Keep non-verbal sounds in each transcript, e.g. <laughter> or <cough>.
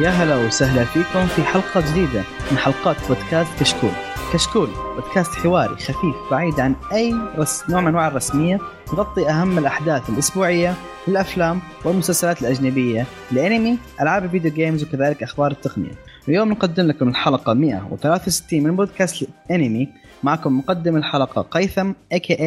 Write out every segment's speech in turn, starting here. يا هلا وسهلا فيكم في حلقة جديدة من حلقات بودكاست كشكول كشكول بودكاست حواري خفيف بعيد عن أي رس... نوع من أنواع الرسمية تغطي أهم الأحداث الأسبوعية الأفلام والمسلسلات الأجنبية الأنمي ألعاب الفيديو جيمز وكذلك أخبار التقنية اليوم نقدم لكم الحلقة 163 من بودكاست الأنمي معكم مقدم الحلقة قيثم aka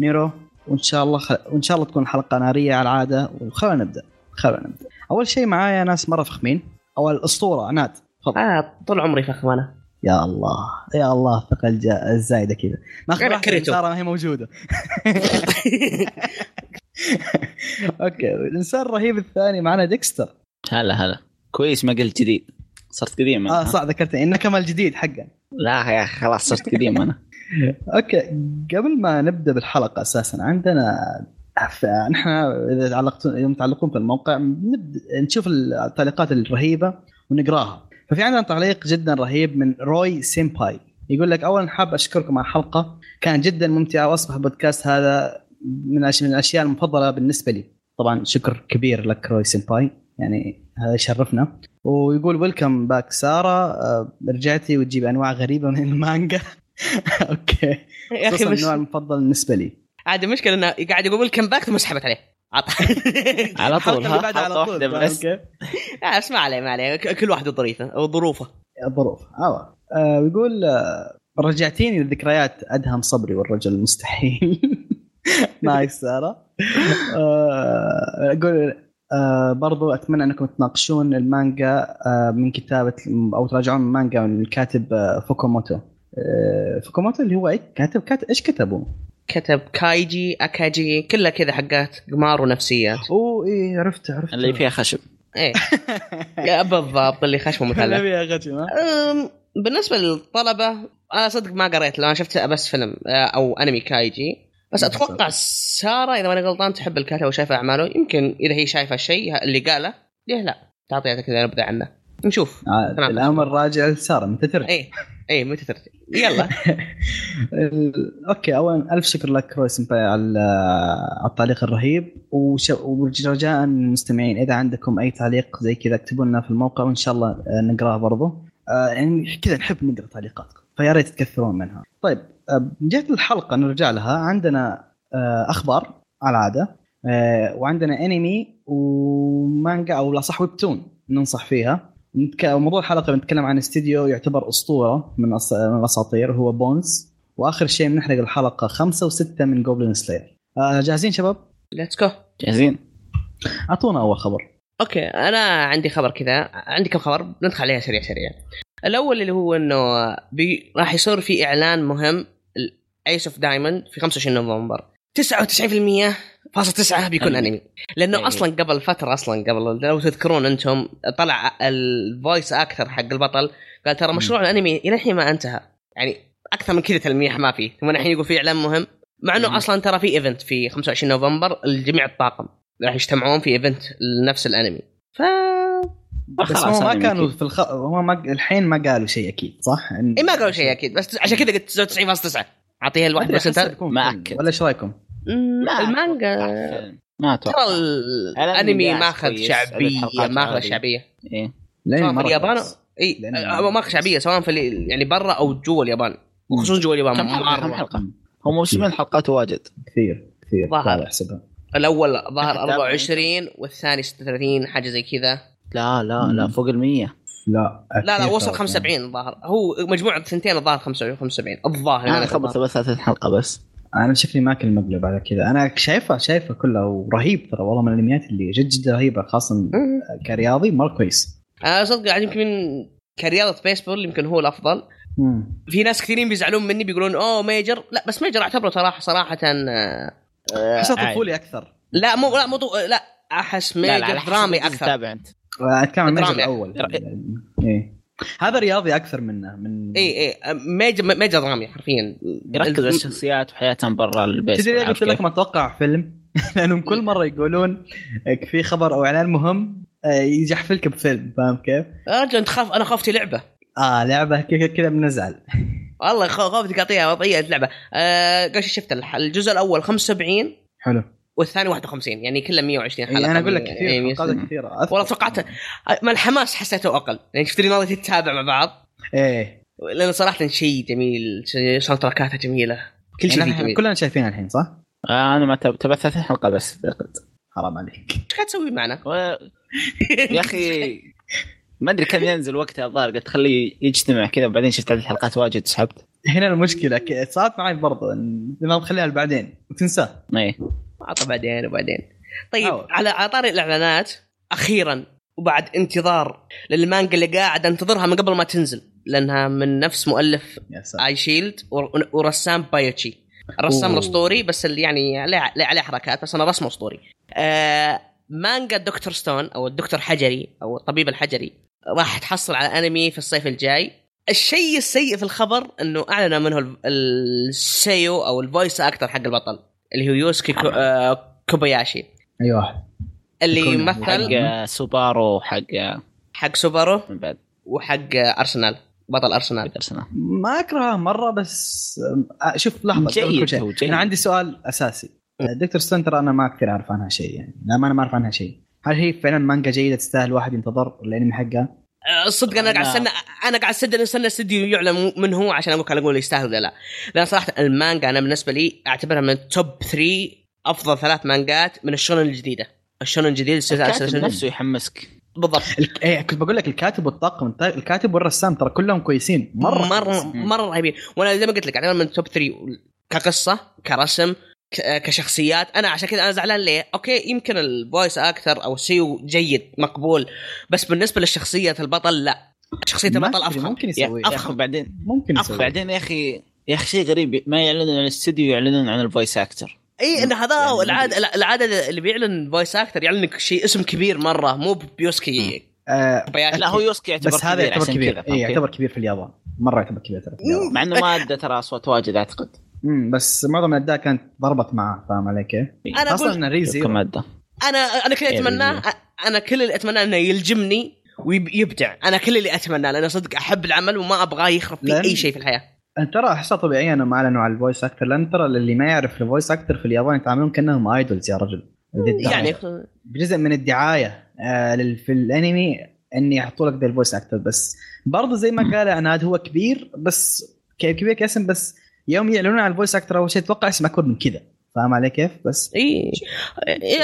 نيرو وإن شاء الله خل... وإن شاء الله تكون حلقة نارية على العادة وخلونا نبدأ خلونا نبدأ أول شيء معايا ناس مرة فخمين أو الأسطورة عناد تفضل آه طول عمري فخم انا يا الله يا الله الثقة الجا- الزايدة كذا ناخذ أنا راحتنا، كريتو. ترى ما هي موجودة <laughs> اوكي الانسان الرهيب الثاني معنا ديكستر هلا هلا كويس ما قلت جديد صرت قديم انا اه صح ذكرتني انك كمال جديد حقا لا يا أخي، خلاص صرت قديم انا اوكي قبل ما نبدا بالحلقه اساسا عندنا ف- نحن اذا تعلقتوا يوم تعلقون في الموقع نبدا نشوف التعليقات الرهيبه ونقراها ففي عندنا تعليق جدا رهيب من روي سيمباي يقول لك اولا حاب اشكركم على الحلقه كانت جدا ممتعه واصبح البودكاست هذا من الأش- من الاشياء المفضله بالنسبه لي طبعا شكر كبير لك روي سيمباي يعني هذا يشرفنا ويقول ويلكم باك ساره آه، رجعتي وتجيب انواع غريبه من المانجا <laughs> اوكي يا اخي خصوصا مش النوع المفضل بالنسبه لي عاد المشكله انه قاعد يقول كم باك ثم سحبت عليه <laughs> عط- على طول الحلقة اللي ها بعدها حلقه على طول واحده بس أوكي. لا بس ما عليه ما عليه ك- كل واحد وظريفه وظروفه الظروف اه آه، يقول آه، رجعتيني لذكريات ادهم صبري والرجل المستحيل <laughs> نايس ساره آه، اقول آه، برضو اتمنى انكم تناقشون المانجا آه، من كتابه او تراجعون المانجا من الكاتب آه، فوكوموتو آه، فوكوموتو اللي هو إيه؟ كاتب كاتب ايش كتبوا؟ كتب كايجي اكاجي كلها كذا حقات قمار ونفسيات اوه ايه عرفت عرفت اللي <laughs> فيها خشب <laughs> ايه يا بالضبط اللي خشمه <laughs> مثلث فيها غشم ها؟ أم، بالنسبه للطلبه انا صدق ما قريت لو انا شفت بس فيلم آه، او انمي كايجي بس اتوقع ساره اذا ماني غلطان تحب الكاتب وشايفه اعماله يمكن اذا هي شايفه الشيء اللي قاله ليه لا تعطيها كذا نبذه عنه نشوف آه، تناقش. الامر راجع لساره متى ترجع؟ ايه ايه متى ترجع يلا ال- اوكي اولا الف شكر لك روي سمباي على على التعليق الرهيب وش- ورجاء المستمعين اذا عندكم اي تعليق زي كذا اكتبوا لنا في الموقع وان شاء الله آه، نقراه برضو آه، يعني كذا نحب نقرا تعليقاتكم فيا ريت تكثرون منها. طيب آه، من جهه الحلقه نرجع لها عندنا آه، اخبار على العاده آه، وعندنا انمي ومانجا او لا صح ويبتون ننصح فيها نتك- موضوع الحلقه بنتكلم عن استديو يعتبر اسطوره من أس- من الاساطير هو بونز واخر شيء بنحرق الحلقه خمسة وستة من جوبلين سلاير آه جاهزين شباب؟ ليتس جو جاهزين اعطونا اول خبر اوكي انا عندي خبر كذا عندي كم خبر ندخل عليها سريع سريع الاول اللي هو انه بي... راح يصير في اعلان مهم ايس اوف دايموند في 25 نوفمبر 99% فاصل تسعة بيكون أنمي. انمي لانه أي. اصلا قبل فتره اصلا قبل لو تذكرون انتم طلع الفويس اكتر حق البطل قال ترى مشروع الانمي الى الحين ما انتهى يعني اكثر من كذا تلميح ما في ثم الحين يقول في اعلان مهم مع انه مم. اصلا ترى في ايفنت في 25 نوفمبر لجميع الطاقم راح يجتمعون في ايفنت لنفس الانمي ف آه، بس خلاص، هم ما أنا كانوا ممكن. في الخ... هم ما... الحين ما قالوا شيء اكيد صح؟ إن... إيه ما قالوا شيء اكيد بس عشان كذا قلت 99.9 اعطيها الواحد بس انت ما معك أكد. ولا ايش رايكم؟ مم، المانجا ما ترى اتوقع الأنمي الانمي قاعد ماخذ كويس، شعبيه الحلقات ماخذ عادية. شعبيه إيه. لين سواء في مرة اليابان كويس. اي لأن- هو ماخذ شعبيه سواء في ال- يعني برا او جوا اليابان وخصوصا جوا اليابان كم حلقه كم مرة. حلقه هم موسمين حلقات واجد كثير كثير ظهر. لا احسبها الاول كم ظهر حلقة؟ 24 والثاني 36 حاجه زي كذا لا لا لا مم. فوق المية لا يعني. لا لا كثير وصل ترى. 75 الظاهر هو مجموع الثنتين الظاهر 75 الظاهر يعني انا غلطان. خبطت بس ثلاث حلقه بس انا شكلي ماكل المقلب على كذا انا شايفه شايفه كله ورهيب ترى والله من الانميات اللي جد جد رهيبه خاصه مم. كرياضي مره كويس انا صدق يعني يمكن كرياضه بيسبول يمكن هو الافضل مم. في ناس كثيرين بيزعلون مني بيقولون اوه ميجر لا بس ميجر اعتبره صراحه صراحه آه، حسها عادي. طفولي اكثر لا مو لا مو طو- لا احس ميجر حسب درامي أنت اكثر تتابع انت اتكلم عن الميجر دراما. الاول ايه هذا رياضي اكثر منه من اي اي ميجر ميجر درامي حرفيا يركز ال- على الشخصيات وحياتهم برا البيت تدري ليه عارف قلت لك كيف؟ ما اتوقع فيلم <laughs> لانهم كل مره يقولون إيه، في خبر او اعلان مهم آه، يجحفلك بفيلم فاهم كيف؟ يا رجل انت خاف انا خفتي لعبه اه لعبه كذا كذا بنزعل والله خ- خفتي تعطيها وضعيه لعبه آه، قبل شوي شفت الح- الجزء الاول 75 حلو والثاني 51 يعني كله 120 حلقه يعني انا اقول لك يعني- كثير يعني حلقات كثيره أذكر. والله توقعت مع الحماس حسيته اقل يعني شفت رياضي تتابع مع بعض ايه لانه صراحه شيء جميل شيء- ساوند تراكاته جميله كل شيء يعني فيه إحنا جميل كلنا شايفين الحين صح؟ آه انا ما تاب- تابعت ثلاث حلقه بس اعتقد حرام عليك <laughs> ايش قاعد تسوي معنا؟ و... <laughs> <laughs> يا اخي ما ادري كان ينزل وقتها الظاهر قلت خليه يجتمع كذا وبعدين شفت عدد الحلقات واجد سحبت هنا المشكله ك- صارت معي برضه إن- ما بخليها لبعدين وتنساه ايه عطى بعدين وبعدين طيب حاول. على على طاري الاعلانات اخيرا وبعد انتظار للمانجا اللي قاعد انتظرها من قبل ما تنزل لانها من نفس مؤلف يا ساتر اي شيلد ور- ورسام بايوتشي الرسام أوه. الاسطوري بس اللي يعني عليه عليه حركات بس انا رسمه اسطوري آه مانجا دكتور ستون او الدكتور حجري او الطبيب الحجري راح تحصل على انمي في الصيف الجاي الشيء السيء في الخبر انه اعلن منه ال- السيو او الفويس اكتر حق البطل اللي هو يوسكي كو آه كوباياشي اي واحد اللي يكون مثل حق- حق سوبارو حق حق سوبارو من بعد وحق ارسنال بطل ارسنال حق ارسنال ما اكرهه مره بس أم، شوف لحظه قبل جيد كل شيء. هو، جيد. انا عندي سؤال اساسي إيه. دكتور ستون ترى انا ما كثير اعرف عنها شيء يعني لا ما انا ما اعرف عنها شيء هل هي فعلا مانجا جيده تستاهل واحد ينتظر الانمي حقها؟ آه، صدق انا قاعد لا. استنى انا قاعد استنى استنى استديو يعلن من هو عشان ممكن اقول يستاهل ولا لا لان صراحه المانجا انا بالنسبه لي اعتبرها من توب 3 افضل ثلاث مانجات من الشونن الجديده الشونن الجديد السلسلة- الكاتب السلسلة- نفسه يحمسك بالضبط الك... إيه كنت بقول لك الكاتب والطاقم الت- الكاتب والرسام ترى كلهم كويسين مره مره كويسين. مره رهيبين وانا زي ما قلت لك اعتبرها من توب 3 كقصه كرسم ك- كشخصيات انا عشان كذا انا زعلان ليه؟ اوكي يمكن الفويس اكتر او سيو جيد مقبول بس بالنسبه لشخصيه البطل لا شخصيه إيه، ما البطل أدري، افخم ممكن يسوي يا أخي بعدين ممكن أفخم. يسوي بعدين يا اخي يا اخي شيء غريب ما يعلنون عن الاستوديو يعلنون عن الفويس اكتر اي ان إيه، هذا يعني هو ما العاده العاده اللي بيعلن فويس اكتر يعلن لك شيء اسم كبير مره مو بيوسكي آه كوباياشي. لا هو يوسكي يعتبر بس هذا يعتبر عشان كبير كذا، اي أوكي. يعتبر كبير في اليابان مره يعتبر كبير ترى في اليابان مع انه ما ادى ترى اصوات <laughs> واجد اعتقد مم، بس معظم الاداء كانت ضربت معاه فاهم علي كيف؟ انا خاصه اقول ان ريزي كم ادى انا انا كل اللي يعني- اتمناه انا كل اللي اتمناه انه يلجمني ويبدع انا كل اللي اتمناه لان صدق احب العمل وما ابغاه يخرب فيه لأن- اي شيء في الحياه ترى احسها طبيعيه انهم اعلنوا على الفويس اكتر لان ترى اللي ما يعرف الفويس اكتر في اليابان يتعاملون كانهم ايدولز يا رجل يعني جزء من الدعايه آه لل- في الانمي ان يحطوا لك ذا الفويس اكتر بس برضه زي ما قال عناد هو كبير بس ك- كبير كاسم بس يوم يعلنون على الفويس اكتر اول شيء اتوقع اسمه اكبر من كذا فاهم علي كيف بس اي إيه،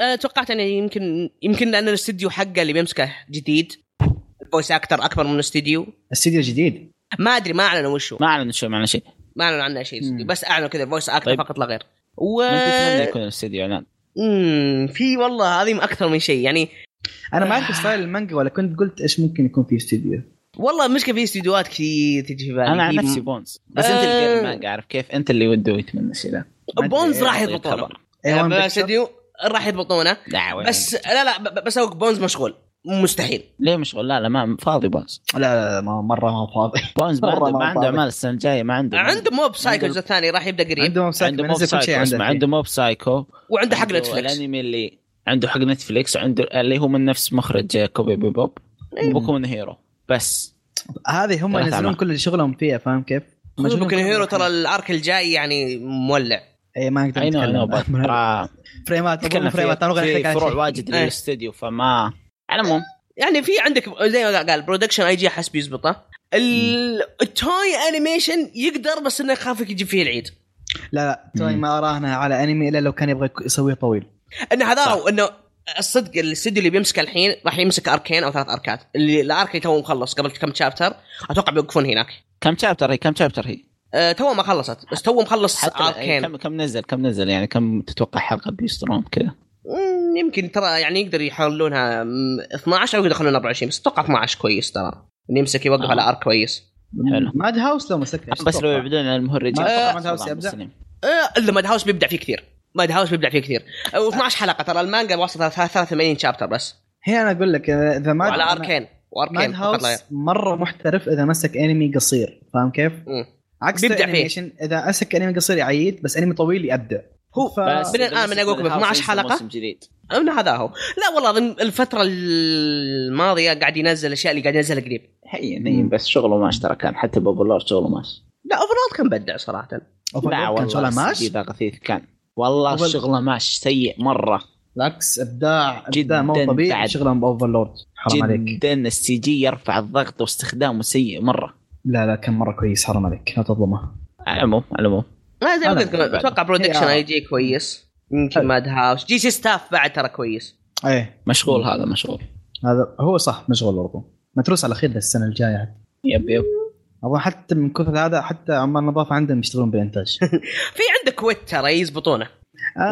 انا توقعت انه يمكن يمكن لان الاستديو حقه اللي بيمسكه جديد فويس اكتر اكبر من الاستديو استديو جديد ما ادري ما اعلنوا وش هو ما اعلنوا شيء معنا شيء ما اعلنوا عنه شيء مم. بس اعلنوا كذا فويس اكتر طيب. فقط لا غير و ما تتمنى <laughs> يكون الاستوديو اعلان امم في والله هذه اكثر من شيء يعني انا ما اعرف ستايل المانجا ولا كنت قلت ايش ممكن يكون في استديو والله المشكله في استديوهات كثير تجي في بالي انا عن في نفسي بونز بس انت آه. اللي ما اعرف كيف انت اللي وده يتمنى شيء ذا ما أدري بونز إيه راح يعطيك يضبطونه خبر. A1 آه، Picture. استديو راح يضبطونه دعوة بس لا لا ب- ب- بس هو بونز مشغول مستحيل ليه مشغول لا لا ما فاضي بونز لا لا لا ما- مره ما فاضي بونز ما مرة عنده ما ما عنده فاضي. اعمال السنه الجايه ما عنده عنده موب سايكو عنده- الجزء الثاني راح يبدا قريب عنده مساك عنده موب منزل كل شيء سايكو اسمع عنده عنده موب سايكو وعنده حق عنده يعني نتفلكس الانمي اللي عنده حق نتفليكس وعنده اللي هو من نفس مخرج كوبي بيبوب إيه. بوكو من هيرو بس هذه هم ثلاث ينزلون أعمال. كل اللي شغلهم فيها فاهم كيف؟ مشغولين ممكن كل هيرو واحد. ترى الارك الجاي يعني مولع اي إيه، ما نقدر اي نو نتكلم <laughs> نو فريمات تكلم أبو فريمات أنا أغني لك عن فروع شيء. واجد إيه. للاستوديو فما على العموم يعني في عندك زي ما قال برودكشن اي جي حسب يزبطه ال- التوي انيميشن يقدر بس انه يخاف يجيب فيه العيد لا لا توي مم. ما اراهنها على انمي الا لو كان يبغى يك- يسويه طويل ان هذا صح. هو انه الصدق الاستديو اللي بيمسكه الحين راح يمسك اركين او ثلاث اركات اللي الارك اللي تو مخلص قبل كم شابتر اتوقع بيوقفون هناك كم شابتر هي كم شابتر هي؟ أه تو ما خلصت بس تو مخلص حتى يعني اركين كم كم نزل كم نزل يعني كم تتوقع حلقه بيسترون كذا مم، يمكن ترى يعني يقدر يحلونها مم، 12 او يقدر يخلونها 24 بس اتوقع 12 كويس ترى انه يمسك يوقف آه. على ارك كويس حلو. ماد هاوس لو مسكها إيش بس لو تتوقع؟ يبدون على المهرجين ما- خلاص ما تهاوس والله يبدأ؟ مسلم. أه، الا ماد هاوس بيبدع فيه كثير ماد هاوس بيبدع فيه كثير و12 حلقه ترى المانجا واصله 83 شابتر بس هي انا اقول لك آه، اذا ماد وعلى اركين ماد واركين فقط لا غير هاوس مره محترف اذا مسك انمي قصير فاهم كيف؟ مم. عكس بيبدع فيه. انيميشن اذا مسك انمي قصير يعيد بس انمي طويل يبدع هو ف- بس من إذا الآن آه، من مسك أقولكم الهاوس 12 ينزل حلقة. موسم جديد من هذا هو لا والله من الفتره الماضيه قاعد ينزل الاشياء اللي قاعد ينزلها قريب هين هين نعم، بس شغله ماش ترى كان حتى بابو لورد شغله ماش لا اوفرول كان بدع صراحه أوفر لورد كان شغله ماش ذا غثيث كان والله أول- شغله ماشي سيء مره بالعكس ابداع ابداع جداً مو طبيعي بعد. شغلهم باوفرلورد حرام عليك جدا السي جي يرفع الضغط واستخدامه سيء مره لا لا كان مره كويس حرام عليك لا تظلمه على العموم على العموم ما آه، زي ما أنا قلت لكم، اتوقع برودكشن يا- يجي كويس يمكن حلو. ماد هاوس جي سي ستاف بعد ترى كويس إيه. ايه مشغول هذا مشغول هذا هو صح مشغول برضو متروس على خير السنه الجايه يب يب اظن حتى من كثر هذا حتى عمال النظافه عندهم يشتغلون بالانتاج في عندك ويت ترى يزبطونه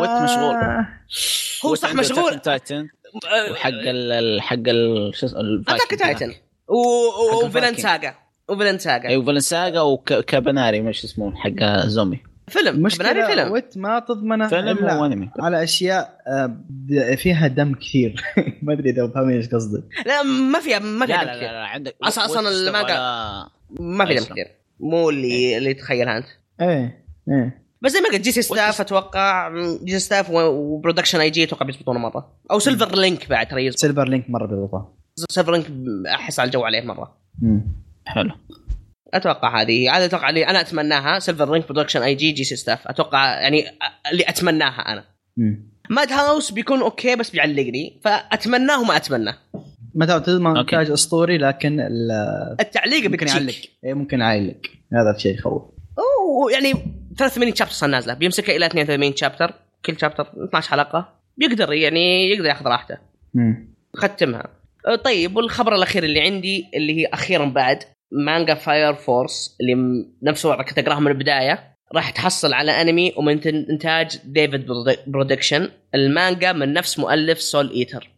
وقت مشغول. آه، هو صح وتنزل مشغول Attack on Titan أه، وحق ال- ال حق ال شو اسمه ال- اتاك Viking. تايتن حق وفيلن الفايكنج. ساجا وفيلن ساجا أيوة. ايوه فالنساغا وكابناري مش اسمه حق زومبي فيلم بنادي المشكله فيلم ويت ما تضمنه فيلم إلا وانمي على اشياء آه، ب- فيها دم كثير <laughs> ما ادري اذا فاهمين ايش قصدي لا ما فيها ما لا فيها لا دم لا, كثير لا عندك أصلاً- أصلاً المانجا- على- ما فيها دم أصلاً. كثير مو إيه. اللي اللي تخيلها انت ايه ايه بس زي ما قلت جي سي ستاف اتوقع جي سي ستاف و- وبرودكشن اي جي اتوقع بيزبطونه مره او سيلفر لينك بعد ترى يزبط سيلفر لينك مره بالضبط سيلفر لينك احس على الجو عليه مره حلو اتوقع هذه هذا اتوقع اللي انا اتمناها سيلفر لينك برودكشن اي جي جي سي ستاف اتوقع يعني أ- اللي اتمناها انا ماد هاوس بيكون اوكي بس بيعلقني فاتمناه وما اتمناه متى تضمن أوكي. انتاج اسطوري لكن ال- التعليق ممكن يعلق بيكتشيك إيه، ممكن يعلق هذا الشيء يخوف اوه يعني 83 شابتر صار نازله بيمسكها الى 82 شابتر كل شابتر 12 حلقه بيقدر يعني يقدر ياخذ راحته ختمها أه، طيب والخبر الاخير اللي عندي اللي هي اخيرا بعد مانجا فاير فورس اللي م- نفس وضعك كنت اقراها من البدايه راح تحصل على انمي ومن تن- انتاج ديفيد برودك- برودكشن المانجا من نفس مؤلف سول ايتر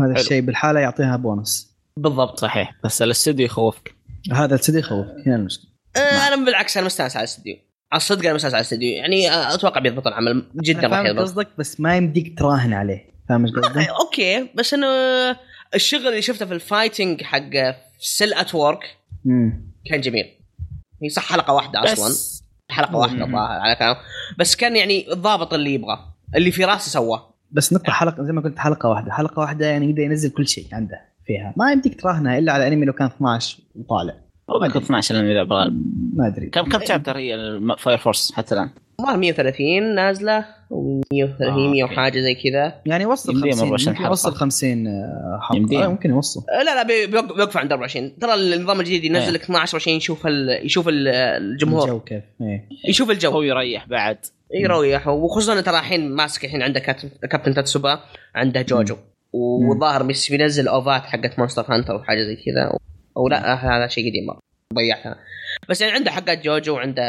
هذا حلو. الشيء بالحاله يعطيها بونص بالضبط طيب، صحيح بس الاستوديو يخوفك هذا السدي يخوف هنا المشكله أه، انا بالعكس انا مستانس على الاستديو على الصدق انا مستانس على الاستديو يعني أه، اتوقع بيضبط العمل جدا أنا راح فاهم يضبط قصدك بس ما يمديك تراهن عليه فاهم ايش قصدي؟ أي- اوكي بس انه الشغل اللي شفته في الفايتنج حق سيل ات وورك مم. كان جميل هي صح حلقه واحده اصلا بس حلقه واحده مم. الظاهر على كلام بس كان يعني ضابط اللي يبغاه اللي في راسه سواه بس نقطة نعم. حلقة زي ما قلت حلقة واحدة، حلقة واحدة يعني يقدر ينزل كل شيء عنده فيها، ما يمديك تراهنها الا على انمي لو كان 12 وطالع، هو بيكون 12 لان اذا ابغى ما ادري. كم إيه. كم شابتر هي فاير فورس حتى الان؟ الظاهر 130 نازله آه، 130 أوكي. 100 وحاجه زي كذا يعني يوصل يمديهم 50 24 ممكن حلقة. يوصل 50 آه، يمديهم. حلقة آه، ممكن يوصل آه، لا لا بي- بيوق- بيوقفوا عند 24 ترى النظام الجديد إيه. ينزل لك 12 20 يشوف ال... يشوف ال- الجمهور الجو كيف؟ إيه. يشوف الجو هو يريح بعد يروح وخصوصا إيه، ترى الحين ماسك الحين عنده كات- كابتن تاتسوبا عنده جوجو والظاهر بس بينزل اوفات حقت مونستر هانتر وحاجه زي كذا او لا هذا شيء قديم مرة. ضيعتها بس يعني عنده حقات جوجو وعنده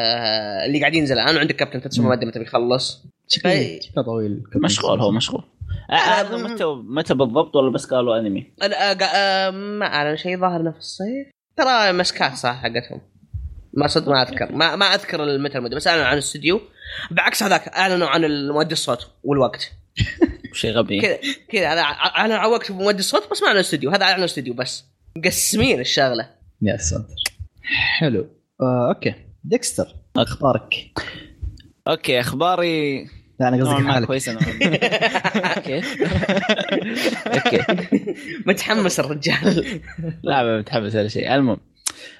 اللي قاعدين ينزل الان وعنده كابتن تاتسوبا مم. ما ادري متى بيخلص شكله إيه. شكله طويل مشغول هو مشغول آه، لا، آه، لا. متى متى بالضبط ولا بس قالوا انمي؟ أنا- أقا- أه، ما اعلن شيء ظاهر انه في الصيف ترى مسكات صح حقتهم ما صدق ما اذكر ما, ما اذكر متى المدة بس اعلنوا عن الاستوديو بعكس هذاك اعلنوا عن مؤدي الصوت والوقت شيء غبي كذا كذا انا انا عوقت بمودي الصوت بس ما انا استوديو هذا اعلن استوديو بس مقسمين الشغله يا ساتر حلو آه، اوكي ديكستر اخبارك اوكي اخباري لا انا نوعاً قصدي ما حالك كويسه نوعاً ما. <laughs> اوكي اوكي متحمس الرجال لا ما متحمس ولا شيء المهم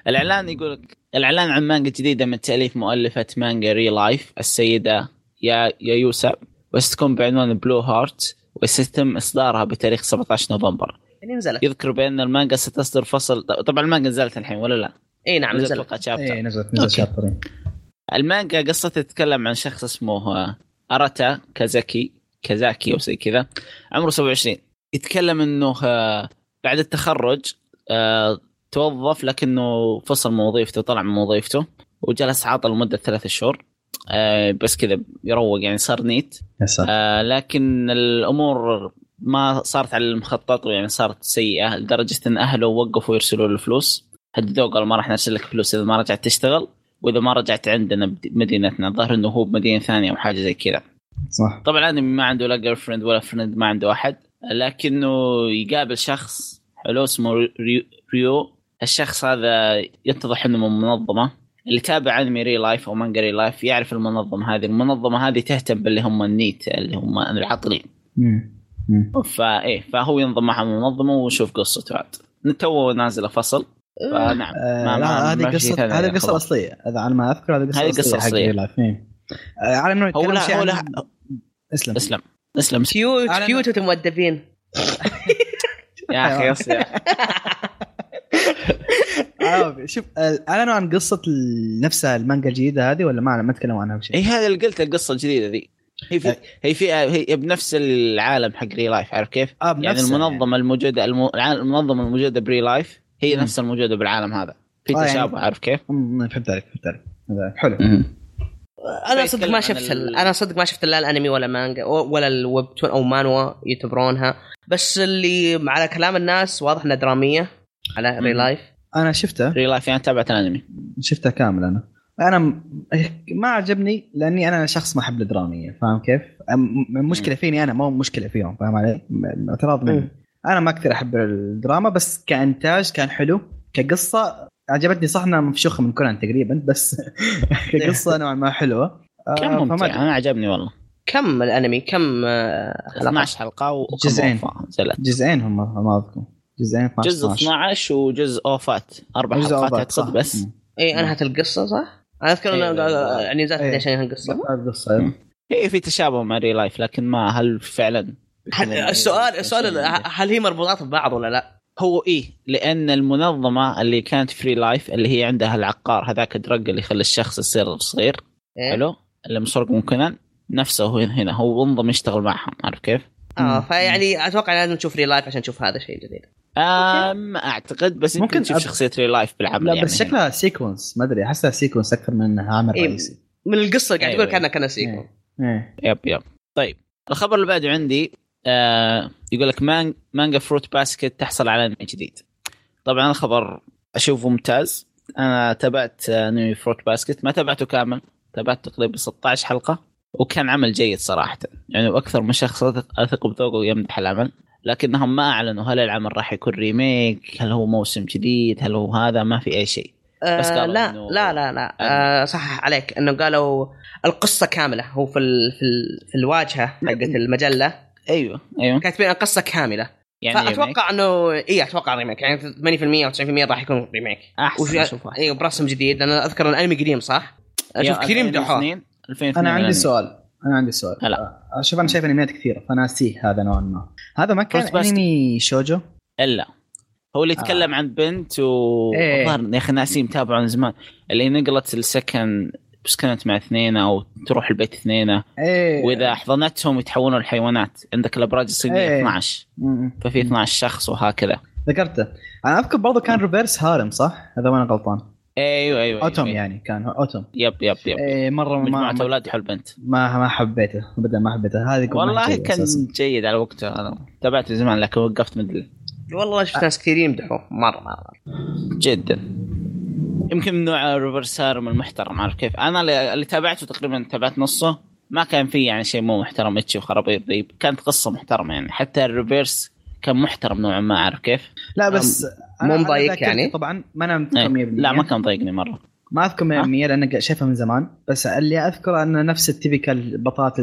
الاعلان يقول لك الاعلان عن مانجا جديده من تاليف مؤلفه مانجا ري لايف السيده يا يا يوسف وستكون بعنوان بلو هارت وسيتم اصدارها بتاريخ 17 نوفمبر يعني نزلت يذكر بان المانجا ستصدر فصل طبعا المانجا نزلت الحين ولا لا؟ اي نعم نزل نزلت اتوقع شابتر اي إيه، نزلت نزلت أوكي. شابترين المانجا قصتها تتكلم عن شخص اسمه آه، أراتا كازاكي كازاكي أو زي كذا عمره 27 يتكلم أنه آه، بعد التخرج آه، توظف لكنه فصل من وظيفته طلع من وظيفته وجلس عاطل لمدة ثلاثة شهور آه، بس كذا يروق يعني صار نيت يا ساتر آه، لكن الأمور ما صارت على المخطط يعني صارت سيئة لدرجة أن أهله وقفوا يرسلوا له الفلوس هددوه قالوا ما راح نرسل لك فلوس إذا ما رجعت تشتغل واذا ما رجعت عندنا بد- مدينتنا الظاهر انه هو بمدينه ثانيه او حاجه زي كذا صح طبعا انمي ما عنده لا جيرل فريند ولا فريند ما عنده احد لكنه يقابل شخص حلو اسمه ريو- ريو الشخص هذا يتضح انه من منظمه اللي تابع انمي ري لايف او مانجا ري لايف يعرف المنظمه هذه المنظمه هذه تهتم باللي هم النيت اللي هم العاطلين مم. مم. فايه فهو ينضم مع المنظمه وشوف قصته عاد تو نازله فصل فنعم آه، ما- ما- لا ما هذه في شيء قصه ثاني هذه يعني، قصه خلاص. اصليه اذا على ما اذكر هذه قصه هذه قصة اصليه حق أصلية. Real Life. إيه. آه، على انه هو نتكلم لا شيء هو عن لا اسلم اسلم اسلم كيوت أنا- كيوت وانتم مؤدبين يا اخي يا أخي. عربي. شوف آه، اعلنوا عن قصه ال- نفسها المانجا الجديده هذه ولا ما أعلن- ما تكلموا عنها بشيء هي إيه، هذا اللي قلت القصه الجديده ذي هي في هي في هي بنفس العالم حق ري لايف عارف كيف؟ اه يعني بنفسها المنظمه الموجوده الم- العالم- المنظمه الموجوده بري لايف هي مم. نفس الموجوده بالعالم هذا في آه، يعني- تشابه عارف كيف؟ أمم، فهمت عليك فهمت عليك هذا حلو انا فيتكلم صدق ما عن شفت ال... ال- انا صدق ما شفت لا الانمي ولا مانجا ولا الويب تون او مانوا يعتبرونها بس اللي على كلام الناس واضح انها دراميه على ري مم. لايف انا شفته ري لايف يعني تابعت الانمي شفتها كامله انا انا م- ما عجبني لاني انا شخص ما احب الدراميه فاهم كيف؟ أم- المشكله فيني انا مو مشكله فيهم فاهم علي؟ م- اعتراض مني مم. انا ما كثير احب الدراما بس كانتاج كان حلو كقصه عجبتني صح انها منفشوخه من كونان تقريبا بس <laughs> كقصه نوعا ما حلوه آه، إيه. كان فما ممتع أدري. انا عجبني والله كم الانمي كم آه، حلقه 12 حلقه وكم جزئين. أوفا نزلت جزئين هم ما اذكر جزئين 12 جزء 12 وجزء اوفات اربع جزء حلقات أربعة، اعتقد صح. بس مم. اي انهت القصه صح؟ انا اذكر إيه، انه لا، يعني نزلت إيه. عشان القصه القصه هي إيه، في تشابه مع ري لايف لكن ما هل يعني فعلا هل- السؤال السؤال هل هي مربوطات ببعض ولا لا؟ هو ايه لان المنظمه اللي كانت فري لايف اللي هي عندها العقار هذاك الدرج اللي يخلي الشخص يصير صغير إيه؟ حلو اللي مسرق من كونان نفسه هو هنا هو انضم يشتغل معهم عارف كيف؟ اه مم. فيعني اتوقع لازم نشوف ري لايف عشان نشوف هذا الشيء الجديد آه، ما اعتقد بس ممكن ممكن تشوف أب- شخصيه ري لايف بالعمل لا يعني بس هنا. شكلها سيكونس ما ادري احسها سيكونس اكثر من انها عامل إيه. رئيسي من القصه اللي قاعد تقول أيوة. كانها كان سيكو إيه. يب يب طيب الخبر اللي بعده عندي آه يقول لك مانج مانجا فروت باسكت تحصل على انمي جديد طبعا الخبر اشوفه ممتاز انا تابعت آه، انمي فروت باسكت ما تابعته كامل تابعت تقريبا 16 حلقه وكان عمل جيد صراحه يعني واكثر من شخص أثق- اثق بذوقه يمدح العمل لكنهم ما اعلنوا هل العمل راح يكون ريميك هل هو موسم جديد هل هو هذا ما في اي شيء بس آه قالوا لا إنه- لا لا لا آه صح عليك انه قالوا القصه كامله هو في ال في, ال في الواجهه حقت المجله ايوه ايوه كاتبين القصه كامله يعني ريميك. فاتوقع انه اي اتوقع ريميك يعني 80% او 90% راح يكون ريميك أحسن، أشوف وفي أحسن. ايوه برسم جديد انا اذكر الانمي قديم صح؟ اشوف كثير يمدحوه 2002 2002 انا عندي الأنمي. سؤال انا عندي سؤال هلا. آه، شوف انا شايف انميات كثيره فانا اسيه هذا نوعا ما هذا ما كان First Basket. انمي شوجو الا هو اللي يتكلم عن بنت و آه. إيه. الظاهر يا اخي ناسي متابعه من زمان اللي نقلت السكن بس كانت مع اثنين او تروح البيت اثنين ايه واذا احضنتهم يتحولون لحيوانات عندك الابراج الصينيه إيه. 12 م- م. ففي 12 شخص وهكذا ذكرته انا اذكر برضه كان ريفيرس هارم صح؟ اذا ما انا غلطان ايوه ايوه اوتوم أيوة. يعني كان اوتوم يب يب يب ايه مره ما مجموعه ما اولاد حول بنت ما, ما حبيته ابدا ما حبيته هذه كنت ما والله حبيته كان أساساً. جيد على وقته انا تابعته زمان لكن وقفت مدري والله شفت ناس كثير يمدحوه مره مره جدا يمكن من نوع ريفرس هارم المحترم عارف كيف انا اللي- اللي تابعته تقريبا تابعت نصه ما كان فيه يعني شيء مو محترم اتشي وخرابيط ذي كانت قصه محترمه يعني حتى الريفرس كان محترم نوعا ما عارف كيف لا بس أنا- مو أنا مضايق ذاكرتي يعني؟ طبعا ما انا إيه. متذكر 100% لا ما كان ضايقني مره ما اذكر 100% لان شايفها من زمان بس اللي اذكره انه نفس التيبيكال بطاطا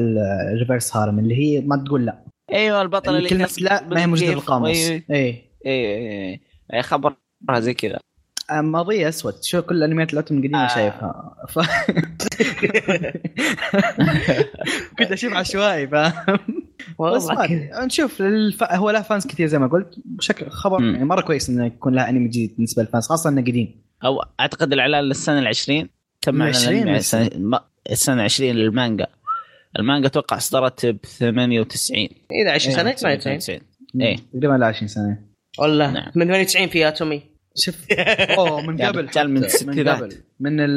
الريفرس هارم اللي هي ما تقول لا ايوه البطل اللي كل الناس لا ما هي موجوده كيف- بالقاموس إيه. ايوه اي ايوه ايوه خبرها زي كذا ماضية اسود شو كل الانميات الاتوم القديمه آه. آه. شايفها ف... <laughs> كنت اشوف عشوائي فاهم بس ما والله أدري. نشوف الف... هو له فانز كثير زي ما قلت بشكل خبر مم. يعني مره كويس انه يكون له انمي جديد بالنسبه للفانز خاصه انه قديم او اعتقد الاعلان للسنه العشرين تم اعلان 20 الأنمي على بس. السنه ما- السنه 20 للمانجا المانجا اتوقع اصدرت ب 98 اذا 20 سنه 98 98 إيه. تقريبا له 20 سنه والله نعم. من 98 في اتومي <laughs> شوف اوه من يا قبل رجال يعني من حتى. الستينات. قبل. من ال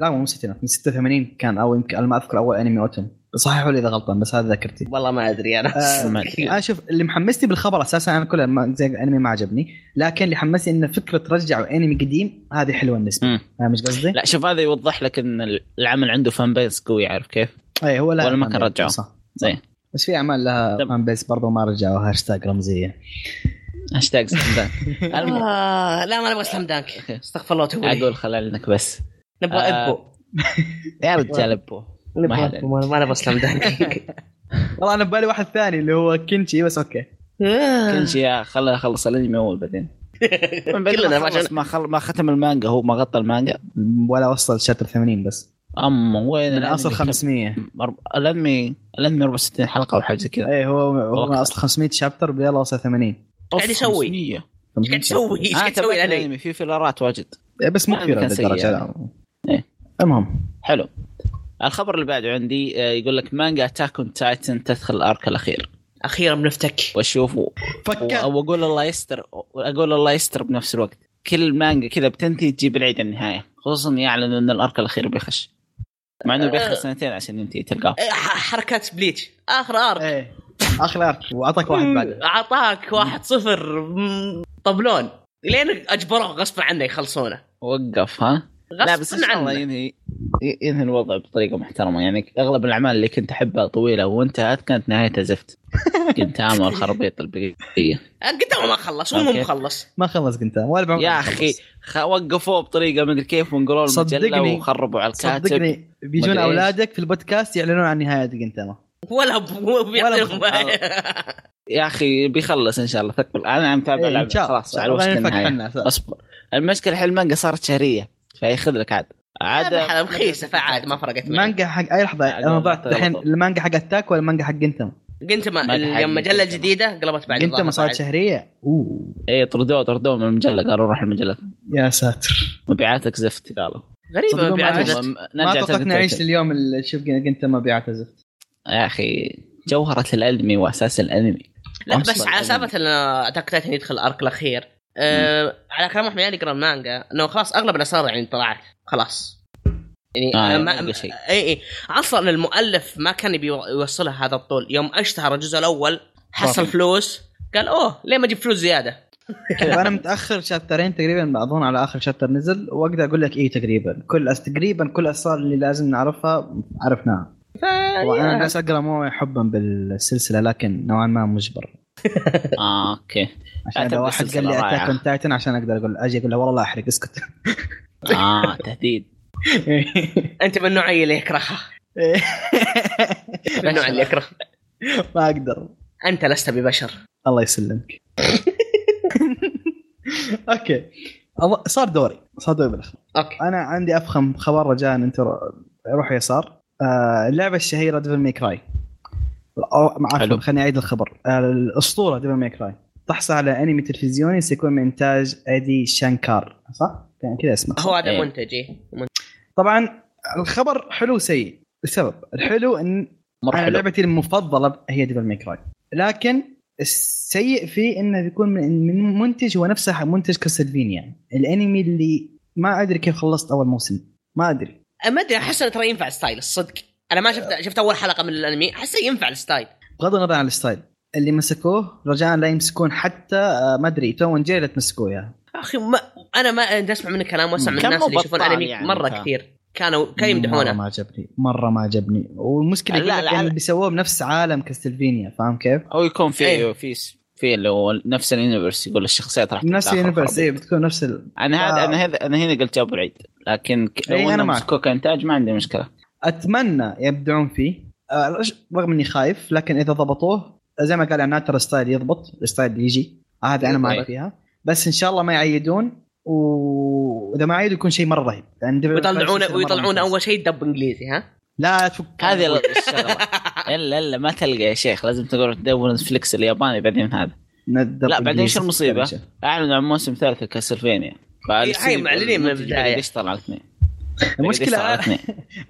لا مو من الستينات من 86 كان او يمكن انا ما اذكر اول انمي اوتم صححوا لي اذا غلطان بس هذا ذاكرتي والله ما ادري انا <laughs> آه، ما أدري. انا شوف اللي محمسني بالخبر اساسا انا كل ما- زي الانمي ما عجبني لكن اللي حمسني انه فكره رجعوا انمي قديم هذه حلوه بالنسبه مم. لي فاهم ايش قصدي؟ <laughs> لا شوف هذا يوضح لك ان العمل عنده فان بيس قوي عارف كيف؟ اي إيه، هو لا ولا ما فان كان بيس، رجعوا. صح زين بس في اعمال لها تم. فان بيس برضه ما رجعوا هاشتاج رمزيه هاشتاج سندان <laughs> المهم آه لا ما نبغى سلام دانك <laughs> استغفر الله وتوب إليه. اقول خلال انك بس نبغى آه، ابو يا رجال ابو نبغى حد ابو ما- ما نبغى سلام دانك والله انا ببالي واحد ثاني اللي هو كينشي بس اوكي <laughs> آه. كل شيء يا خلنا اخلص الانمي اول <laughs> بعدين من بعد كلنا ما ما خلص- ما خل... ما ختم المانجا هو ما غطى المانجا ولا وصل شابتر 80 بس اما وين من الأنمي اصل كان؟ 500 أرب- الانمي الانمي 64 حلقه او حاجه زي كذا اي إيه، هو هو من أوكي. اصل 500 شابتر يلا وصل 80 قاعد يعني يسوي. 500. ايش قاعد تسوي؟ ايش آه قاعد تسوي تسوي الانمي؟ الانمي آه، في فيلرات واجد إيه، بس مو يعني كبيره كان سيء للدرجه يعني. لا إيه. المهم حلو الخبر اللي بعده عندي آه، يقول لك مانجا اتاك اون تايتن تدخل الارك الاخير اخيرا بنفتك واشوف و- فكر واقول الله يستر واقول الله يستر بنفس الوقت كل مانجا كذا بتنتهي تجيب العيد على النهايه خصوصا يعلن ان الارك الاخير بيخش مع انه بياخذ آه. سنتين عشان ينتهي تلقاه إيه، ح- حركات بليتش اخر آه، ارك ايه اخر ارك واعطاك واحد بعد اعطاك واحد صفر مم، طبلون لين اجبروه غصب عنه يخلصونه وقف ها لا بس ان غصب شاء الله عنه ينهي ي- ينهي الوضع بطريقه محترمه يعني اغلب الاعمال اللي كنت احبها طويله وانتهت كانت نهايتها <laughs> زفت كنت امل <laughs> خرابيط البقيه قدامه ما خلص ومو أوكي. مخلص ما خلص قلت ولا بعمر يا ما خلص. اخي خ- وقفوه بطريقه مدري كيف ونقلوا المجله صدقني- وخربوا على الكاتب صدقني بيجون مدري إيش. اولادك في البودكاست يعلنون عن نهايه جنتاما ولا ب- مو بيعطيهم يا اخي بيخلص ان شاء الله ثقل انا متابع إيه، اللعبة ان شاء الله خلاص على وشك النهايه اصبر المشكله الحين المانجا صارت شهريه فياخذ لك عاد عاد هذا رخيصه فعاد ما فرقت معي المانجا حق اي لحظه أقول انا لك ضعت غلط. الحين المانجا حق اتاك ولا المانجا حق جنتاما قلت ما ما في حاجة يوم مجله جنتما. جديده قلبت بعد جنتاما الظاهر صارت بعد. شهريه اوه اي إيه، طردوه طردوه من المجله قالوا روح المجله يا ساتر مبيعاتك زفت قالوا غريبه صدقوا مبيعات معلش. جت. م- ما نرجع توقعت تاكن نعيش تايتن. لليوم اللي شوف جنتاما بيعته <laughs> زفت يا اخي جوهره الانمي واساس الانمي لا أصلاً بس على الأنمي. سالفه ان اتاك تايتن يدخل الارك الاخير أه على كلام احمد يعني يقرا المانجا انه خلاص اغلب الاسرار يعني طلعت خلاص يعني آه، آه يعني ما ما بقى شيء. اي اي اصلا المؤلف ما كان يبي يوصلها هذا الطول يوم اشتهر الجزء الاول حصل صافي. فلوس قال اوه ليه ما اجيب فلوس زياده؟ انا متاخر شابترين تقريبا اظن على اخر شابتر نزل واقدر اقول لك ايه تقريبا كل أس- تقريبا كل الاسرار اللي لازم نعرفها عرفناها أيوة. وانا فا الناس اقرا مو حبا بالسلسله لكن نوعا ما مجبر آه، اوكي عشان أعتبر لو واحد قال لي السلسلة رائعة. اتاك اون تايتن عشان اقدر اقول اجي اقول له والله لا احرق اسكت اه تهديد انت من النوع اللي يكرهها من النوع اللي يكره ما اقدر انت لست ببشر الله يسلمك اوكي أظ- صار دوري صار دوري بالاخير اوكي انا عندي افخم خبر رجاء انت رو- روح يسار آه، اللعبه الشهيره ديفل ميك راي حلو. معكم خليني اعيد الخبر آه، الاسطوره ديفل ميك راي تحصل على انمي تلفزيوني سيكون من انتاج ادي شانكار صح؟ يعني كذا اسمه هو هذا إيه. منتجي طبعا الخبر حلو سيء السبب الحلو ان مره انا حلو لعبتي المفضله هي ديفل ميك راي لكن السيء فيه انه بيكون من من منتج هو نفسه حق منتج كاستلفينيا الانمي اللي ما ادري كيف خلصت اول موسم ما ادري ما ادري احس انه ترى ينفع الستايل الصدق انا ما شفت شفت اول حلقه من الانمي احسه ينفع الستايل بغض النظر عن الستايل اللي مسكوه رجاء لا يمسكون حتى آه، ما ادري تو وانجيل لا تمسكوه اياها اخي ما انا ما أنا اسمع منك كلام واسمع من كم الناس اللي يشوفون بطال انمي يعني مره ف- كثير كانوا كانوا مره يمدحونه ما عجبني مره ما عجبني والمشكله لا، لا لا، لا يعني لا. بيسووه بنفس عالم كاستلفينيا فاهم كيف؟ او يكون في إيه. في في اللي هو نفس اليونيفرس يقول الشخصيات راح نفس تتداخل اليونيفرس خرابيط. إيه، بتكون نفس ال... انا هذا آه. انا هذا انا هنا قلت جابوا العيد لكن ك- لو إيه، أنا انهم معك. مسكوه كانتاج ما عندي مشكله اتمنى يبدعون فيه آه، رغم اني خايف لكن اذا ضبطوه زي ما قال عناد ترى ستايل يضبط الستايل يجي هذا انا معك طيب. فيها بس ان شاء الله ما يعيدون واذا ما عيدوا يكون شيء مره رهيب يعني ويطلعون مرة ويطلعون ممتاز. اول شيء دب انجليزي ها لا تفك هذه ال- <laughs> الشغله الا الا ما تلقى يا شيخ لازم تقول تدور نتفلكس الياباني بعدين هذا ندب لا، بعدين إنجليزي. شو المصيبة؟ اعلنوا عن موسم ثالث لكاسلفينيا إيه، معلنين من البداية. يشتغل على الاثنين المشكلة على الاثنين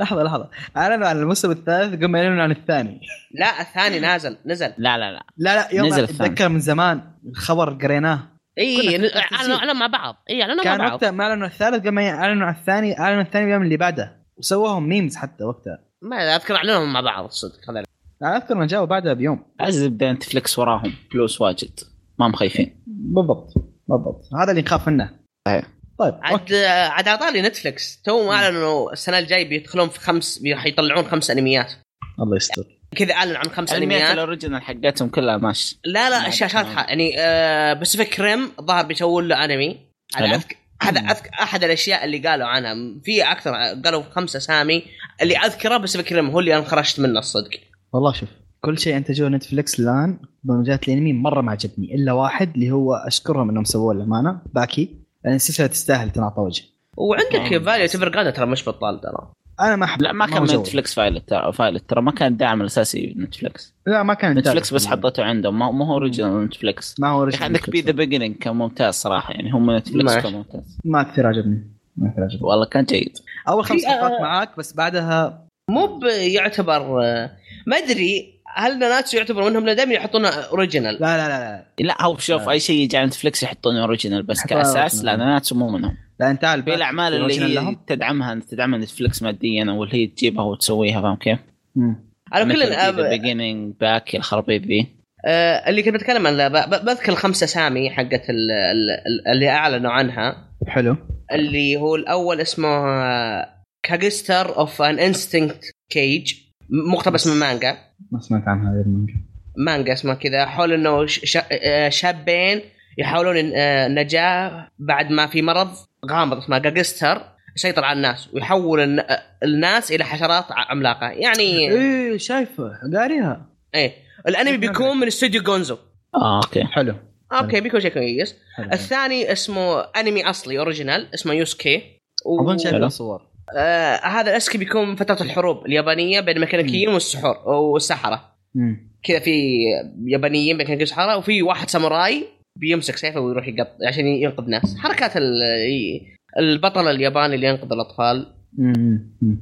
لحظه لحظه اعلنوا عن الموسم الثالث قبل ما يعلنوا عن الثاني لا الثاني نازل نزل لا لا لا لا لا يوم نزل الثاني. اتذكر من زمان الخبر قريناه اي كنا في اعلنوا التسجيل. اعلنوا مع بعض اي اعلنوا مع كان بعض وقتها ما اعلنوا الثالث قبل ما يعلنوا عن الثاني اعلنوا الثاني اليوم اللي بعده وسووهم ميمز حتى وقتها ما اذكر اعلنوهم مع بعض الصدق هذا انا اذكر انه جاوا بعدها بيوم عزز بداية نتفلكس وراهم فلوس واجد ما هم خايفين بالضبط بالضبط هذا اللي نخاف منه صحيح. طيب أوكي. عاد عاد على طاري نتفلكس تو اعلنوا السنه الجايه بيدخلون في خمس بيطلعون خمس انميات الله يستر كذا اعلن عن خمس انميات انميات الاوريجنال حقتهم كلها ماش لا لا ما الشاشات أدري. حق- يعني آه باسيفيك ريم ظهر بيسوون له انمي هذا حلو. أذك... هذا أذك... احد الاشياء اللي قالوا عنها في اكثر قالوا خمسة اسامي اللي اذكره باسيفيك ريم هو اللي انا خرجت منه الصدق والله شوف كل شيء انتجوه نتفلكس الان بمجال الانمي مره ما عجبني الا واحد اللي هو اشكرهم انهم سووه للامانه باكي لان السلسله تستاهل تنعطى وجه وعندك آه. فاليو تيفر ترى مش بطال ترى انا ما احب لا ما كان هو من جوي. نتفلكس فايلت ترى فايلت ترى ما كان الدعم الاساسي نتفلكس لا ما كان نتفلكس بس دارك. حطته عنده ما ما هو اوريجنال نتفلكس ما هو يا اخي original عندك بي ذا Netflix. بيجننج كان ممتاز صراحه يعني هم نتفلكس ماشي. كان ممتاز ما كثير عجبني ما كثير عجبني والله كان جيد اول خمس في- آه، حلقات معاك بس بعدها مو ب- يعتبر آه، ما ادري هل ناناتسو يعتبر منهم لأن دائما يحطونه لا اوريجنال لا لا لا, لا هو شوف اي شيء يجي على نتفلكس يحطون اوريجنال بس يحطون كاساس original. لا ناتسو مو منهم لا انت عارف في الاعمال اللي original هي لهم؟ تدعمها تدعمها نتفلكس ماديا او اللي هي تجيبها وتسويها فاهم كيف؟ مم. على كل إيه آه، بيجننج باك الخرابيط ذي آه، اللي كنت بتكلم عنها ب- ب- بذكر الخمسه سامي حقت ال- ال- ال- اللي اعلنوا عنها حلو اللي هو الاول اسمه آه، كاجستر اوف ان انستنكت كيج مقتبس من مانجا ما سمعت عن هذه المانجا مانجا اسمها كذا حول انه ش- ش- آه، شابين يحاولون ال- آه، النجاه بعد ما في مرض غامض اسمه جاجستر سيطر على الناس ويحول الن- آه، الناس الى حشرات ع- عملاقه يعني ايه شايفه قاريها ايه الانمي بيكون من استوديو جونزو اه اوكي حلو اوكي بيكون شيء كويس حلو. الثاني اسمه انمي اصلي اوريجينال اسمه يوسكي و... اظن شايف حلو. له صور آه هذا الاسكي بيكون فتره الحروب اليابانيه بين الميكانيكيين والسحور والسحره مم. كذا في يابانيين ميكانيكيين والسحره وفي واحد ساموراي بيمسك سيفه ويروح يقط عشان ينقذ ناس حركات ال... البطل الياباني اللي ينقذ الاطفال مم. مم.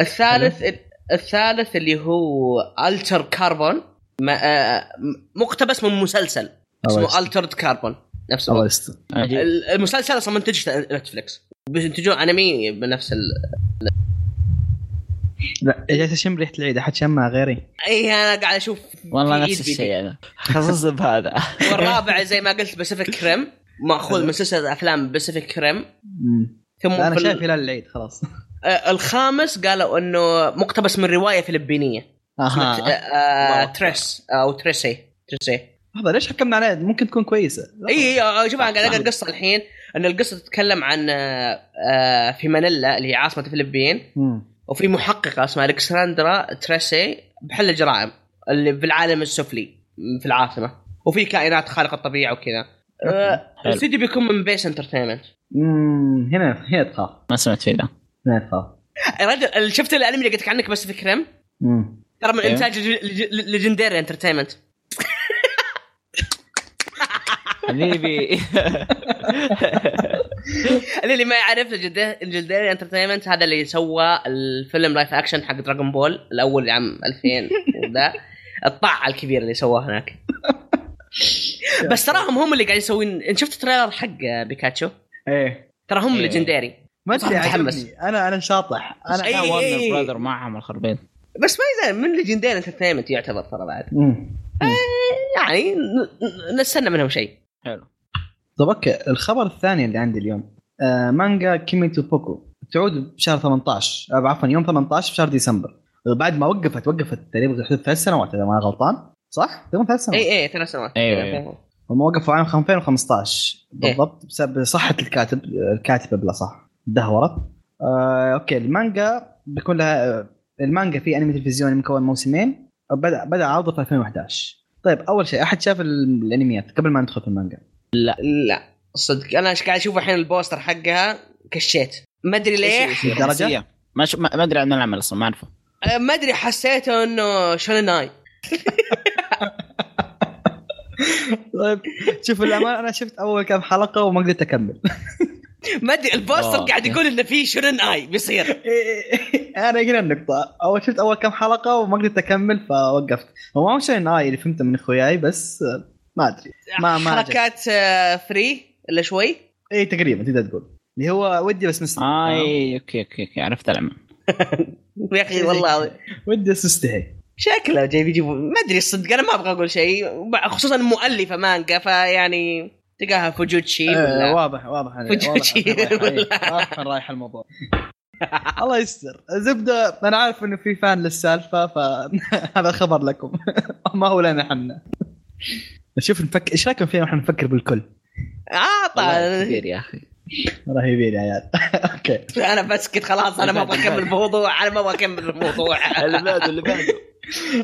الثالث الثالث اللي هو التر كاربون ما... آه مقتبس من مسلسل اسمه أول- الترد كاربون نفسه أول است- عجيب. المسلسل اصلا منتجته نتفلكس بينتجون انمي بنفس ال... لا جالس اشم ريحه العيد احد شمها غيري اي انا إيه، قاعد اشوف والله في نفس إيد الشيء يعني. انا خصص بهذا بيدي. والرابع زي ما قلت باسيفيك ريم ماخوذ من سلسله افلام باسيفيك ريم مم. ثم لا، انا في ال- شايف هلال العيد <laughs> خلاص آه، الخامس قالوا انه مقتبس من روايه فلبينيه آه. اها آه، الله. تريس او تريسي تريسي لحظه ليش حكمنا عليها ممكن تكون كويسه اي اي آه، شوف انا قاعد اقرا صح. القصه الحين ان القصه تتكلم عن آه، آه، في مانيلا اللي هي عاصمه الفلبين مم. وفي محققه اسمها الكسندرا تريسي بحل الجرائم اللي في العالم السفلي في العاصمه وفي كائنات خارقه الطبيعه وكذا آه، حلو. الاستوديو بيكون من بيس انترتينمنت مم. هنا هنا تخاف ما سمعت فيه ذا هنا تخاف يا رجل شفت الانمي اللي قلت لك عنك بس في كريم مم. ترى من إيه. انتاج ليجندري انترتينمنت <laughs> حبيبي اللي ما يعرف ليجندري انترتينمنت هذا اللي سوى الفيلم لايف اكشن حق دراغون بول الاول عام 2000 <laughs> وذا الطاعه الكبيره اللي سواه هناك بس تراهم هم اللي قاعدين يسوون إن شفت تريلر حق بيكاتشو ايه ترى هم إيه. ليجندري ما صح، ادري متحمس. عجبني. انا انا شاطح انا أي- انا أي- ورنر براذر معهم الخربيط بس ما يزال من ليجندير انترتينمنت يعتبر ترى بعد مم. يعني ن- ن- نستنى منهم شيء حلو طب اوكي الخبر الثاني اللي عندي اليوم آه مانجا كيميتو بوكو تعود بشهر 18 آه، عفوا يوم 18 بشهر ديسمبر بعد ما وقفت وقفت تقريبا حدود ثلاث سنوات اذا ما أنا غلطان صح؟ تقريبا ثلاث سنوات اي اي ثلاث سنوات أيوة، أيوة. هم وقفوا عام 2015 بالضبط بسبب صحه الكاتب الكاتبه بلا صح دهورت آه، اوكي المانجا بيكون لها آه، المانجا في انمي تلفزيوني مكون موسمين بدا بدا عرضه في 2011 طيب اول شيء احد شاف ال- الانميات قبل ما ندخل في المانجا لا صدق انا إيش قاعد اشوف الحين البوستر حقها كشيت ما ادري ليه إيش- إيش- إيش- درجة؟ رومانسية. ما ش- ما ما ادري عن العمل اصلا ما اعرفه آه، ما ادري حسيته انه شونيناي طيب شوف الامانه انا شفت اول كم حلقه وما قدرت <laughs> اكمل ما ادري البوستر آه. قاعد يقول انه في شونين اي بيصير انا هنا النقطه اول شفت اول كم حلقه وما قدرت اكمل فوقفت هو ما شيء ناي اللي فهمته من اخوياي بس آه، ما ادري ما- ما عجبني. حركات آه، فري الا شوي اي تقريبا إيه، تقدر تقول اللي هو ودي بس آه، مستحي اي اوكي اوكي اوكي عرفت العمل يا إيه، اخي والله ودي بس مستحي شكله جاي بيجيبوا ما ادري الصدق انا ما ابغى اقول شيء خصوصا مؤلفه مانجا فيعني تلقاها فوجوتشي ولا إيه. آه، واضح واضح واضح فوجوتشي. رايح- إيه، واضح وين رايح الموضوع <laughs> الله يستر زبده انا عارف انه في فان للسالفه <laughs> فهذا خبر لكم <laughs> ما هو لنا حنا شوف نفكر ايش رايكم فينا احنا نفكر بالكل عطى والله كبير يا اخي رهيبين يا عيال اوكي انا بسكت خلاص انا ما ابغى <laughs> اكمل الموضوع انا ما ابغى اكمل الموضوع اللي بعده اللي بعده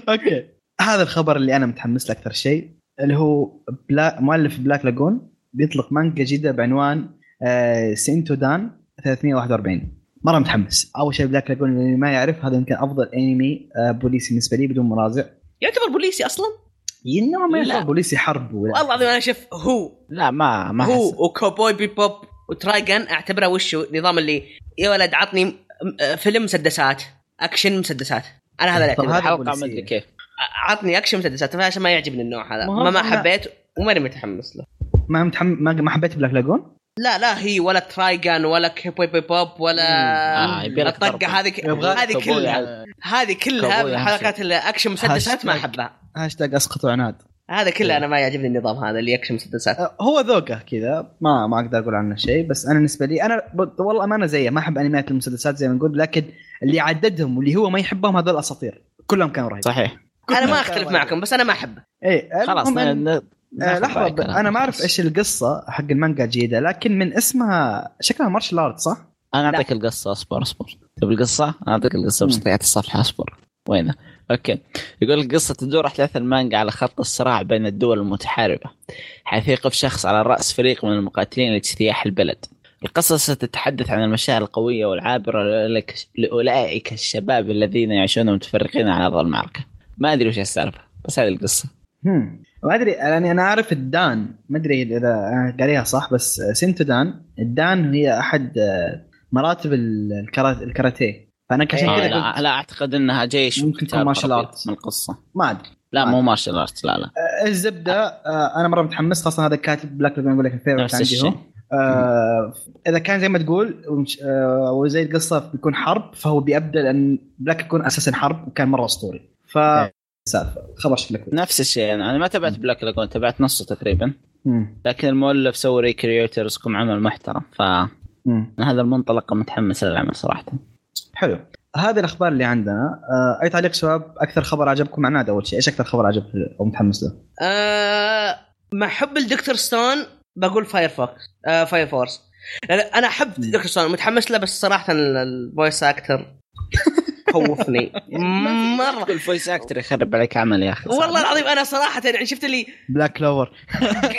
اوكي هذا الخبر اللي انا متحمس له اكثر شيء اللي هو بلا... مؤلف بلاك لاجون بيطلق مانجا جديده بعنوان آه، سينتو دان 341 مره متحمس اول شيء بذاك اقول اللي ما يعرف هذا يمكن افضل انمي آه، بوليسي بالنسبه لي بدون منازع يعتبر بوليسي اصلا نوعا ما لا. يعتبر بوليسي حرب ولا والله العظيم انا شف هو لا ما ما أحس. هو وكوبوي بيبوب وترايجن اعتبرها وش هو؟ نظام اللي يا ولد عطني م- م- فيلم مسدسات اكشن مسدسات انا هذا اللي طب اعتبره هذا الحلقه بوليسية. ما ادري كيف عطني اكشن مسدسات فعشان ما يعجبني النوع هذا ما هو ما ما لا. حبيت وماني متحمس له ما متحمس ما, ما حبيت بلاك لاجون لا لا هي ولا ترايجن ولا كوبوي بيبوب آه، ولا يبي لك ضربة. الطقه هذه يبغى هذه كوبوي كلها على- هذه كلها كوبوي من أهم حلقات الاكشن مسدسات ما هاشتاج. احبها هاشتاج اسقط عناد هذا كله انا ما يعجبني النظام هذا اللي يكشف مسدسات آه، هو ذوقه كذا ما ما اقدر اقول عنه شيء بس انا بالنسبه لي انا ب- والله امانه زيه ما احب انميات المسدسات زي ما نقول لكن اللي عددهم واللي هو ما يحبهم هذول اساطير كلهم كانوا رهيبين صحيح انا ما كلهم اختلف كانوا معكم بس انا ما احبه ايه طيب. خلاص المهم ن- إن- ن- آه، ناخذ لحظه رأي ب- كلام. انا ما اعرف ايش القصه حق المانجا الجديده لكن من اسمها شكلها مارشال ارت صح؟ انا اعطيك القصه اصبر اصبر تبي القصه؟ انا اعطيك القصه بس ضيعت الصفحه اصبر وينه؟ اوكي يقول القصه تدور احداث المانجا على خط الصراع بين الدول المتحاربه حيث يقف شخص على راس فريق من المقاتلين لاجتياح البلد. القصه ستتحدث عن المشاعر القويه والعابره لأولئك- لاولئك الشباب الذين يعيشون متفرقين على ارض المعركه. ما ادري وش السالفه بس هذه القصه. هم ما ادري يعني انا اعرف الدان ما ادري اذا أنا قاريها صح بس سنتو دان الدان هي احد آه، مراتب ال- الكرا- الكاراتيه فانا عشان إيه. آه، كذا قلت لا, لا اعتقد انها جيش ممكن تكون وقتال martial خرابيط arts. من القصه. ما ادري لا مو مارشال ارت لا لا آه، الزبده آه، انا مره متحمس خاصه هذا الكاتب بلاك لاجون يقول لك الفيفرت نفس عندي هو الشيء. آه، اذا كان زي ما تقول ومش- آه، وزي القصه بيكون حرب فهو بيبدا لان بلاك يكون اساسا حرب وكان مره اسطوري ف إيه. سالفه خبر شكلك نفس الشيء انا انا ما تابعت بلاك لاجون تابعت نصه تقريبا مم. لكن المؤلف سوى ريكريوترز كم عمل محترم فمن مم. هذا المنطلق متحمس للعمل صراحه حلو هذه الاخبار اللي عندنا آه، اي تعليق شباب اكثر خبر عجبكم عناد اول شيء ايش اكثر خبر عجبك او متحمس له؟ آه مع حب الدكتور ستون بقول فاير فوكس آه فاير فورس لأن انا احب دكتور ستون متحمس له بس صراحه ال- الفويس اكتر <laughs> خوفني مره كل فويس اكتر يخرب عليك عمل يا اخي والله العظيم انا صراحه يعني شفت اللي بلاك كلوفر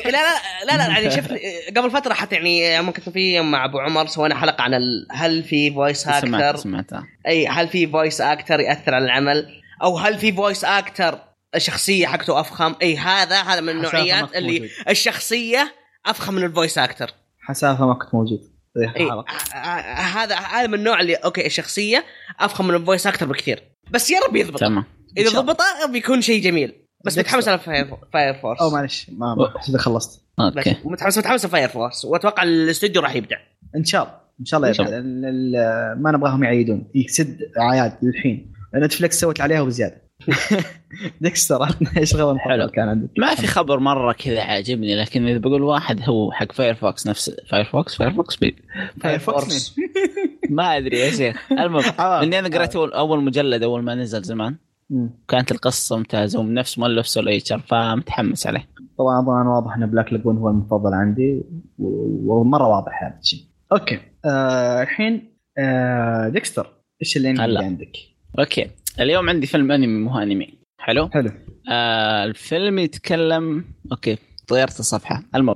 لا لا لا لا يعني شفت قبل فتره حتى يعني يوم كنت في يوم مع ابو عمر سوينا حلقه عن ال... هل في فويس سمعت اكتر سمعتها اي هل في فويس اكتر ياثر على العمل او هل في فويس اكتر الشخصيه حقته افخم اي هذا هذا من النوعيات اللي الشخصيه افخم من الفويس اكتر حسافه ما كنت موجود زي إيه. الحلقة. ه- ه- هذا هذا من النوع اللي اوكي الشخصيه افخم من الفويس اكتر بكثير بس يا رب يضبطه تمام إن اذا شاء الله. ضبطه بيكون شيء جميل بس ديكستر. متحمس على فاير فاير فورس او معلش ما ما- حسيت خلصت بس اوكي متحمس متحمس لفاير فورس واتوقع الاستوديو راح يبدع <laughs> ان شاء الله ان شاء الله إن شاء يبدأ. ال- ال- ما نبغاهم يعيدون يسد عياد للحين نتفلكس سوت عليها <laughs> وزياده <laughs> ديكستر عطنا ايش غلط حلو. كان عندك ما في خبر مره كذا عاجبني لكن اذا بقول واحد هو حق فايرفوكس نفس فايرفوكس فايرفوكس بي. فاير فايرفوكس. فوكس <laughs> ما ادري يا شيخ المهم <laughs> <laughs> آه. اني انا قريت أول- اول مجلد اول ما نزل زمان مم. كانت القصه ممتازه ومن نفس مؤلف سول ايتشر فمتحمس عليه طبعا طبعا واضح ان بلاك لاجون هو المفضل عندي و- ومره واضح هذا الشيء اوكي آه، الحين آه، ديكستر ايش اللي عندك- هلا. اللي عندك؟ اوكي اليوم عندي فيلم انمي مو انمي حلو حلو آه الفيلم يتكلم اوكي طيرت الصفحه المهم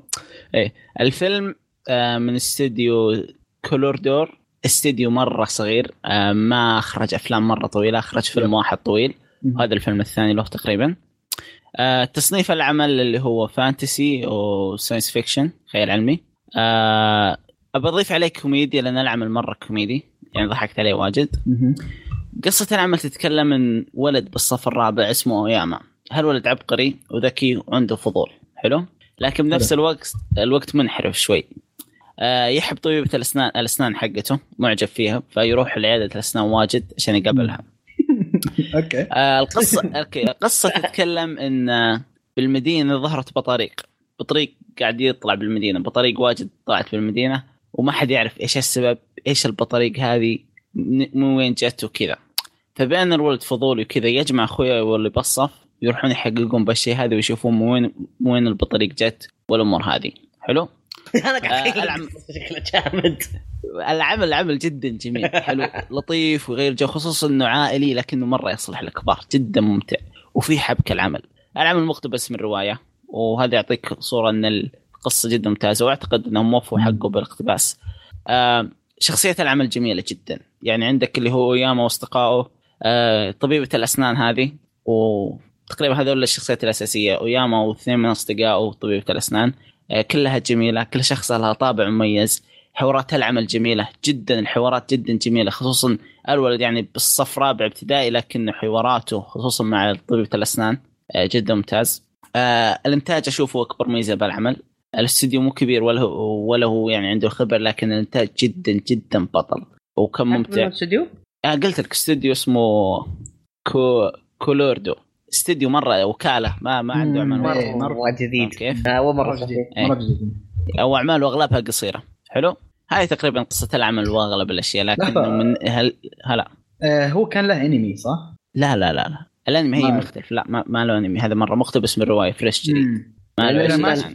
ايه الفيلم آه من استديو كولوردور استديو مره صغير آه ما اخرج افلام مره طويله اخرج فيلم واحد طويل مم. هذا الفيلم الثاني له تقريبا آه تصنيف العمل اللي هو فانتسي وساينس فيكشن خيال علمي آه ابى اضيف عليه كوميديا لان العمل مره كوميدي يعني ضحكت عليه واجد مهم. قصة العمل تتكلم عن ولد بالصف الرابع اسمه أوياما هالولد عبقري وذكي وعنده فضول حلو لكن بنفس الوقت الوقت منحرف شوي آه، يحب طبيبة الأسنان الأسنان حقته معجب فيها فيروح لعيادة الأسنان واجد عشان يقابلها اوكي <laughs> آه، القصة أوكي القصة تتكلم إن آه، بالمدينة ظهرت بطريق بطريق قاعد يطلع بالمدينة بطريق واجد طلعت بالمدينة وما حد يعرف إيش السبب إيش البطريق هذه من من وين جت وكذا فبين الولد فضولي وكذا يجمع أخويا واللي بالصف يروحون يحققون بالشيء هذا ويشوفون من وين من وين البطريق جت والأمور هذه حلو انا قاعد آه، أتخيل العم- شكله جامد العمل عمل جدا جميل حلو لطيف وغير جو خصوصا انه عائلي لكنه مره يصلح للكبار جدا ممتع وفي حبكه العمل العمل مقتبس من روايه وهذا يعطيك صوره ان القصه جدا ممتازه واعتقد انهم وفوا حقه بالاقتباس آه، شخصيه العمل جميله جدا يعني عندك اللي هو ياما واصدقائه آه، طبيبه الاسنان هذه وتقريبا هذول الشخصيات الاساسيه وياما واثنين من اصدقائه طبيبه الاسنان آه، كلها جميله كل شخصها لها طابع مميز حوارات العمل جميله جدا الحوارات جدا جميله خصوصا الولد يعني بالصف رابع ابتدائي لكن حواراته خصوصا مع طبيبه الاسنان آه، جدا ممتاز آه، الانتاج اشوفه اكبر ميزه بالعمل الاستوديو مو كبير ولا هو ولا هو يعني عنده خبر لكن الانتاج جدا جدا بطل وكان ممتع استوديو آه قلت لك استوديو اسمه كو كولوردو استوديو مره وكاله ما ما عنده مم، عمل إيه، واحد. مرة. مره جديد فاهم كيف؟ آه، اول مره مره جديد إيه. جديد مره جديد او اعماله اغلبها قصيره حلو هاي تقريبا قصه العمل واغلب الاشياء لكنه لحظة. من هل هلا آه، هو كان له انمي صح؟ لا لا لا لا الانمي هي ما- مختلف لا ما, ما له انمي هذا مره مقتبس من روايه فريش جديد مم. ما له أنا شيء ما يعني. شفت-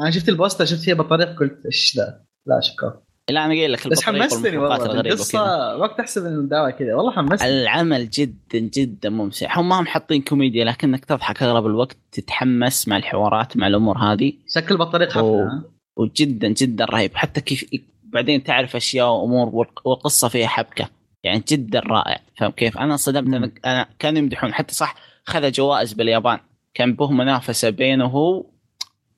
انا شفت البوستر شفت فيها بطريق قلت ايش ذا؟ لا شكرا لا انا قايل لك بس البطريق حمستني والمخلوقات والله الغريبة وكذا. القصه وقت احسب انه دعوه كذا والله حمستني العمل جدا جدا ممتع هم ما هم حاطين كوميديا لكنك تضحك اغلب الوقت تتحمس مع الحوارات مع الامور هذه شكل البطريق أوه. حفله ها؟ وجدا جدا رهيب حتى كيف بعدين تعرف اشياء وامور والق- والقصه فيها حبكه يعني جدا رائع فاهم كيف؟ انا انصدمت انا, أنا كانوا يمدحون حتى صح خذ جوائز باليابان كان به منافسه بينه هو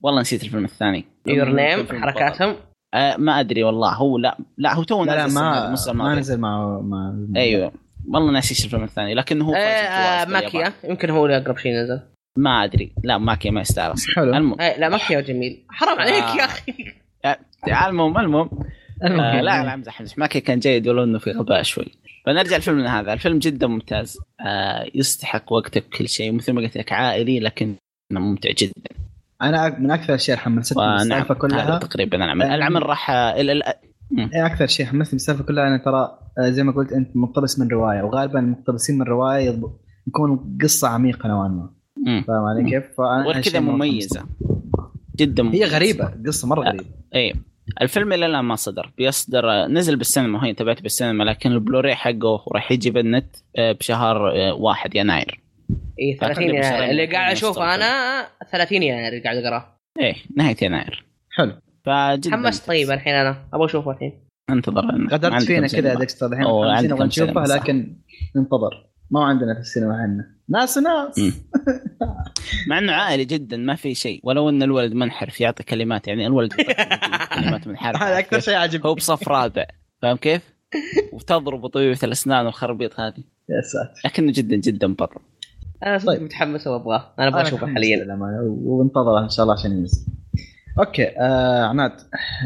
والله نسيت الفيلم الثاني يور نيم الفيلم حركاتهم آه ما ادري والله هو لا لا هو تو لا لا نازل ما السنة- السنة ما الماضية. نزل مع مع ايوه والله ناسي ايش الفيلم الثاني لكن هو آه، فاز آه، أه، بجوائز باليابان. ماكيا يمكن هو اللي اقرب شيء نزل ما ادري لا ماكيا ما يستاهل أصلاً. حلو المهم آه، لا ماكيا وجميل حرام آه. عليك يا اخي المهم المهم آه المهم. يعني لا لا امزح امزح ماكي كان جيد ولو انه في غباء شوي فنرجع لفيلمنا هذا الفيلم جدا ممتاز آه يستحق وقتك كل شيء مثل ما قلت لك عائلي لكن إنه ممتع <laughs> جدا انا أك- من اكثر الاشياء حمستني ونعم السالفه هذا كلها تقريبا العمل آه. العمل راح آه، ال- ال- إيه اكثر شيء حمسني بالسالفه كلها انا ترى آه، زي ما قلت انت مقتبس من روايه وغالبا المقتبسين من روايه يض- يكون قصه عميقه نوعا ما مم. فاهم علي كيف؟ فأنا غير شيء كذا مرة مميزه حمستني. جدا مميزة. هي غريبه قصه مره غريبه اي الفيلم الى الان ما صدر بيصدر آه، نزل بالسينما هي تبعت بالسينما لكن البلوري حقه راح يجي بالنت آه، بشهر آه، 1 يناير اي 30 أعتقد بشهرين يناير إيه، اللي يكون قاعد اشوفه مستقبل. انا 30 يناير اللي قاعد اقراه ايه نهايه يناير حلو فجدا تحمست طيب الحين انا ابغى اشوفه الحين انتظر غدرت فينا كذا يا دكتور ديكستر الحين أوه، متحمسين عندكم نبغى سينما، نشوفه صح. لكن ننتظر ما عندنا في السينما عندنا ناس وناس مم. مع انه عائلي جدا ما في شيء ولو ان الولد منحرف يعطي كلمات يعني الولد <laughs> يعطي كلمات منحرفه هذا اكثر شيء عاجبني هو بصف رابع فاهم كيف؟ وتضرب طبيبه الاسنان والخرابيط هذه يا ساتر لكنه جدا جدا بطل انا صدق طيب. متحمس وابغاه انا ابغى أنا اشوفه متحمس حاليا للأمانة، وننتظره ان شاء الله عشان ينزل اوكي آه عناد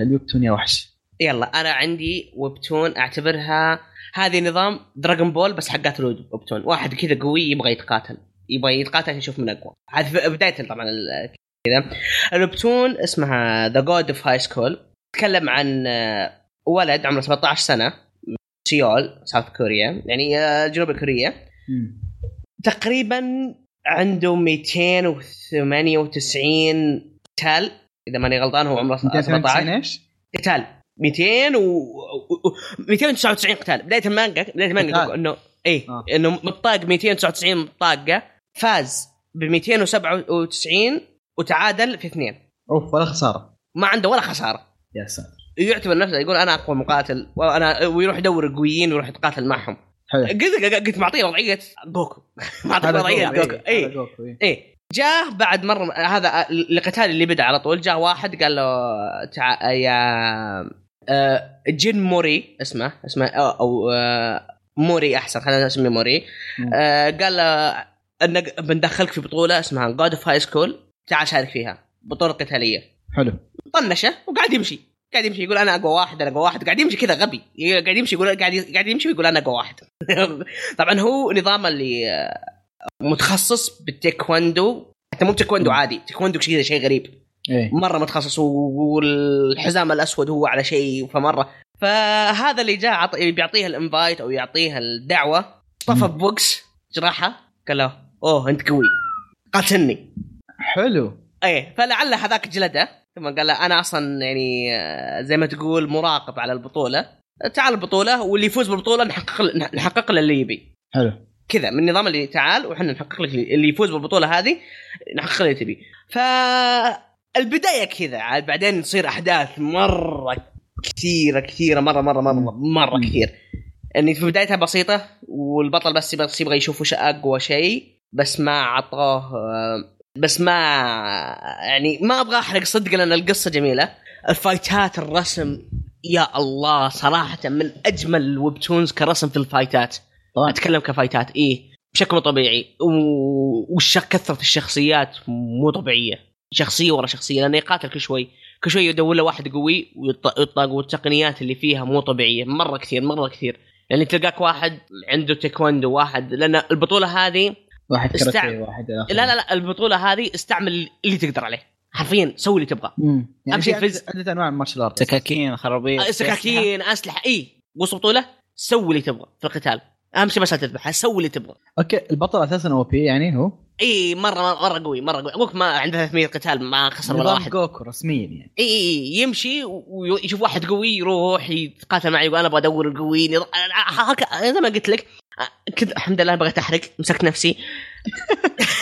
الويبتون يا وحش يلا انا عندي ويبتون اعتبرها هذه نظام دراغون بول بس حقات ويبتون واحد كذا قوي يبغى يتقاتل يبغى يتقاتل عشان يشوف من اقوى هذا في بدايه طبعا ال- كذا الويبتون اسمها ذا جود اوف هاي سكول تتكلم عن آه، ولد عمره 17 سنه من سيول ساوث كوريا يعني آه، جنوب كوريا تقريبا عنده 298 قتال اذا ماني غلطان هو عمره 298 17 ايش؟ قتال 200 و و- و- 299 قتال بدايه المانجا بدايه المانجا قتال. يقول انه اي آه. انه مطاق 299 طاقه فاز ب 297 وتعادل في اثنين اوف ولا خساره ما عنده ولا خساره يا ساتر يعتبر نفسه يقول انا اقوى مقاتل وانا ويروح يدور قويين ويروح يتقاتل معهم حلو قلت قلت معطيه وضعيه جوكو معطيه هذا وضعيه جوكو، جوكو إيه، اي هذا جوكو، إيه. ايه جاه بعد مره هذا القتال اللي بدا على طول جاه واحد قال له تع... يا آه، جين موري اسمه اسمه او, أو آه، موري احسن خلينا نسميه موري مم. آه، قال له انك بندخلك في بطوله اسمها جود اوف هاي سكول تعال شارك فيها بطوله قتاليه حلو طنشه وقاعد يمشي قاعد يمشي يقول انا اقوى واحد انا اقوى واحد قاعد يمشي كذا غبي قاعد يمشي يقول قاعد قاعد يمشي ويقول انا اقوى واحد <laughs> طبعا هو نظام اللي آه، متخصص بالتيكواندو حتى مو بتيكواندو عادي تيكواندو شيء شيء غريب ايه مره متخصص و- والحزام الاسود هو على شيء فمره فهذا اللي جاء عط... بيعطيه الانفايت او يعطيه الدعوه طفى مم. بوكس جراحه قال له اوه انت قوي قاتلني حلو ايه فلعل هذاك جلده ثم قال له انا اصلا يعني آه، زي ما تقول مراقب على البطوله تعال البطوله واللي يفوز بالبطوله نحقق ل- نحقق له اللي يبي حلو كذا من نظام اللي تعال وحنا نحقق لك اللي يفوز بالبطوله هذه نحقق له اللي تبي ف البدايه كذا عاد بعدين تصير احداث مره كثيره كثيره مره مره مره مره, مرة كثير يعني في بدايتها بسيطه والبطل بس يبغى يبغى يشوف وش اقوى شيء بس ما عطاه آه، بس ما يعني ما ابغى احرق صدق لان القصه جميله الفايتات الرسم يا الله صراحه من اجمل الويب تونز كرسم في الفايتات طبعاً. اتكلم كفايتات ايه بشكل مو طبيعي و- وش كثره الشخصيات مو طبيعيه شخصيه ورا شخصيه لانه يقاتل كل شوي كل شوي يدور له واحد قوي ويط- ويطلق والتقنيات اللي فيها مو طبيعيه مره كثير مره كثير يعني تلقاك واحد عنده تايكوندو واحد لان البطوله هذه واحد استع- كاراتيه واحد إلى آخره. لا لا لا البطوله هذه استعمل اللي تقدر عليه حرفيا سوي اللي تبغاه مم. يعني أمشي في فيز- عدة- عدة انواع المارشال ارت سكاكين خرابيط آه، سكاكين اسلحه اي وسط بطوله إيه، سوي اللي تبغى في القتال اهم شيء بس لا تذبح سوي اللي تبغى اوكي البطل اساسا او بي يعني هو اي مره مره قوي مره قوي ابوك ما عنده 300 قتال ما خسر ولا نظام واحد جوكو رسميا يعني اي اي يمشي ويشوف واحد قوي يروح يتقاتل معي يقول انا ابغى ادور القوي نض- هك- زي ما قلت لك كنت الحمد لله بغيت احرق مسكت نفسي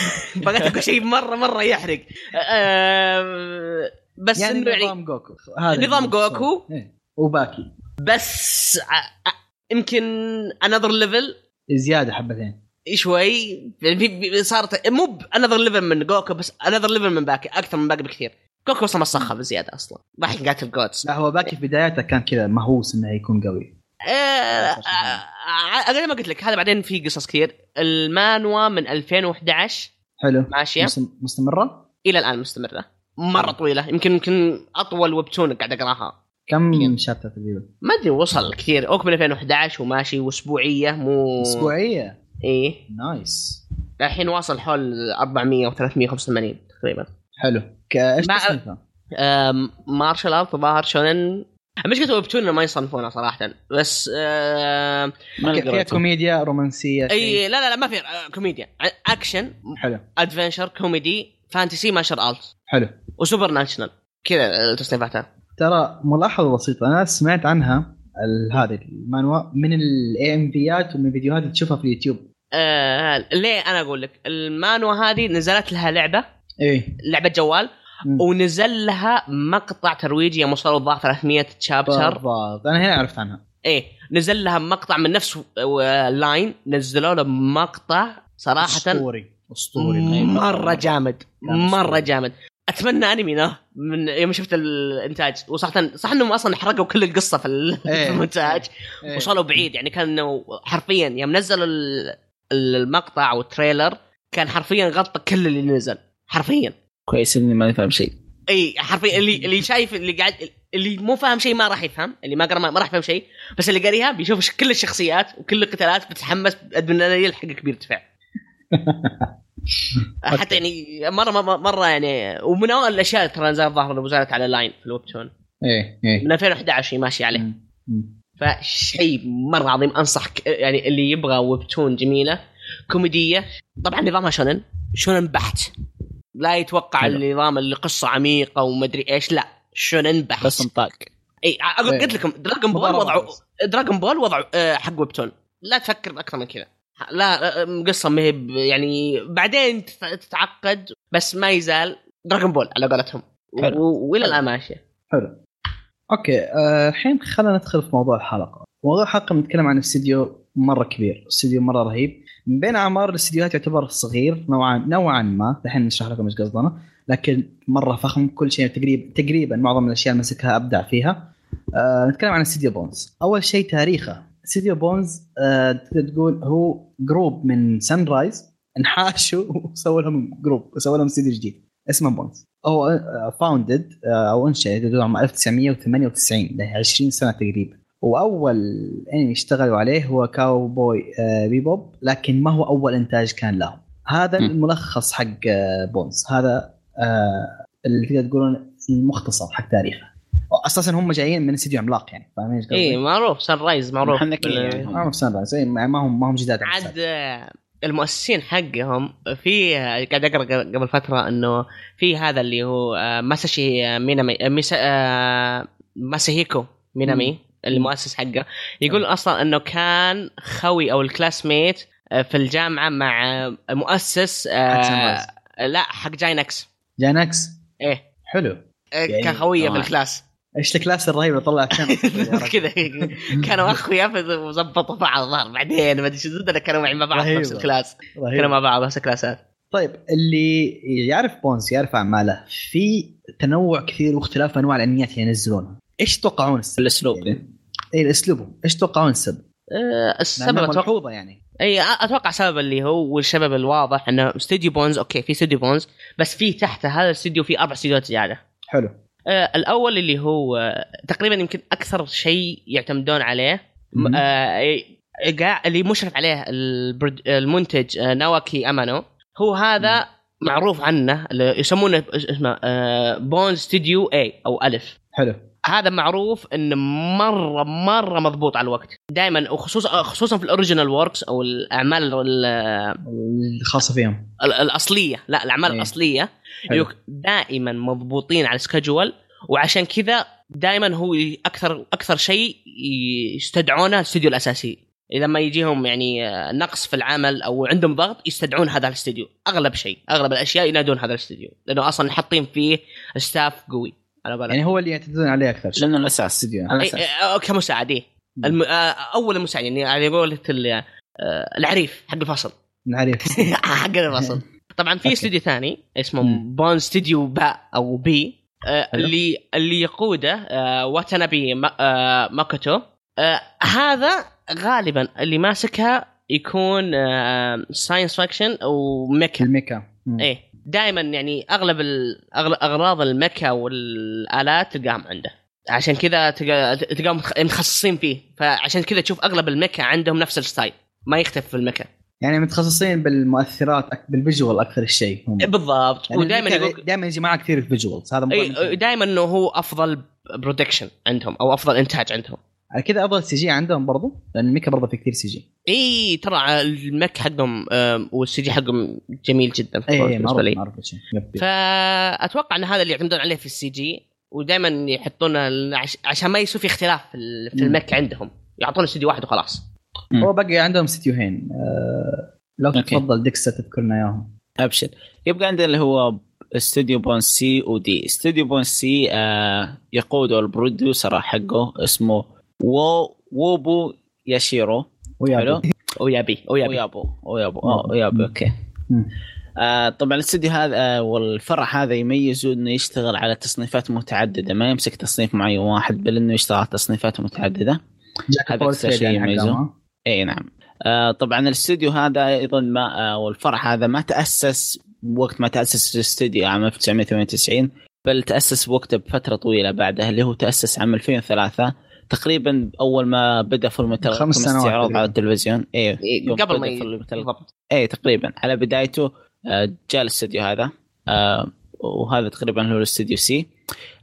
<laughs> بغيت اقول شيء مره مره يحرق آه، بس يعني انه يعني نظام جوكو هذا نظام اللي- جوكو. إيه. وباكي بس ع- ع- يمكن انذر ليفل زياده حبتين إيه شوي في- في- في- صارت مو بانذر ليفل من جوكو بس انذر ليفل من باكي اكثر من باكي بكثير جوكو اصلا مسخه بزياده اصلا راح يقاتل جودز لا هو باكي في بدايته كان كذا مهووس انه يكون قوي آه، آه، زي ما قلت لك هذا بعدين في قصص كثير المانوا من 2011 حلو ماشيه مست- آه. مستمره الى الان مستمره مره طويله يمكن يمكن اطول ويبتون قاعد اقراها كم شابتر تقريبا؟ ما ادري وصل كثير اوك من 2011 وماشي واسبوعيه مو اسبوعيه ايه نايس الحين واصل حول 400 و300 85 تقريبا حلو ك- ايش مع- تصنيفها؟ آم، مارشال ارت ظاهر شونن مشكلة ويبتون إنه ما يصنفونه صراحة بس آم، ما ك- فيها قريته. كوميديا رومانسيه شيء. اي لا لا لا ما في آه، كوميديا ع- اكشن حلو ادفنشر كوميدي فانتسي مارشال ارت حلو وسوبر ناشونال كذا تصنيفاتها ترى ملاحظه بسيطه انا سمعت عنها ال- هذه المانوا من الاي ام فيات ومن فيديوهات اللي تشوفها في اليوتيوب آه ليه انا اقول لك المانوا هذه نزلت لها لعبه ايه لعبه جوال مم. ونزل لها مقطع ترويجي يوم وصلوا الظاهر 300 شابتر بالضبط انا هنا عرفت عنها ايه نزل لها مقطع من نفس آه، لاين نزلوا له مقطع صراحه اسطوري اسطوري مم. مره جامد كان أسطوري. مره جامد اتمنى انمي نه من يوم شفت الانتاج وصراحه صح انهم اصلا حرقوا كل القصه في ال- <laughs> إيه. في المونتاج إيه. وصلوا بعيد يعني كانوا حرفيا يوم نزلوا ال- ال- المقطع او التريلر كان حرفيا غطى كل اللي نزل حرفيا كويس اني ما فاهم شيء اي حرفيا اللي اللي شايف اللي قاعد اللي مو فاهم شيء ما راح يفهم اللي ما قرا ما ما راح يفهم شيء بس اللي قاريها بيشوف ش- كل الشخصيات وكل القتالات بتحمس قد ما أنا يلحقك بيرتفع حتى يعني مره مره, مرة يعني ومن اول الاشياء اللي ترى نزلت ظهر إنه نزلت على لاين في الويب تون ايه ايه من 2011 هي ماشيه عليه مم. مم. فشيء مره عظيم انصح ك- يعني اللي يبغى ويبتون جميله كوميديه طبعا نظامها شونن شونن بحت لا يتوقع حلو. النظام اللي قصه عميقه ومدري ايش لا شونن بحت بس انطاق اي ع- إيه. قلت لكم دراجون بول مباراة وضعوا بس. دراجون بول وضعوا آه، حق ويبتون لا تفكر اكثر من كذا لا آه، قصه ما هي ب- يعني بعدين تت- تتعقد بس ما يزال دراجون بول على قولتهم حلو. و- والى حلو. الان ماشيه اوكي آه، الحين خلينا ندخل في موضوع الحلقه موضوع الحلقه بنتكلم عن استديو مره كبير استديو مره رهيب من بين اعمار الاستديوهات يعتبر صغير نوعا نوعا ما الحين نشرح لكم ايش قصدنا لكن مره فخم كل شيء تقريبا تقريبا معظم الاشياء اللي مسكها ابدع فيها آه، نتكلم عن استديو بونز اول شيء تاريخه استديو بونز آه، تقدر تقول هو جروب من سان رايز انحاشوا وسووا لهم جروب وسووا لهم استديو جديد اسمه آه، بونز هو فاوندد او انشئ عام 1998 له 20 سنه تقريبا واول انمي اشتغلوا عليه هو كاوبوي آه، بيبوب لكن ما هو اول انتاج كان لهم هذا م. الملخص حق آه، بونز هذا آه، اللي تقدر تقولون المختصر حق تاريخه اساسا هم جايين من استديو عملاق يعني فاهمين ايش قصدي؟ اي إيه، معروف سان رايز معروف محنكين بال- يعني هم. ما هم في سان رايز، إيه، ما هم ما هم جداد على عاد السالفة. آه، المؤسسين حقهم في آه، قاعد اقرا قبل- قبل فتره انه في هذا اللي هو آه، ماساشي آه، مينامي آه، ميسا آه، ماساهيكو مينامي مم. المؤسس حقه يقول اصلا انه كان خوي او الكلاس ميت آه، في الجامعه مع آه، مؤسس آه، حق سان رايز. لا حق جاينكس جانكس ايه حلو آه، يعني- كان خويه آه. في الكلاس ايش الكلاس الرهيبه طلعت كان <laughs> كذا كانوا اخويا وظبطوا بعض الظاهر بعدين ما ادري شو زدنا كانوا مع بعض في نفس رهيبة. الكلاس كانوا مع بعض نفس الكلاسات طيب اللي يعرف بونز يعرف اعماله في تنوع كثير واختلاف انواع الانميات اللي ينزلونها ايش تتوقعون السبب؟ الاسلوب اي الاسلوب ايش تتوقعون السبب؟ آه، السبب لأنها اتوقع ملحوظه يعني اي اتوقع سبب اللي هو والسبب الواضح انه استوديو بونز اوكي في استوديو بونز بس في تحت هذا الاستوديو في اربع استديوهات زياده حلو آه، الاول اللي هو آه، تقريبا يمكن اكثر شيء يعتمدون عليه مم. آه، قاع- اللي مشرف عليه البرد- المنتج آه، نواكي امانو هو هذا معروف عنه اللي يسمونه اسمه آه، بون ستوديو اي او الف حلو هذا معروف انه مره مره مضبوط على الوقت دائما وخصوصا خصوصا في الاوريجينال ووركس او الاعمال ال- الخاصه فيهم ال- الاصليه لا الاعمال إيه. الاصليه حلو. يك- دائما مضبوطين على السكجول وعشان كذا دائما هو ي- اكثر اكثر شيء ي- يستدعونه الاستوديو الاساسي اذا ما يجيهم يعني آه، نقص في العمل او عندهم ضغط يستدعون هذا الاستوديو اغلب شيء اغلب الاشياء ينادون هذا الاستوديو لانه اصلا حاطين فيه ستاف قوي على بالك يعني هو اللي يعتمدون عليه اكثر شيء لانه الاساس استديو على أي- الأساس. آه، كمساعد إيه. مم. الم... آه، اول المساعد يعني على قولة ال- آه، العريف حق الفصل نعرف <laughs> حق الفصل طبعا في أوكي. استوديو ثاني اسمه مم. بون ستوديو با او بي آه، حلو. اللي اللي يقوده آه، واتنابي ما- آه، ماكوتو آه، هذا غالبا اللي ماسكها يكون ساينس فاكشن وميكا الميكا مم. ايه دائما يعني اغلب ال- أغل- اغراض المكا والالات تلقاهم عنده عشان كذا تلقى- تلقاهم متخ- متخصصين فيه فعشان كذا تشوف اغلب المكا عندهم نفس الستايل ما يختلف في المكا يعني متخصصين بالمؤثرات أك- بالفيجوال اكثر شيء هم بالضبط يعني ودائما إيه، يقول إيه، دائما يجي معاه كثير الفيجوالز هذا اي أي... دائما انه هو افضل برودكشن عندهم او افضل انتاج عندهم على كذا افضل سي جي عندهم برضو لان الميكا برضو في كثير سي جي اي إيه، ترى المك حقهم آم، والسي جي حقهم جميل جدا في اي الفوز اي بالنسبه إيه، معروف لي معروف شيء يب. فاتوقع ان هذا اللي يعتمدون عليه في السي جي ودائما يحطون ال- عش... عشان ما يصير في اختلاف في ال- في مم. المك عندهم يعطون استوديو واحد وخلاص هو باقي عندهم استديوهين آه... لو أوكي. تفضل دكسة تذكرنا اياهم ابشر يبقى عندنا اللي هو استوديو بون سي ودي استوديو بون سي آه يقوده البروديوسر حقه اسمه وو ووبو ياشيرو ويا حلو أبو. ويابي ويابي ويابو ويابو آه، ويابو اوكي مم. آه طبعا الاستوديو هذا آه، والفرع هذا يميزه انه يشتغل على تصنيفات متعدده ما يمسك تصنيف معين واحد بل انه يشتغل على تصنيفات متعدده جاك هذا فول أكثر تريد شيء يعني يميزه. حقهم، ها؟ اي نعم آه طبعا الاستوديو هذا ايضا ما آه والفرع هذا ما تاسس وقت ما تاسس الاستوديو عام 1998 بل تاسس وقته بفتره طويله بعدها اللي هو تاسس عام 2003 تقريبا اول ما بدا فيلم تل- خمس فيلم سنوات استعراض تقريباً. على التلفزيون اي إيه، يوم قبل ما بدأ ي- فيلم تل- بالضبط اي تقريبا إيه، على بدايته آه، جاء الاستوديو هذا آه، وهذا تقريبا هو الاستوديو سي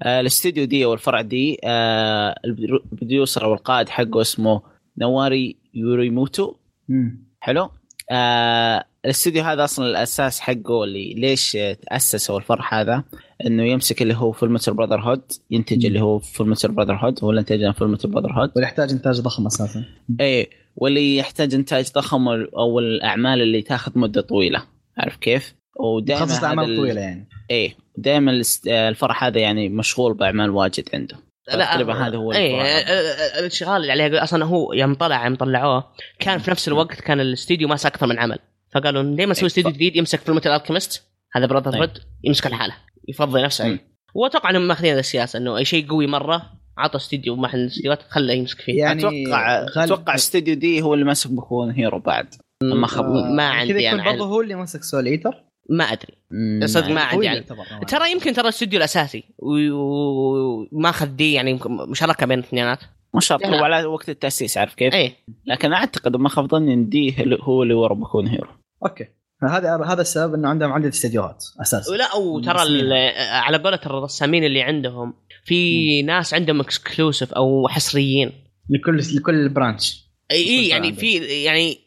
آه، الاستوديو دي او الفرع دي آه، البرو- البروديوسر او القائد حقه اسمه نواري يوريموتو مم. حلو آه، الاستوديو هذا اصلا الاساس حقه اللي ليش آه، تاسس او الفرع هذا انه يمسك اللي هو فيلم براذر هود ينتج مم. اللي هو فيلم براذر هود هو اللي انتج فيلم براذر هود ولا يحتاج انتاج ضخم اساسا ايه واللي يحتاج انتاج ضخم وال- او الاعمال اللي تاخذ مده طويله عارف كيف؟ ودائما تخصص اعمال طويله يعني ايه دائما الفرع هذا يعني مشغول باعمال واجد عنده تقريباً هذا هو اي الفرع. الشغال اللي عليه اصلا هو يوم طلع يوم طلعوه كان في نفس الوقت كان الاستديو ماسك اكثر من عمل فقالوا ليه ما نسوي إيه، استديو ف- جديد يمسك فيلم الالكيمست هذا براذر إيه. هود يمسك لحاله يفضي نفسه مم. يعني واتوقع انهم ماخذين هذه السياسه انه اي شيء قوي مره عطى استديو من الاستديوهات خله يمسك فيه يعني اتوقع غالب- اتوقع استوديو دي هو اللي ماسك بكون هيرو بعد ما خبر ما آه، يعني كذا عندي يكون انا برضه علم. هو اللي ماسك سول ايتر ما ادري مم، صدق ما يعني. هو عندي اللي علم. يعتبر نوعاً ما. ترى يمكن ترى الاستوديو الاساسي و- و- وماخذ دي يعني مشاركه بين الاثنينات إيه. مو شرط لا. هو على وقت التاسيس عارف كيف؟ اي لكن اعتقد ما خاب ظني ان دي هو اللي ورا بكون هيرو اوكي هذا هذا السبب انه عندهم عدد استديوهات اساسا لا وترى ال- على قولة الرسامين اللي عندهم في ناس عندهم اكسكلوسيف او حصريين لكل لكل برانش اي فرع يعني عندهم. في يعني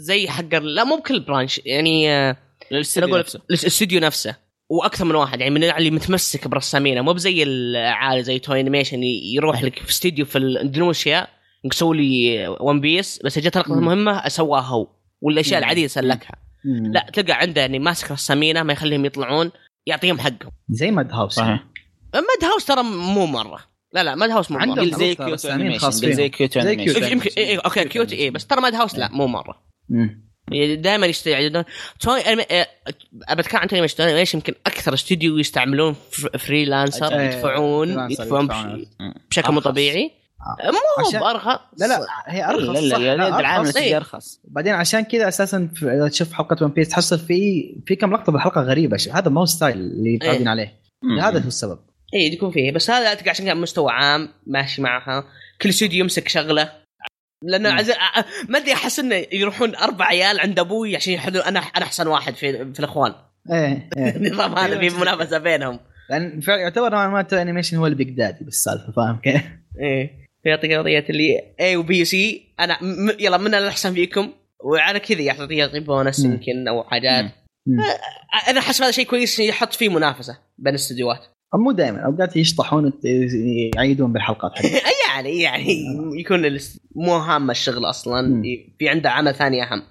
زي حق ال- لا مو بكل برانش يعني آه، انا الاستوديو اقول نفسه الاستوديو نفسه واكثر من واحد يعني من اللي متمسك برسامينه مو بزي العالي زي توي انيميشن ي- يروح لك في استوديو في اندونيسيا يسوي لي ون بيس بس جت لقطه مم. مهمه سواها هو والاشياء مم. العاديه سلكها لا تلقى عنده يعني ماسك رسامينه ما يخليهم يطلعون يعطيهم حقهم زي ماد هاوس صحيح ماد هاوس ترى مو مره لا لا ماد هاوس مو عنده مره قل زي معروف ترى، كيوتو بس أنمي انيميشن خاص قل زي فيهم. كيوتو زي انيميشن كيوتو. يمكن إيه، إيه، اوكي كيوت اي بس ترى ماد هاوس لا مو مره مم. دائما يستعملون توي أنا- آه، بتكلم عن توي مش توي مش يمكن اكثر استوديو يستعملون فر- فريلانسر إيه، يدفعون فريلانسر يدفعون يدفعون. بش- بشكل مو أرخص. طبيعي آه. مو هو عشان- بارخص لا لا هي ارخص لا لا صح، يا لا، ريت العالم أرخص. إيه. السعودي ارخص بعدين عشان كذا اساسا في- اذا تشوف حلقه ون بيس تحصل في في كم لقطه بالحلقه غريبه ش- هذا ما هو ستايل اللي إيه. متعودين عليه هذا هو السبب اي إيه، يكون فيه بس هذا أعتقد عشان كان مستوى عام ماشي معها كل استوديو يمسك شغله لانه مم. عز... ع- ما ادري احس انه يروحون اربع عيال عند ابوي عشان يحلوا انا انا احسن واحد في, في <laughs> الاخوان ايه <laughs> ايه النظام هذا في أيوة. منافسه بينهم لان فعلا يعتبر نوعا ما تو انيميشن هو البيج دادي بالسالفه فاهم كيف؟ ايه فيعطيك قضيه اللي اي وبي وسي انا م... يلا من الاحسن فيكم وعلى كذا يعطي يعطي بونس مم. يمكن او حاجات مم. <laughs> مم. أ- انا احس هذا شيء كويس عشان يحط فيه منافسه بين الاستديوهات <laughs> مو دائما اوقات يشطحون وت- يعيدون بالحلقات حقتهم. يعني يعني يكون الاس- مو هامه الشغل اصلا مم. في عنده عمل ثاني اهم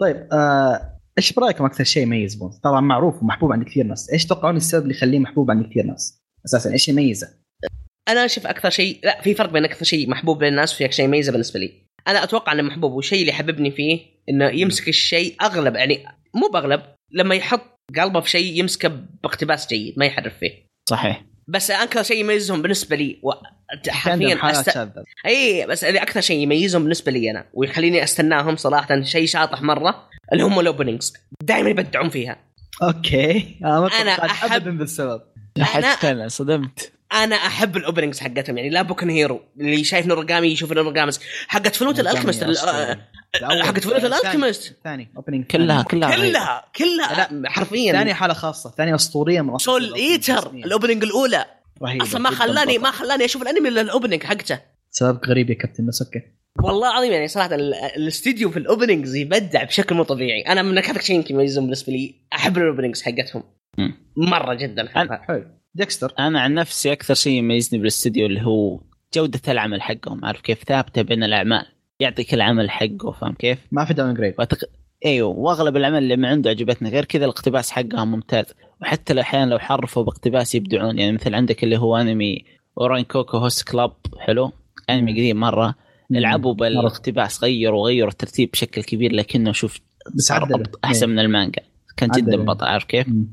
طيب آه، ايش برايكم اكثر شيء يميز بونز؟ طبعا معروف ومحبوب عند كثير ناس، ايش تتوقعون السبب اللي يخليه محبوب عند كثير ناس؟ اساسا ايش يميزه؟ انا اشوف اكثر شيء لا في فرق بين اكثر شيء محبوب بين الناس وفي شيء ميزه بالنسبه لي انا اتوقع انه محبوب والشيء اللي حببني فيه انه يمسك الشيء اغلب يعني مو باغلب لما يحط قلبه في شيء يمسكه باقتباس جيد ما يحرف فيه صحيح بس اكثر شيء يميزهم بالنسبه لي و... عندهم حرفيا حالات أست... شاذه اي بس اللي اكثر شيء يميزهم بالنسبه لي انا ويخليني استناهم صراحه شيء شاطح مره اللي هم الاوبننجز دائما يبدعون فيها <laughs> اوكي انا آه، ما أنا توقعت أحب- ابدا بالسبب أنا- حتى انا صدمت انا احب الاوبننجز حقتهم يعني لا بوكن هيرو اللي شايف نورجامي يشوف نورجامي حقت فلوت الالكيمست ال- آه، حقت فلوت الالكيمست ثاني اوبننج كلها كلها رهيبة. كلها كلها ثاني حرفيا حاله خاصه ثاني اسطوريه من أسطورة سول ايتر الأوبننج. الاوبننج الاولى رهيبة اصلا ما إيه، جداً خلاني بطل. ما خلاني اشوف الانمي الا الاوبننج حقته سبب غريب يا كابتن بس اوكي والله العظيم يعني صراحه ال- الاستديو في الاوبننجز يبدع بشكل مو طبيعي انا من اكثر شيء يمكن يميزهم بالنسبه لي احب الاوبننجز حقتهم مم. مره جدا أحبها. حلو ديكستر انا عن نفسي اكثر شيء يميزني بالاستديو اللي هو جوده العمل حقهم عارف كيف ثابته بين الاعمال يعطيك العمل حقه فاهم كيف؟ ما في داون جريد وأتق... ايوه واغلب الاعمال اللي من عنده عجبتني غير كذا الاقتباس حقها ممتاز وحتى الاحيان لو حرفوا باقتباس يبدعون يعني مثل عندك اللي هو انمي اورين كوكو هوست كلاب حلو انمي قديم مره العبوا بالاقتباس غيروا غيروا الترتيب بشكل كبير لكنه شوف بس صار عدلوا. ربط احسن من المانجا كان جدا عدلوا. بطل عارف كيف؟ مم.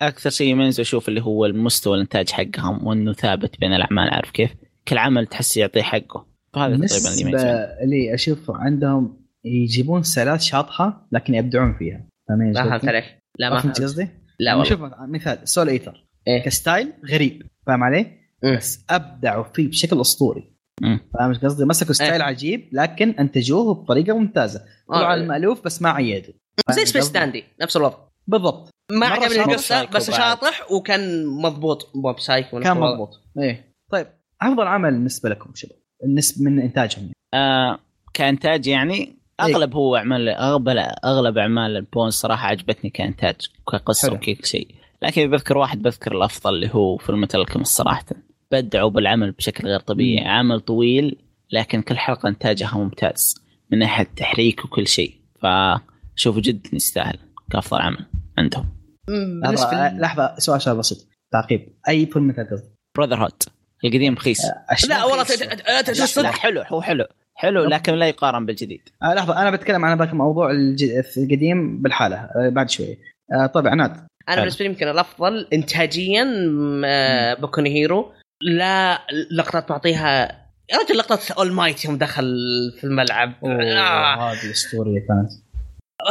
فاكثر شيء يميز اشوف اللي هو المستوى الانتاج حقهم وانه ثابت بين الاعمال عارف كيف؟ كل عمل تحس يعطيه حقه فهذا تقريبا اللي يعني. بالنسبه يميزه لي اشوف عندهم يجيبون سلات شاطحه لكن يبدعون فيها فاهم ما فهمت عليك لا ما فهمت فهمت قصدي؟ لا والله شوف مثال سول ايتر إيه. كستايل غريب فاهم علي؟ مم. بس ابدعوا فيه بشكل اسطوري مم. فاهم إيش قصدي؟ مسكوا ستايل إيه. عجيب لكن انتجوه بطريقه ممتازه آه. طلعوا على المالوف بس ما عيدوا زي فاهم سبيس قصدي؟ داندي نفس الوضع بالضبط ما مرة عجبني شاطح. القصه بس موب سايكو شاطح وكان مضبوط موب سايكو كان مضبوط ايه طيب افضل عمل بالنسبه لكم شباب بالنسبه من انتاجهم آه كانتاج يعني إيه. اغلب هو اعمال اغلب اغلب اعمال البون صراحه عجبتني كانتاج كقصه حلو. وكل شيء لكن بذكر واحد بذكر الافضل اللي هو فيلم الكيمس صراحه بدعوا بالعمل بشكل غير طبيعي مم. عمل طويل لكن كل حلقه انتاجها ممتاز من ناحيه تحريك وكل شيء فشوفوا جدا يستاهل كافضل عمل عندهم مم، بالنسبه لحظه لي- لحظه سؤال سؤال بسيط تعقيب اي فيلم مثل قصدي؟ براذر هود القديم رخيص أشياء لا والله ت- رخيصة. ت- ت- ت- لا، تصدق حلو هو حلو حلو لكن لا يقارن بالجديد آه لحظه انا بتكلم عن ذاك الموضوع الج- القديم بالحاله آه بعد شوي آه طيب عناد انا حلو. بالنسبه لي يمكن الافضل انتاجيا م- آه، بوكو نو هيرو لا لقطات معطيها يا رجل لقطه اول مايت يوم دخل في الملعب آه، هذه اسطوريه كانت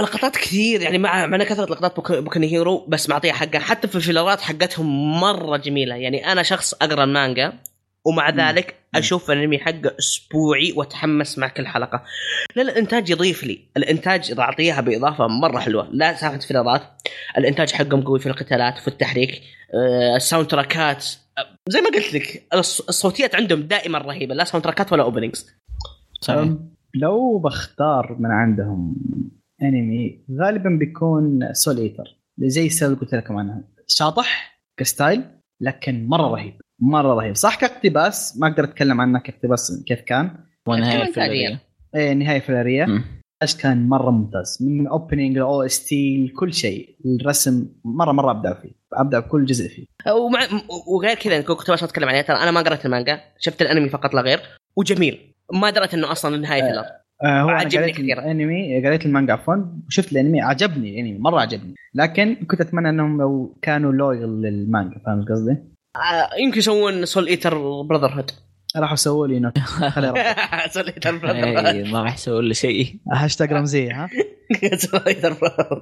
لقطات كثير يعني مع مع إن كثره لقطات بوكو- بوكو نو هيرو بس معطيها حقها حتى في الفيلرات حقتهم مره جميله يعني انا شخص اقرا المانجا ومع مم. ذلك اشوف الانمي حقه اسبوعي واتحمس مع كل حلقه لا لا الانتاج يضيف لي الانتاج إذا اعطيها باضافه مره حلوه لا سالفه فيلرات الانتاج حقهم قوي في القتالات في التحريك آه، الساوند تراكات آه، زي ما قلت لك الص- الصوتيات عندهم دائما رهيبه لا ساوند تراكات ولا اوبننجز صحيح. أم، لو بختار من عندهم انمي غالبا بيكون سول ايتر زي السبب اللي قلت لكم عنها شاطح كستايل لكن مره رهيب مره رهيب صح كاقتباس ما اقدر اتكلم عنه كاقتباس كيف كان ونهايه كمان فيلرية. إيه نهايه فلاريه مم. الانتاج كان مره ممتاز من اوبننج لاو اس تي كل شيء الرسم مره مره ابدع فيه ابدع بكل جزء فيه ومع وغير كذا كنت بس اتكلم عليه ترى انا ما قرأت المانجا شفت الانمي فقط لا غير وجميل ما دريت انه اصلا نهايه آه. فيلر آه هو انا عجبني قريت كثير. الانمي قريت المانجا عفوا وشفت الانمي عجبني الانمي مره عجبني لكن كنت اتمنى انهم لو كانوا لويل للمانجا فاهم قصدي؟ آه، يمكن يسوون سول ايتر براذر <laughs> هود راحوا سووا لي <laughs> نوت خلي أروح. سول ايتر إيه. براذر هود <laughs> أي، إيه، ما راح يسوي له شيء هاشتاج رمزيه ها سبايدر مان.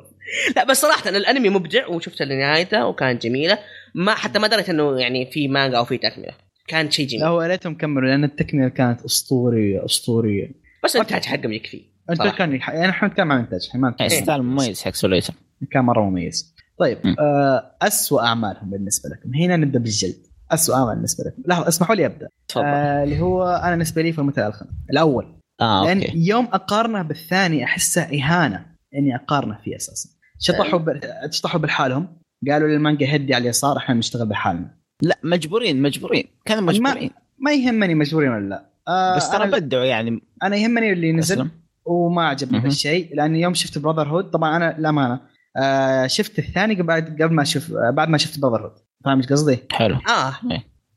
لا بس صراحه الانمي مبدع وشفته لنهايته وكانت جميله ما حتى ما دريت انه يعني في مانجا او في تكمله كان شيء لا جميل هو يا ريتهم كملوا لان التكمله كانت اسطوريه اسطوريه بس الانتاج حقهم يكفي انت صراحة. كان يح- يعني احنا نتكلم عن انتاج احنا ما أي، نتكلم ستايل إيه، مميز حق سوليتر عن- كان مره مميز طيب مم. آه اسوء اعمالهم بالنسبه لكم هنا نبدا بالجلد اسوء اعمال بالنسبه لكم لحظه اسمحوا لي ابدا تفضل آه اللي هو انا بالنسبه لي فمثل الخن الاول اه لان اوكي يوم اقارنه بالثاني احسه اهانه اني اقارنه فيه اساسا طيب. شطحوا بال- شطحوا بالحالهم قالوا للمانجا هدي على اليسار احنا بنشتغل بحالنا لا مجبورين مجبورين كانوا ما- مجبورين ما يهمني مجبورين ولا لا آه بس ترى أنا, بدعوا يعني انا يهمني اللي نزل أسلم. وما عجبني مهم. هالشيء لان يوم شفت براذر هود طبعا انا للامانه آه شفت الثاني بعد قبل ما اشوف آه، بعد ما شفت براذر هود فاهم ايش قصدي؟ حلو آه. اه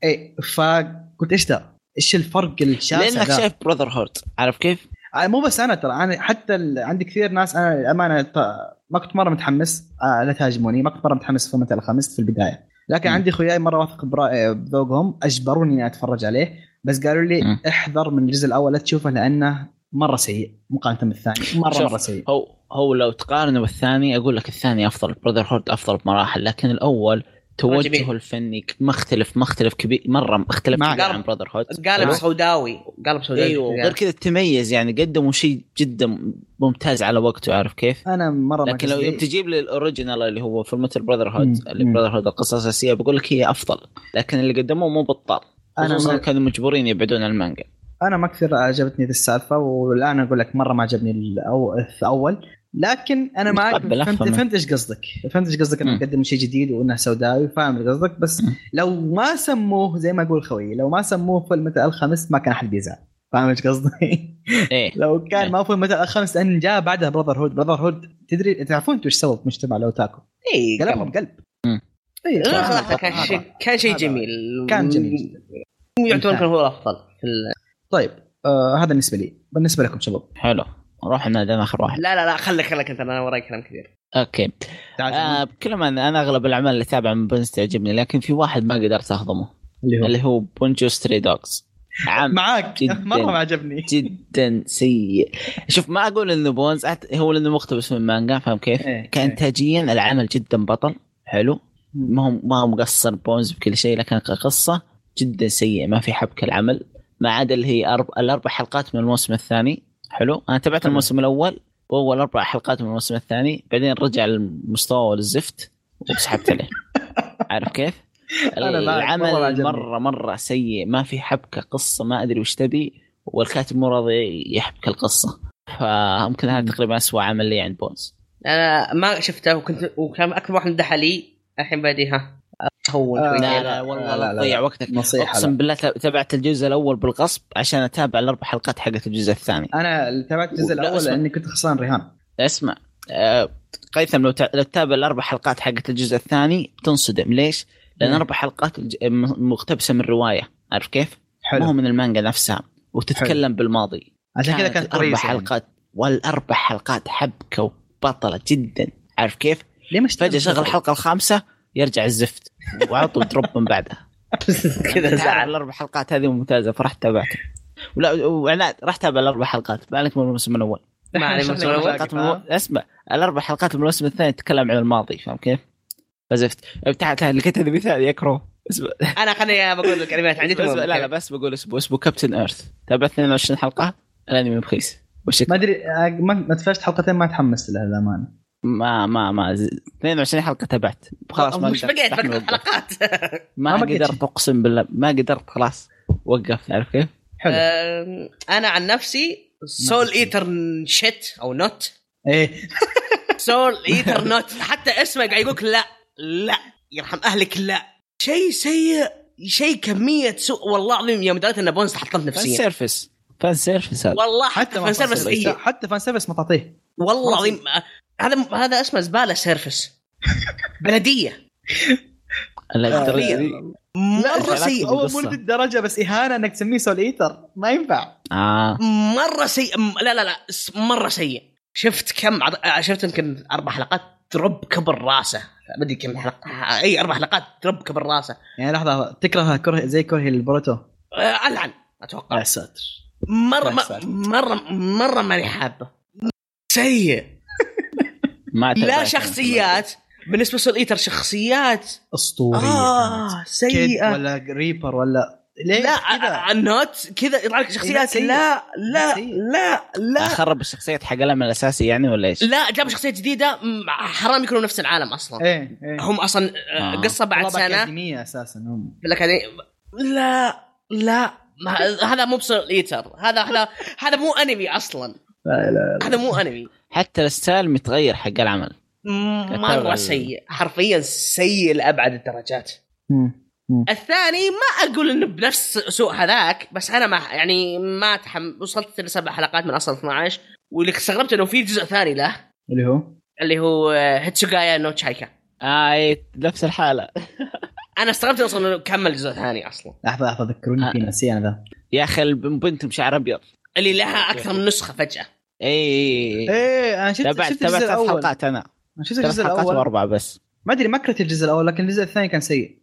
اي فقلت ايش ذا؟ ايش الفرق الشاسع لانك ذا؟ شايف براذر هورد عارف كيف؟ آه، مو بس انا ترى انا حتى ال- عندي كثير ناس انا للامانه ط- ما كنت مره متحمس آه، لا تهاجموني ما كنت مره متحمس في مثل الخامس في البدايه لكن مم. عندي خوياي مره واثق برا- آه، بذوقهم اجبروني اني اتفرج عليه بس قالوا لي مم. احذر من الجزء الاول لا تشوفه لانه مره سيء مقارنه بالثاني مره شوف، مره سيء هو هو لو تقارنه بالثاني اقول لك الثاني افضل براذر هورد افضل بمراحل لكن الاول جميل. توجهه الفني مختلف مختلف كبير مره اختلف معك. كبير عن براذر هورد قالب سوداوي قالب سوداوي ايوه إيوه، وغير كذا تميز يعني قدموا شيء جدا ممتاز على وقته عارف كيف؟ انا مره آه، ما لكن لو قصدي- تجيب لي الاوريجينال اللي هو في المثل براذر مم. هود اللي مم. براذر هود القصه الاساسيه بقول لك هي افضل لكن اللي قدموه مو بطال أنا انا ما- كانوا مجبورين يبعدون عن المانجا انا ما كثير عجبتني ذي السالفه والان اقول لك مره ما عجبني الأو- الاول لكن انا معك متقبل، فهمت أفهمه. فهمت ايش قصدك فهمت ايش قصدك انه مم. مقدم شيء جديد وانه سوداوي فاهم قصدك بس مم. لو ما سموه زي ما اقول خوي لو ما سموه فيلم متى الخمس ما كان احد بيزعل فاهم ايش قصدي؟ <laughs> ايه لو كان ما فيلم متى الخمس لان جاء بعدها براذر هود براذر هود تدري تعرفون انتوا ايش سووا في مجتمع لو تاكو اي قلبهم قلب قلب إيه، مم. اي صراحه كان هذا- شيء كان شيء هذا- جميل كان جميل جدا يعتبر كان هو الافضل في ال... طيب آه هذا بالنسبه لي بالنسبه لكم شباب حلو روح لنا اخر واحد لا لا لا خليك خليك انت انا وراي كلام كثير اوكي تعال آه بكلم عن انا اغلب الاعمال اللي تابعه من بنس تعجبني لكن في واحد ما قدرت اهضمه اللي هو اللي هو بونجو ستري دوغز عام معاك <laughs> جداً. مره ما عجبني جدا سيء شوف ما اقول انه بونز أعت- هو لانه مقتبس من مانجا فاهم كيف؟ <laughs> إيه، كانتاجيا العمل جدا بطل حلو ما هو ما هو مقصر بونز بكل شيء لكن كقصه جدا سيء ما في حبكه العمل ما عدا اللي هي أرب... الاربع حلقات من الموسم الثاني حلو انا تابعت تمام. الموسم الاول واول اربع حلقات من الموسم الثاني بعدين رجع المستوى للزفت وسحبت <laughs> عليه عارف كيف؟ أنا معك، مرة العمل عجبني. مره مره سيء ما في حبكه قصه ما ادري وش تبي والكاتب مو راضي يحبك القصه فممكن هذا تقريبا اسوء عمل لي عند بونز انا ما شفته وكنت وكان اكثر واحد مدح لي الحين بادي ها هون آه، شوي لا كذا. لا والله لا، لا، لا لا. تضيع وقتك نصيحه اقسم لا. بالله تاب- تابعت الجزء الاول بالغصب عشان اتابع الاربع حلقات حقت الجزء الثاني انا اللي تابعت الجزء لا، الاول اسمع. لاني كنت خسران رهان اسمع آه، قيثم لو تا- لو تتابع الاربع حلقات حقت الجزء الثاني تنصدم ليش؟ لان مم. اربع حلقات الج- م- مقتبسه من روايه عارف كيف؟ ما هو حلو من المانجا نفسها وتتكلم بالماضي عشان كذا كانت كانت اربع كويسه يعني. حلقات والاربع حلقات حبكه وبطله جدا عارف كيف؟ ليه ما اشتغلت؟ فجاه شغل <laughs> الحلقه الخامسه يرجع الزفت وعلى طول دروب من بعدها كذا تابع زعل الاربع حلقات هذه ممتازه فرحت تابعتها ولا وعناد رحت تابع الاربع حلقات ما عليك من الموسم الاول ما عليه من الموسم الأول. حلقات من المو... اسمع الاربع حلقات من الموسم الثاني تتكلم عن الماضي فاهم كيف؟ فزفت ابتعد لقيت هذا مثال يكره اسمع انا خليني بقول الكلمات عندي بس لا لا بس بقول اسمه اسمه كابتن ايرث تابع 22 حلقه الانمي رخيص وش ما ادري آه، ما ما تفشت حلقتين ما تحمست لها للامانه ما ما ما ز- 22 حلقه تابعت خلاص ما مش قدرت بقيت أستحمل بقيت وقفت. حلقات ما ما بقيت. قدرت اقسم بالله ما قدرت خلاص وقفت عارف كيف؟ حلو أم، انا عن نفسي سول ايتر شيت او نوت ايه سول <laughs> ايتر نوت حتى اسمه قاعد يقولك لا لا يرحم اهلك لا شيء سيء شيء كميه سوء والله العظيم يوم دريت ان بونز تحطمت فان نفسيا سيرفس فان سيرفس هذا والله حتى إيه. ما فان سيرفس فان سيرفس. سيء حتى فان سيرفس ما تعطيه والله العظيم هذا هذا اسمه زباله سيرفس بلديه لا الدرجة دي. مره لا سيء تقول هو قصة. مو للدرجه بس اهانه انك تسميه سول ايتر ما ينفع اه مره سيء م- لا لا لا س- مره سيء شفت كم عض... آه، شفت يمكن اربع حلقات ترب كبر راسه ما ادري كم حلقه اي اربع حلقات ترب كبر راسه يعني لحظه تكرهها كره زي كره البروتو آه، العن اتوقع يا ساتر مره يا ساتر. مره مره, مرة ماني حابه سيء ما طيب، لا تابعت. شخصيات بالنسبه لسول ايتر شخصيات اسطوريه آه، اه كيد سيئه ولا ريبر ولا ليه كذا لا آه، النوت كذا يطلع لك شخصيات سيئة. إيه، لا لا سيئة. لا لا خرب الشخصيه حق العمل الاساسي يعني ولا ايش؟ لا جاب شخصيه جديده م- حرام يكونوا نفس العالم اصلا ايه ايه هم اصلا آه، آه. قصه إيه. بعد طلبة سنه أكاديمية اساسا هم في الأكاديمية. لا لا ما- هذا مو بسول ايتر هذا هذا هذا مو انمي اصلا لا لا هذا مو انمي حتى الستايل متغير حق العمل م- أتابع مره ال- سيء حرفيا سيء لابعد الدرجات الثاني ما اقول انه بنفس سوء هذاك بس انا ما يعني ما تحم... وصلت لسبع حلقات من اصل 12 واللي استغربت انه في جزء ثاني له اللي هو اللي هو آه، هيتسوغايا نو تشايكا آه إيه، نفس الحاله انا استغربت اصلا انه كمل جزء ثاني اصلا لحظة لحظة ذكروني آه. فيه نسي انا ذا يا اخي الب- بنت بشعر إيه، ابيض اللي لها اكثر من نسخه فجاه اي اي اي ايه انا شفت تابعت شفت الجزء تابعت ثلاث الاول حلقات انا أنا شفت ثلاث الجزء حلقات الاول واربعه بس ما ادري ما كرهت الجزء الاول لكن الجزء الثاني كان سيء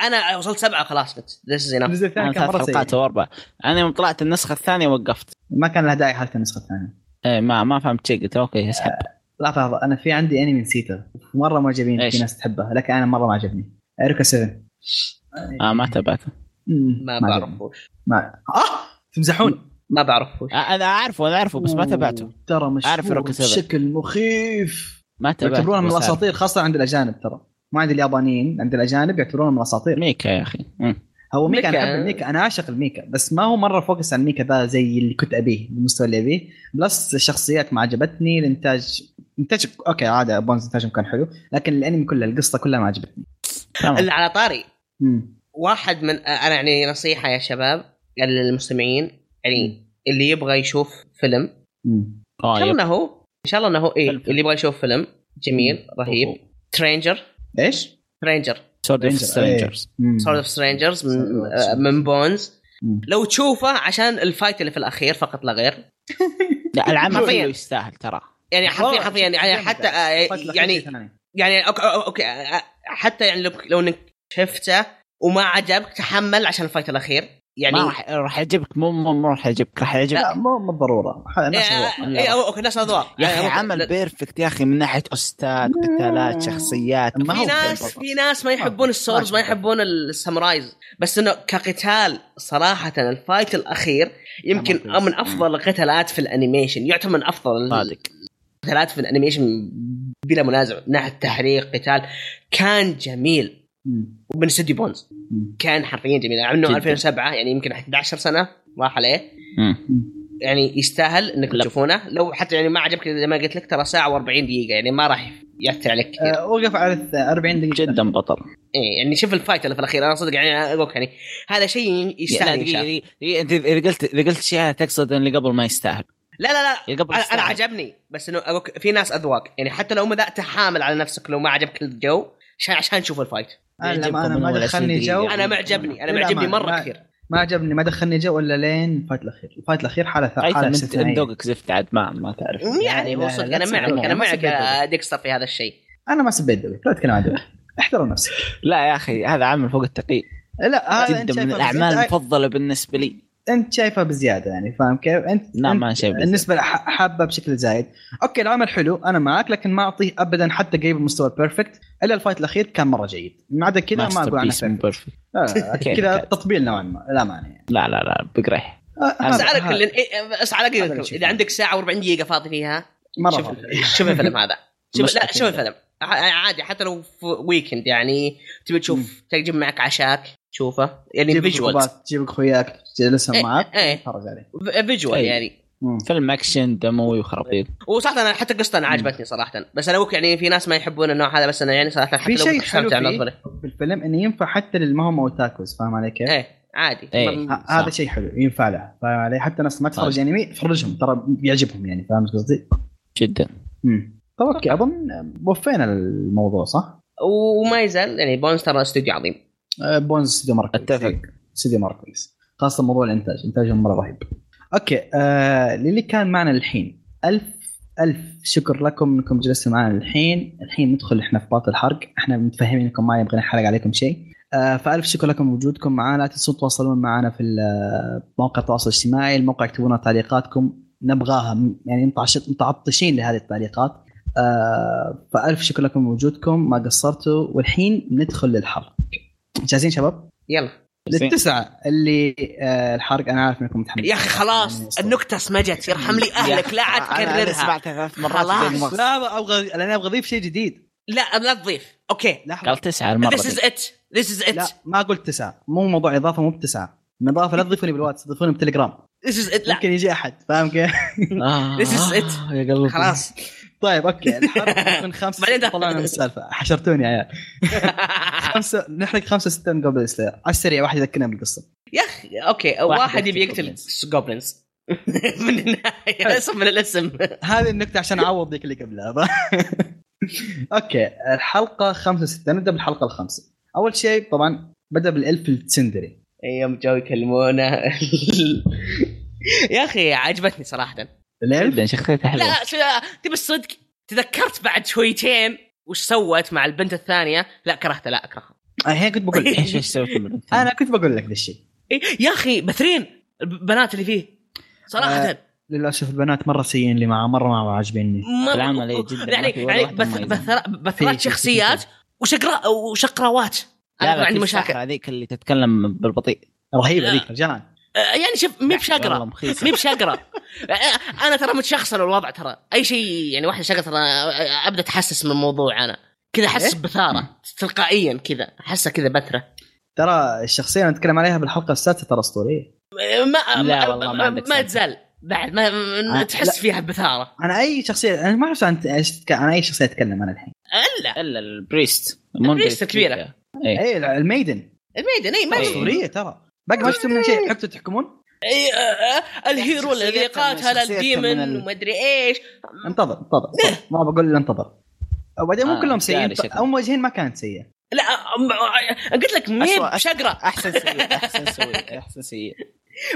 انا وصلت سبعه خلاص قلت ذس از الجزء انا الثاني كان ثلاث مرة حلقات سيء واربعه انا يوم طلعت النسخه الثانيه وقفت ما كان لها داعي حتى النسخة الثانية اي ما ما فهمت شيء قلت اوكي اسحب آه. لحظة لحظة انا في عندي انمي نسيته مرة ما عجبني إيش؟ في ناس تحبه لكن انا مرة ما عجبني ايريكا 7 آه ما تابعته مم، ما عجبني. بعرفوش ما اه تمزحون ما بعرفوش آه انا اعرفه انا اعرفه بس ما تابعته ترى أعرف مشهور إيريكا 7. بشكل مخيف ما تابعته يعتبرونها من بس أعرفه. الاساطير خاصه عند الاجانب ترى ما عند اليابانيين عند الاجانب يعتبرونها من الاساطير ميكا يا اخي مم. هو ميكا, ميكا. انا احب الميكا انا اعشق الميكا بس ما هو مره فوكس على الميكا ذا زي اللي كنت ابيه المستوى اللي ابيه بلس الشخصيات ما عجبتني الانتاج انتاج اوكي عاده بونز انتاجهم كان حلو لكن الانمي كله القصه كلها ما عجبتني تمام. اللي على طاري مم. واحد من انا يعني نصيحه يا شباب للمستمعين يعني اللي يبغى يشوف فيلم مم. آه، ان شاء يب. الله انه هو ان شاء الله انه هو ايه فيلم. اللي يبغى يشوف فيلم جميل رهيب ترينجر ايش؟ ترينجر سورد اوف Stranger. سترينجرز مم. سورد اوف سترينجرز من Sword of آه، من بونز مم. لو تشوفه عشان الفايت اللي في الاخير فقط لا غير لا العمل حرفياً. كله يستاهل ترى يعني حرفيا والله، حرفيا يعني جامد. حتى آه، فات لك شيء يعني ثاني. يعني اوكي اوكي آه، حتى يعني لو لو انك شفته وما عجبك تحمل عشان الفايت الاخير يعني ما راح راح يعجبك مو مو مو راح يعجبك راح يعجبك لا مو مو بالضروره ح- إيه، نفس آه، الوضع. إيه، اوكي ناس اذواق يا آه، اخي أوكي. عمل بيرفكت يا اخي من ناحيه استاذ قتالات شخصيات ما في هو ناس بالضبط. في ناس ما يحبون السورز ما يحبون السامورايز بس انه كقتال صراحه الفايت الاخير يمكن تمام. من افضل القتالات في الانيميشن يعتبر من افضل صادق القتالات في الانيميشن بلا منازع من ناحيه تحريك قتال كان جميل مم. ومن استوديو بونز مم. كان حرفيا جميل مع انه جداً. 2007 يعني يمكن 11 سنه راح عليه مم. يعني يستاهل انك لا. تشوفونه لو حتى يعني ما عجبك زي ما قلت لك ترى ساعه و40 دقيقه يعني ما راح ياثر عليك كثير آه، وقف على الث- 40 دقيقه جدا بطل ايه يعني شوف الفايت اللي في الاخير انا صدق يعني اقولك يعني هذا شيء لا يستاهل دقيقة، ينشاف. دقيقة، دقيقة، انت اذا قلت اذا قلت شيء تقصد ان اللي قبل ما يستاهل لا لا لا اللي قبل أنا- يستاهل انا عجبني بس انه أقولك في ناس اذواق يعني حتى لو مذا تحامل على نفسك لو ما عجبك الجو عشان عشان نشوف الفايت انا يعجبكم لما انا من أه، ما أول دخلني 20 جو دقيقة. انا ما عجبني انا إيه، لا، ما عجبني ما- مره ما- كثير ما عجبني ما دخلني جو الا لين الفايت الاخير، الفايت الاخير حاله حاله ايثن انت استثنائية. انت ذوقك زفت عاد ما ما أه؟ تعرف يعني لا، هو لا، صدق لا انا تصير معك أبداً، انا لا معك تصير أبداً. يا ديكستر في هذا الشيء انا ما سبيت دوبي لا تتكلم عن دوبي احترم نفسك لا يا اخي هذا عمل فوق التقييم لا هذا انت جدا من شايفها الاعمال بزيادة. المفضله بالنسبه لي انت شايفها بزياده يعني فاهم كيف؟ انت لا أنت ما شيء بس. بالنسبه لح- حابه بشكل زايد اوكي العمل حلو انا معك لكن ما اعطيه ابدا حتى قريب المستوى البيرفكت الا الفايت الاخير كان مره جيد ما عدا كذا ما اقول عنه Masterpiece من perfect. perfect. لا، لا، <laughs> أوكي. كذا تطبيل نوعا ما لا مانع يعني لا لا لا بقريح آه، أنا- بس هذا- على هذا كل إيه، بس على هذا كل اللي اذا عندك ساعه و40 دقيقه فاضي فيها مره شوف فاضي. شوف الفيلم هذا <laughs> شوف لا مستحيل. شوف الفيلم ع- عادي حتى لو في ويكند يعني تبي تشوف تجيب معك عشاك تشوفه يعني جيب فيجوال الخباز، جيب اخوياك تجلسهم إيه، معك إيه. تتفرج عليه فيجوال أي. يعني مم. فيلم اكشن دموي وخرابيط وصراحه انا حتى قصته انا عجبتني صراحه بس انا أقولك يعني في ناس ما يحبون النوع هذا بس انا يعني صراحه حتى في لو شيء كنت استمتع حلو فيه. بنظري في الفيلم انه ينفع حتى للما هم اوتاكوز فاهم علي كيف؟ ايه عادي إيه. ما- ه- هذا شيء حلو ينفع له فاهم علي؟ حتى ناس ما تتفرج انمي تفرجهم ترى بيعجبهم يعني فاهم قصدي؟ جدا مم. طب اوكي اظن وفينا الموضوع صح؟ وما يزال يعني بونز ترى استوديو عظيم آه، بونز استوديو مره كويس. أتفق. استوديو مره كويس خاصه موضوع الانتاج انتاجهم مره رهيب اوكي آه للي كان معنا الحين الف الف شكر لكم انكم جلستوا معنا الحين الحين ندخل احنا في باطل الحرق احنا متفاهمين انكم ما يبغى نحرق عليكم شيء آه فالف شكر لكم وجودكم معنا لا تنسوا تتواصلون معنا في ال- آه، مواقع التواصل الاجتماعي الموقع يكتبون تعليقاتكم نبغاها م- يعني متعش- متعطشين لهذه التعليقات آه فالف شكر لكم وجودكم ما قصرتوا والحين ندخل للحرق جاهزين شباب؟ يلا للتسعه اللي آه الحرق انا عارف يعني انكم متحمسين يا اخي خلاص النكته سمجت يرحم لي اهلك لا عاد آه، أنا- أنا تكررها سمعتها ثلاث مرات خلاص. بدون مقصد. لا ابغى انا ابغى اضيف شيء جديد لا لا تضيف اوكي لحظه قال تسعه المره This is دي. it This is it لا ما قلت تسعه مو موضوع اضافه مو بتسعه من اضافه لا تضيفوني بالواتس تضيفوني بالتليجرام This is it لا ممكن يجي احد فاهم كيف؟ <laughs> آه، This is it. آه، يا قلبي خلاص طيب <laughs> اوكي الحرق من خمسه بعدين آه. ستة طلعنا من السالفه حشرتوني يا عيال خمسه نحرق خمسه سته من قبل الاسلام على السريع واحد يذكرنا بالقصه يا اخي اوكي واحد واحد, يبي يقتل يقتل جوبلنز <laughs> من النهايه اسم من الاسم هذه النكته عشان اعوض ذيك اللي قبلها <laughs> اوكي الحلقه خمسه سته نبدا بالحلقه الخامسه اول شيء طبعا بدا بالالف التسندري يوم جو يكلمونه <laughs> يا اخي عجبتني صراحه الالف جدا شخصيته حلوه لا شو- تبي الصدق تذكرت بعد شويتين وش سوت مع البنت الثانية لا كرهتها لا اكرهها الحين آه، كنت بقول ايش لك ايش سويت بالبنت؟ انا كنت بقول لك ذا الشيء إيه، يا اخي بثرين البنات اللي فيه صراحة آه، للاسف البنات مره سيئين لي معاه مره ما عاجبيني مرة- العملية جداً، يعني ما في ولا يعني واحدة بث- مميزة. بثر- في- بثرات في- في- شخصيات وشقرا وشقراوات انا لا عندي في مشاكل الصحراء هذيك اللي تتكلم بالبطيء رهيبه ذيك رجعان آه، يعني شوف مي بشقرا والله مخيسة. مي بشقرا آه، انا ترى متشخصن الوضع ترى اي شيء يعني واحده شقرا ترى آه، ابدا اتحسس من الموضوع انا كذا احس إيه؟ بثاره تلقائيا كذا احسها كذا بثره ترى الشخصيه اللي نتكلم عليها بالحلقه السادسه ترى اسطوريه آه، ما لا ما- والله ما ما, عندك ما سالفة. تزال بعد ما- ما آه، ما تحس فيها بثاره انا اي شخصيه انا ما اعرف عن ايش تتك- عن اي شخصيه اتكلم انا الحين الا الا البريست البريست الكبيرة. إيه. اي ال- الميدن إيه. الميدن اي ما إيه. طيب. في اسطوريه ترى باقي ما شفت منها شيء حبتوا تحكمون إي، آه، آه، الهيرو شخصيتها الذي من- قاتل شخصيتها من الديمن ال- وما ادري ايش انتظر انتظر إيه. ما بقول الا انتظر وبعدين مو آه، كلهم سيئين داري شكله. او وجهين ما كانت سيئه لا آه، آه، قلت لك مي أسوأ- بشقرا احسن <laughs> سيء احسن سيء احسن <laughs> سيء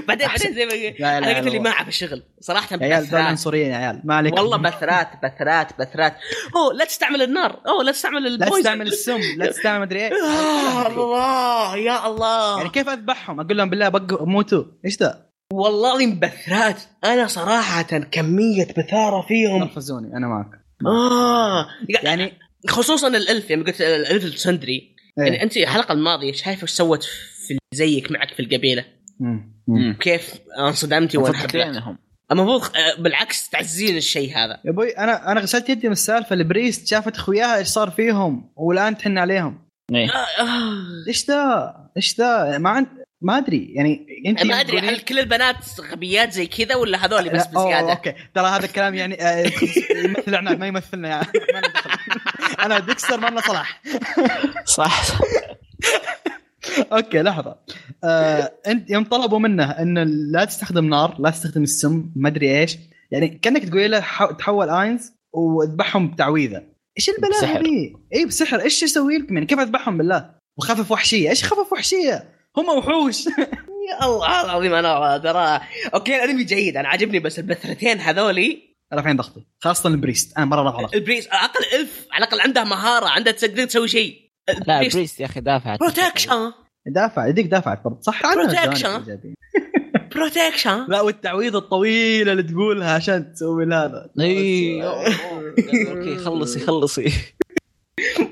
بعدين بعدين زي ما لا، انا قلت لا. اللي ما اعرف الشغل صراحه يا عيال دول بثرات. عنصريين يا عيال ما عليك والله بثرات بثرات بثرات اوه لا تستعمل النار اوه لا تستعمل لا البويزن تستعمل السم لا تستعمل مدري <laughs> ايه آه، يا الله يا يعني الله كيف اذبحهم اقول لهم بالله بقوا موتوا ايش ذا والله العظيم بثرات انا صراحه كميه بثاره فيهم نرفزوني انا معك اه يعني يعني خصوصا الالف يعني قلت الالف السندري يعني إيه. انت الحلقه الماضيه شايف ايش سوت في اللي زيك معك في القبيله مم. مم. كيف انصدمتي يعني. وانحرقت بينهم المفروض آه، بالعكس تعززين الشيء هذا يا ابوي انا انا غسلت يدي من السالفه البريست شافت خوياها ايش صار فيهم والان تحن عليهم <laughs> إيه. آه، آه. ايش ذا ايش ذا ما عند... ما ادري يعني انت ما ادري هل كل البنات غبيات زي كذا ولا هذول بس لا، أوه، بزياده اوكي ترى هذا الكلام يعني <laughs> آه، يمثل عناد ما يمثلنا يعني <laughs> ما لنا دخل. انا ديكستر ما لنا صلاح صح اوكي لحظه آه، انت يوم طلبوا منه ان لا تستخدم نار لا تستخدم السم ما ادري ايش يعني كانك تقول له حو- تحول اينز واذبحهم بتعويذه ايش البلاء بسحر. هذه؟ اي إيه، بسحر ايش اسوي لكم يعني كيف اذبحهم بالله؟ وخفف وحشيه ايش خفف وحشيه؟ هم وحوش <laughs> يا الله العظيم انا ترى اوكي الانمي جيد انا عاجبني بس البثرتين هذولي رافعين ضغطي خاصه البريست انا مره رافع ضغطي البريس على الاقل الف على الاقل عندها مهاره عندها تقدر تسوي شيء لا بريست يا اخي دافع بروتكشن دافع يديك دافعت برضه صح عندنا جوانب Protection. إيجابية. بروتكشن لا والتعويذه الطويله اللي تقولها عشان تسوي هذا اي اوكي خلصي <laughs> خلصي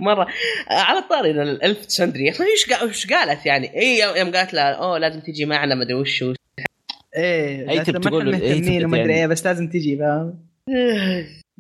مره آه، على الطاري إن الالف تسندري اصلا ايش قا- ايش قالت يعني اي يوم- يوم قالت لها اوه لازم تجي معنا ما ادري وش وش. ايه أي لكن تب ما تقول احنا له- أي مهتمين تب وما ادري يعني. ايه بس لازم تجي فاهم يا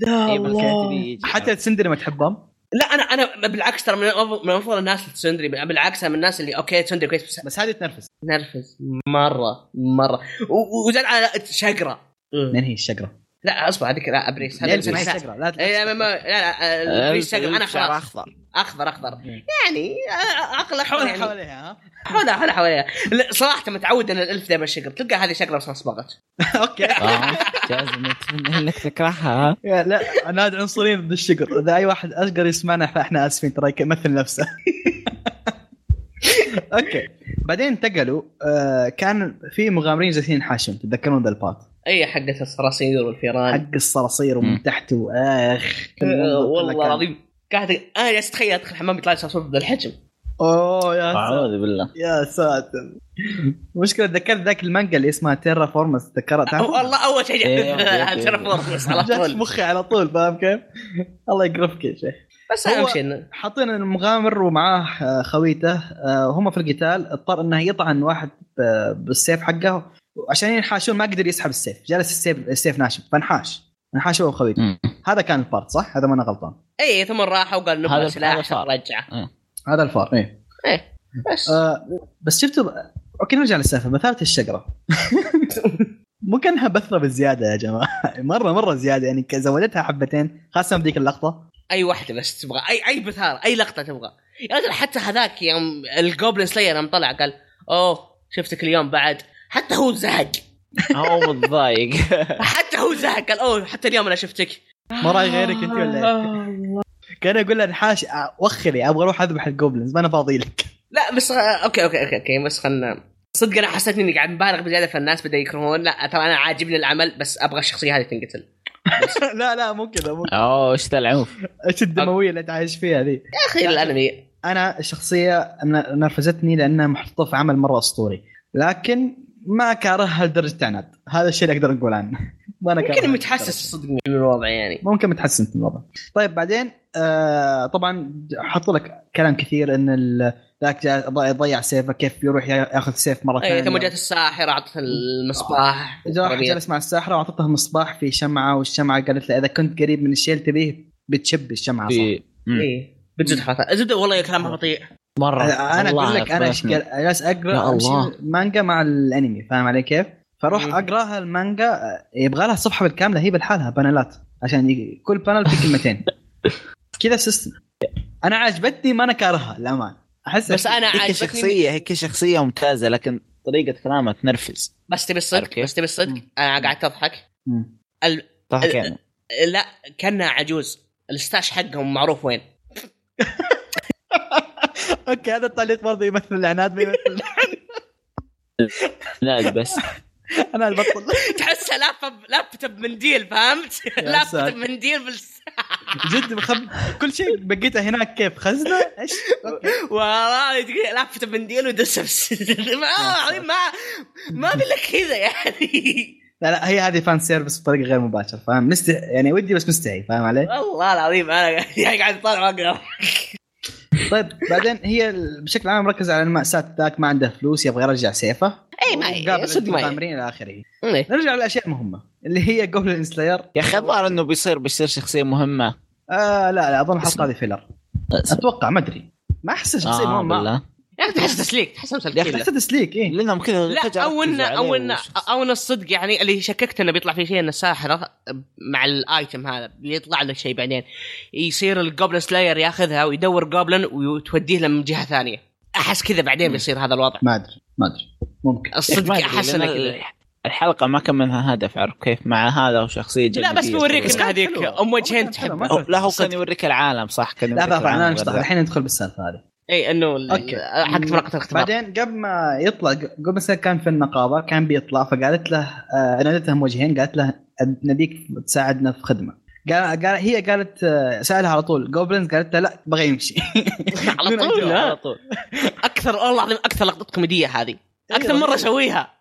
إيه، بس الله. تبي يجي. حتى تسندري ما تحبهم لا انا انا بالعكس ترى من أفضل- من افضل الناس لتسندري بالعكس انا من الناس اللي اوكي تسندري كويس بس بس هذه تنرفز نرفز مره مره و- وزعل على شقره لان هي الشقره لا اصبر هذيك لا ابريس هذا يعني ليه اسمه ما هي إساس. الشقره لا إيه، ما- تلبس. ما- لا لا آه، ابريس شقره انا شعر خلاص اخضر اخضر اخضر يعني آه، عقل احمر حولها يعني حواليها ها؟ <laughs> حولها <laughs> حولها حواليها لا، صراحه متعود ان الالف دائما شقر تلقى هذه شقره بس ما صبغت اوكي آه. جازم اتمنى انك تكرهها ها؟ يا لا نادي عنصريين ضد الشقر اذا اي واحد اشقر يسمعنا فاحنا اسفين ترى يمثل نفسه <laughs> اوكي بعدين انتقلوا آه كان في مغامرين جالسين حاشم تتذكرون ذا البارت اي حقت الصراصير والفيران حق الصراصير ومن مم. تحت <laughs> واخ آه، والله كان- العظيم قاعد انا جالس اتخيل ادخل الحمام يطلع لي صرصور بهذا الحجم اوه آه. يا ساتر اعوذ بالله يا ساتر مشكلة تذكرت ذاك المانجا اللي اسمها تيرا فورمس تذكرها أو- تعرف والله اول شيء إيه، أوكي، جاء أوكي. ترفورمس على <laughs> جات في طول مخي على طول فاهم كيف؟ الله يقرفك يا شيخ بس هو- اهم شيء انه حاطين المغامر ومعاه آه، خويته آه، هم في القتال اضطر انه يطعن واحد ب- بالسيف حقه وعشان ينحاشون ما قدر يسحب السيف جلس السيف السيف ناشف فانحاش انحاش هو وخويته مم. هذا كان البارت صح؟ هذا ما انا غلطان اي إيه، ثم راحوا وقال هذا- نبغى هذا سلاح صار. رجعه هذا الفار إيه. ايه بس <laughs> آه بس شفتوا اوكي نرجع للسالفه مثاله الشقره مو كانها بثره بالزياده يا <laughs> جماعه مره مره زياده يعني زودتها حبتين خاصه بديك اللقطه اي واحده بس تبغى اي اي بثاره اي لقطه تبغى يا رجل حتى هذاك يوم الجوبلين سلاير يوم طلع قال اوه شفتك اليوم بعد حتى هو زهق هو متضايق حتى هو زهق قال اوه حتى اليوم انا شفتك ما راي غيرك انت ولا إيه؟ آه. كان اقول له انحاش آه، وخري ابغى اروح اذبح الجوبلنز ما انا فاضي لك <laughs> لا بس آه، اوكي اوكي اوكي, أوكي بس خلنا صدق انا حسيت اني قاعد مبالغ بزياده فالناس بدا يكرهون لا ترى انا عاجبني العمل بس ابغى الشخصيه هذه تنقتل لا لا مو كذا مو كذا. اوه ايش ذا العنف ايش الدمويه اللي تعايش فيها ذي يا اخي الانمي انا الشخصيه ن- نرفزتني لانها محطوطه في عمل مره اسطوري لكن ما كارهها لدرجه عناد هذا الشيء اللي اقدر اقول عنه <laughs> ما انا يمكن كارهها متحسس صدق من الوضع يعني ممكن متحسن في الوضع طيب بعدين آه طبعا حطوا لك كلام كثير ان ال- ذاك جا- ضيع- ضيع سيفه كيف بيروح يا- ياخذ سيف مره ثانيه اي ثم جت الساحره اعطت المصباح جاء واحد جلس مع الساحره واعطتها مصباح في شمعه والشمعه قالت له اذا كنت قريب من الشيء اللي تبيه بتشب الشمعه صح؟ في مم. اي بتزيد حركات الزبده والله كلامها بطيء مره انا اقول والله لك انا أخبرتني. شقر- جالس يا اقرا أمشي الله. المانجا مع الانمي فاهم علي كيف؟ فاروح مم. اقراها المانجا آه، يبغى لها صفحه بالكامله هي بالحالها بانلات عشان ي- كل بانل <laughs> فيه كلمتين كذا السيستم انا عجبتني ما انا كارهها للامانه احس بس انا هيك عاجبتني شخصية هيك شخصية ممتازة لكن طريقة كلامها تنرفز بس تبي عارف الصدق كيف؟ بس تبي الصدق مم. انا قاعد اضحك مم. ضحك يعني لا كانها عجوز الستاش حقهم معروف وين <laughs> اوكي هذا التعليق برضه يمثل العناد ما <laughs> يمثل لا بس انا البطل تحسها لافه لافته بمنديل فهمت؟ يا لافته ساتر. بمنديل بال- جد مخب... كل شيء بقيته هناك كيف خزنه <laughs> ايش أوكي. والله تقري- لافته بمنديل ودسه بس <laughs> ما ما ما الا كذا يعني <laughs> لا لا هي هذه فان سيرفس بطريقه غير مباشره فاهم مست... يعني ودي بس مستحي فاهم علي؟ والله العظيم انا يعني قاعد <laughs> اطالع واقرا طيب بعدين هي ال- بشكل عام ركز على المأساة ذاك ما عنده فلوس يبغى يرجع سيفه اي إيه، ما وقابل صدق ما المغامرين الى اخره إيه. نرجع للاشياء المهمه اللي هي جوبلين سلاير يا اخي الظاهر انه بيصير بيصير شخصية مهمة أه، آه لا لا اظن الحلقه هذه فيلر اتوقع ما ادري ما احس شخصيه آه مهمه بالله يا اخي تحس تسليك تحس يا مسلك أخي، احس تسليك ايه لانهم كذا لا فجأة او ان ركزوا او عليه ان وش- او ان الصدق يعني اللي شككت انه بيطلع فيه شيء انه ساحره مع الايتم هذا بيطلع لك شيء بعدين يصير الجوبلن سلاير ياخذها ويدور جوبلن وتوديه له من جهه ثانيه احس كذا بعدين بيصير هذا الوضع ما ادري ما ادري ممكن يا أخي الصدق ما أدري، احس لأن انه كذا ال- الحلقة ما كان منها هدف عارف كيف مع هذا وشخصية لا بس جانبية. بيوريك بس ان هذيك حلوة. ام وجهين كانت حلوة، تحب ما أو- لا هو صدق. كان يوريك العالم صح كان لا يوريك لا لا العالم نشطح غير ذا. الحين ندخل بالسالفه هذه اي انه إيه، ال- اوكي حقت مناقه الاختبار بعدين قبل ما يطلع قبل سنة كان في النقابه كان بيطلع فقالت له آه نادتها وجهين قالت له نبيك تساعدنا في خدمه قال قال هي قالت آه، سالها على طول جوبلنز قالت له لا بغى يمشي <laughs> على بدون طول إجابة، لا. على اكثر والله العظيم اكثر لقطه كوميديه هذه اكثر رهيب. مره اسويها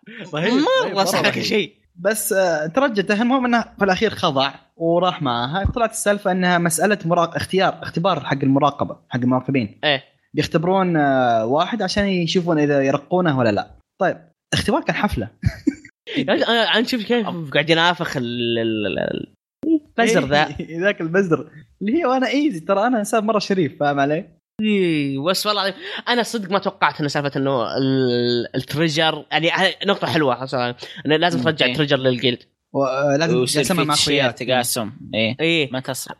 مره صحك رهيب. شيء بس آه، ترجته المهم انه في الاخير خضع وراح معاها طلعت السالفه انها مساله مراق... اختيار اختبار حق المراقبه حق المراقبين إيه. بيختبرون آه، واحد عشان يشوفون اذا يرقونه ولا لا طيب اختبار كان حفله يا رجل انا أنا شفت كيف قاعد ينافخ ال- ال- ال- البزر ذا إيه، <laughs> ذاك البزر اللي هي وانا ايزي ترى انا انسان مره شريف فاهم علي؟ إيه، بس والله العظيم انا صدق ما توقعت ان سالفه انه ال- التريجر يعني ه- نقطه حلوه اصلا انه لازم ترجع إيه. التريجر للجلد و- آه، لازم ويصير تسمع في مع تشير اخوياك تقاسم ايه اي ما تسرق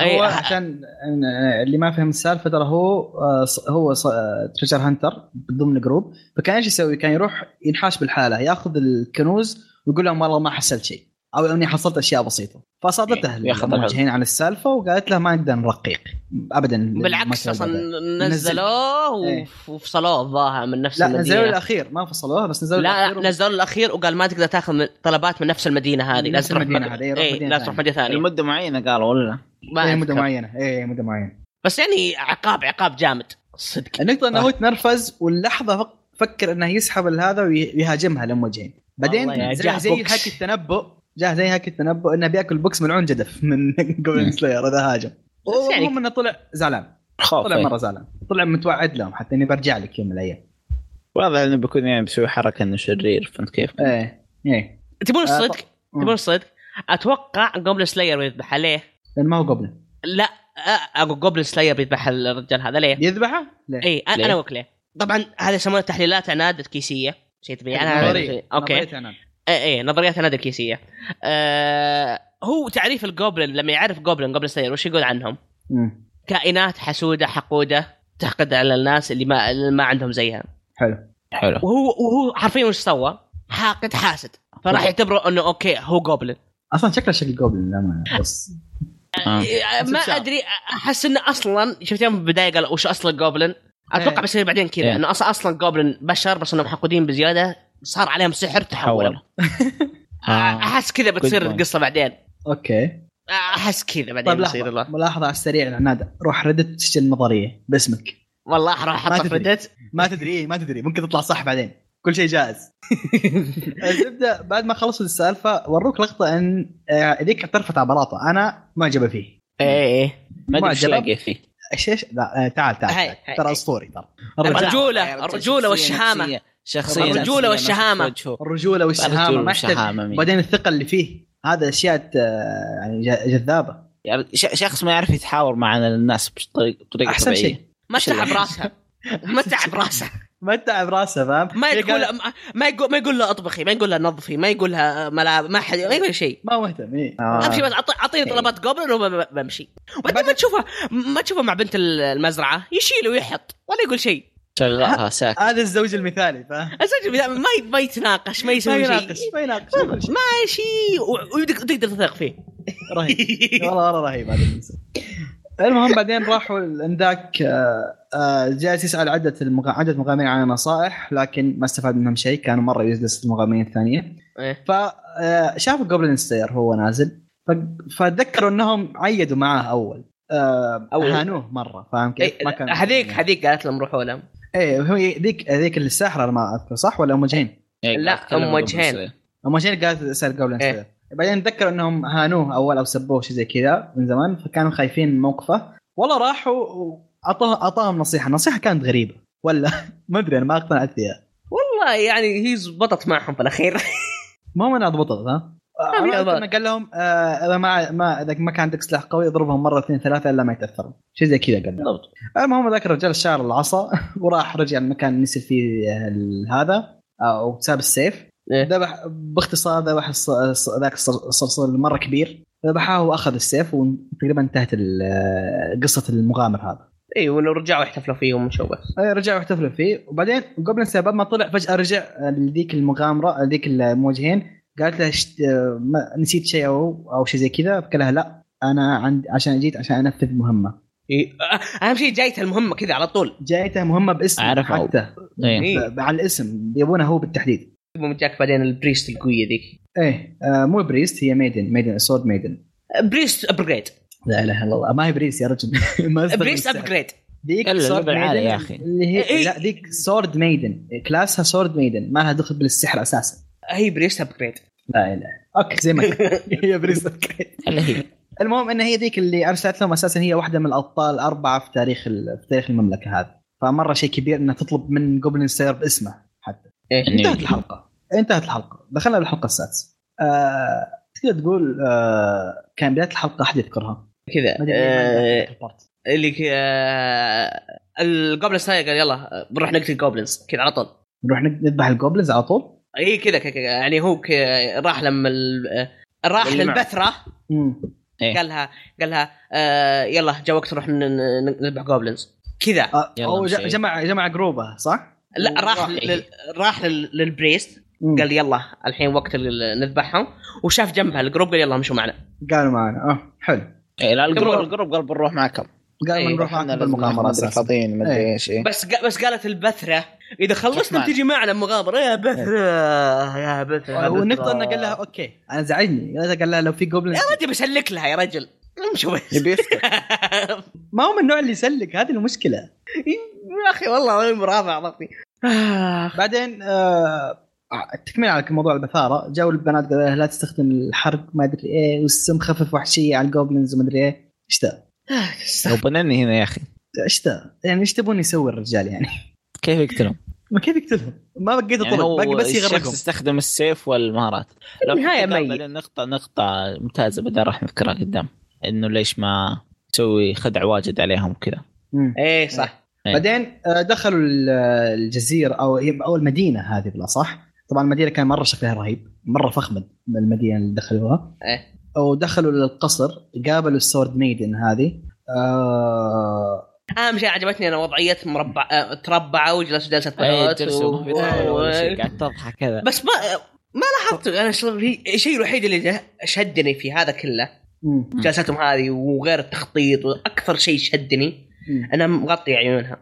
هو اي عشان آه، اللي ما فهم السالفه ترى هو آه، ص- هو ص- آه، تريجر هانتر ضمن جروب فكان ايش يسوي؟ كان يروح ينحاش بالحاله ياخذ الكنوز ويقول لهم والله ما حصلت شيء او اني حصلت اشياء بسيطه فصادتها ياخذ العذر. الموجهين عن السالفه وقالت له ما نقدر نرقيق ابدا بالعكس ما سوى اصلا ذلك. نزلوه إيه. وف- وفصلوه الظاهر من نفس لا المدينه نزلوا الاخير ما فصلوها بس نزلوا لا الأخير لا نزلوا الاخير وقال ما تقدر تاخذ من طلبات من نفس المدينه هذه نفس لازم تروح المدينة مد- هذه، روح إيه، مدينة لازم تروح مدينه ثانيه المده معينه قالوا ولا لا؟ ما إيه، أذكر. مده معينه اي مده معينه بس يعني عقاب عقاب جامد صدق النقطه انه صح. هو تنرفز واللحظه فك- فكر انه يسحب الهذا وي- ويهاجمها لموجهين والله يا بعدين جاه جاه زي بوكس. هاك التنبؤ جاه زي هاك التنبؤ انه بياكل بوكس ملعون جدف <laughs> من جولدن سلاير هذا هاجم بس يعني- المهم انه طلع زعلان خوف طلع إيه. مره زعلان طلع متوعد لهم حتى اني برجع لك يوم من الايام واضح انه بيكون يعني بيسوي حركه انه شرير فهمت كيف؟ ايه إيه. ايه تبون آه، الصدق مم. تبون الصدق اتوقع جوبل سلاير بيذبح عليه لان آه. ما هو قبله لا اقول جوبل سلاير بيذبح الرجال هذا ليه؟ يذبحه؟ ليه؟ اي أ- ليه؟ انا اقول ليه طبعا هذا يسمونه تحليلات عناد كيسيه شيء تبي انا نظرية. اوكي نظرية أنا. اي اي إيه، نظريات عناد كيسيه آه هو تعريف الجوبلن لما يعرف جوبلن جوبلن سلاير وش يقول عنهم؟ مم. كائنات حسوده حقوده تحقد على الناس اللي ما اللي ما عندهم زيها حلو حلو وهو وهو حرفيا وش سوى؟ حاقد حاسد فراح نعم. يعتبره انه اوكي هو جوبلن اصلا شكله شكل جوبلن للامانه بس آه. إيه، ما شعر. ادري احس انه اصلا شفت يوم بالبدايه قال وش اصلا جوبلن اتوقع إيه. بيصير بعدين كذا إيه. انه اصلا اصلا جوبلن بشر بس انهم محقودين بزياده صار عليهم سحر تحولوا <laughs> تحول آه. احس كذا بتصير point. القصه بعدين اوكي احس كذا بعدين طيب بيصير لحظه الله ملاحظه على السريع العناد روح ردت تسجل النظريه باسمك والله راح ما احطها في تدري. ريدت ما تدري إيه، ما تدري ممكن تطلع صح بعدين كل شيء جائز الزبده بعد ما خلصوا السالفه وروك لقطه ان آه، ذيك اعترفت على بلاطه انا معجبه فيه إيه. ايه ما ادري ما ايش جرب. لاقي فيه ايش ايش لا آه، تعال تعال, هاي، تعال. هاي، ترى هاي. اسطوري ترى الرجال- الرجولة يعني الرجولة والشهامة شخصيه الرجولة نفسية والشهامة. ما تشوف وجهه. الرجوله والشهامه الرجولة ما يحتاج والشهامة، مين. بعدين الثقه اللي فيه هذا اشياء آه، يعني ج- جذابه يعني ش- شخص ما يعرف يتحاور مع الناس بطريقه بطريقه أحسن طبيعيه شيء. ما تعب يعني؟ <laughs> راسها ما تعب راسها ما تعب راسه فاهم ما هي تقول قالت- ما- ما يقول ما يقول لها اطبخي ما يقول لها نظفي ما يقول لها ملاب ما حد ما يقول شيء ما هو مهتم إيه. امشي بس أعط- اعطيني طلبات جوبلن وبمشي وبعدين ما بعد- تشوفه ما تشوفه مع بنت المزرعه يشيل ويحط ولا يقول شيء شغالها ساكت هذا الزوج المثالي فاهم الزوج بدا- ما ي- ما يتناقش ما ما يسوي يناقش شيء ما يناقش ما شيء و- ويدك- وتقدر تثق فيه رهيب والله والله رهيب هذا الانسان المهم بعدين راحوا الانداك آه، آه، جالس يسال عده المغ... عده مغامرين عن النصائح لكن ما استفاد منهم شيء كانوا مره يجلس المغامرين آه، الثانيه إيه. فشافوا جوبلين ستير هو نازل ف- فتذكروا انهم عيدوا معاه اول آه، أول. هانوه مره فاهم كيف؟ إيه، هذيك هذيك قالت لهم روحوا لهم ايه هي ذيك ذيك الساحره أنا ما اذكر صح ولا ام وجهين؟ يعني لا، أتكلم أم وجهين. بالبصرية. ام وجهين قالت اسال جوبلين إيه. ستير بعدين تذكروا انهم هانوه اول او سبوه شيء زي كذا من زمان فكانوا خايفين من موقفه والله راحوا وعطاه اعطاهم نصيحه، النصيحه كانت غريبه ولا <laughs> ما ادري انا ما اقتنعت فيها، والله يعني هي زبطت معهم في <laughs> الاخير ما هو انا ضبطت ها؟ ما في أنا أضرار. قلت إنه قال لهم آه اذا ما ما اذا ما كان عندك سلاح قوي اضربهم مره اثنين ثلاثه الا ما يتاثروا، شيء زي كذا قال له. بالضبط المهم ذاك الرجال شعر العصا <laughs> وراح رجع المكان اللي نسي فيه ال- هذا او ساب السيف إيه. ذبح باختصار ذبح الص- الص- ذاك الصر- الصرصور اللي مره كبير ذبحه واخذ السيف وتقريبا انتهت ال- آه، قصه المغامر هذا اي ولو إيه، رجعوا يحتفلوا فيهم وشو بس إيه، رجعوا احتفلوا فيه وبعدين قبل السيف بعد ما طلع فجاه رجع آه، لذيك المغامره لذيك الموجهين قالت له شت- آه، ما- نسيت شيء او او شيء زي كذا قال لها لا انا عند عشان جيت عشان انفذ مهمه إي، أه، اهم شيء جايته المهمه كذا على طول جايته مهمه باسم أعرف أو- حقته إيه. اي ب- على الاسم يبونه هو بالتحديد جاك بعدين البريست القويه ذيك ايه آه مو بريست هي ميدن ميدن سورد ميدن بريست ابجريد لا اله الا الله ما هي بريست يا رجل <laughs> ما أستغرب بريست السحر. ابجريد ذيك إلا سورد اللعبة العالية ميدن يا أخي. اللي هي إيه. لا ذيك سورد ميدن كلاسها سورد ميدن ما لها دخل بالسحر اساسا هي بريست ابجريد لا اله اوكي زي ما <laughs> هي. هي بريست أوكي. اللي هي <laughs> المهم ان هي ذيك اللي ارسلت لهم اساسا هي واحده من الابطال الاربعه في تاريخ ال- في تاريخ المملكه هذه فمره شيء كبير انها تطلب من جوبلين سير باسمه حتى إيه. انتهت يعني الحلقه انتهت الحلقه دخلنا بالحلقه السادسه آه، تقدر تقول آه، كان بدايه الحلقه احد يذكرها كذا ما أدري ليه ما آه، ذكرت البارت. اللي ك- آه، الجوبلنز سايق قال يلا آه، بنروح نقتل جوبلنز كذا على طول نروح نذبح الجوبلز على طول اي كذا كذا- كذا. يعني هو ك- راح لما ال- آه، راح اللي معه. للبثره مم. إيه. قال لها قال لها آه، يلا جا وقت نروح ن- ن- نذبح جوبلنز كذا آه، يلا هو مشي. ج- جمع جمع جروبه صح؟ لا راح راح لل- راح لل- للبريست مم. قال يلا الحين وقت ال- نذبحهم وشاف جنبها الجروب قال يلا امشوا معنا قالوا معنا اه حلو اي إيه، لا القرب قبل- القرب قال بنروح معكم قالوا إيه، نروح إحنا معكم لازم نروح، بالمغامره ما أدري اساسا فاضيين ما إيه. ادري ايش إيه. بس قا- بس قالت البثره اذا خلصتم معنا. تجي معنا مغامره يا بثره يا بثره آه، يا بثرة. والنقطه انه قال لها اوكي انا زعجني لا قال لها لو في جوبلين يا رجل بسلك لها يا رجل امشوا بس يبي يفتح ما هو من النوع اللي يسلك هذه المشكله يا اخي والله وين مرافع ضغطي آه، بعدين آه تكمل على موضوع البثاره جو البنات قالوا لها لا تستخدم الحرق ما ادري ايه والسم خفف وحشيه على الجوبلينز وما ادري ايه ايش ذا؟ <laughs> آه، لو بنني هنا يا اخي ايش ذا؟ يعني ايش تبون يسوي الرجال يعني؟ <laughs> كيف يقتلهم؟ ما كيف يقتلهم؟ ما بقيت يعني الطرق هو باقي بس الشخص يغرقهم يستخدم السيف والمهارات النهاية بتقابل ميت. نقطة نقطة ممتازة بعدين راح نذكرها قدام انه ليش ما تسوي خدع واجد عليهم كذا مم. ايه صح إيه. بعدين آه، دخلوا ال- آه، الجزيره او او المدينه هذه بلا صح طبعا المدينه كان مره شكلها رهيب مره فخمه المدينه اللي دخلوها إيه. ودخلوا للقصر قابلوا السورد ميدن هذه آه اهم شيء عجبتني انا وضعيه مربع آه، تربعه وجلسوا جلسه اي بنات جلسوا إيه، ما في و- داعي ولا و- شيء، قاعد قاعد تضحك <laughs> كذا بس ما ما لاحظت انا شغل- الشيء الوحيد اللي جه- شدني في هذا كله مم. جلساتهم هذه وغير التخطيط واكثر شيء شدني مم. انا مغطي عيونها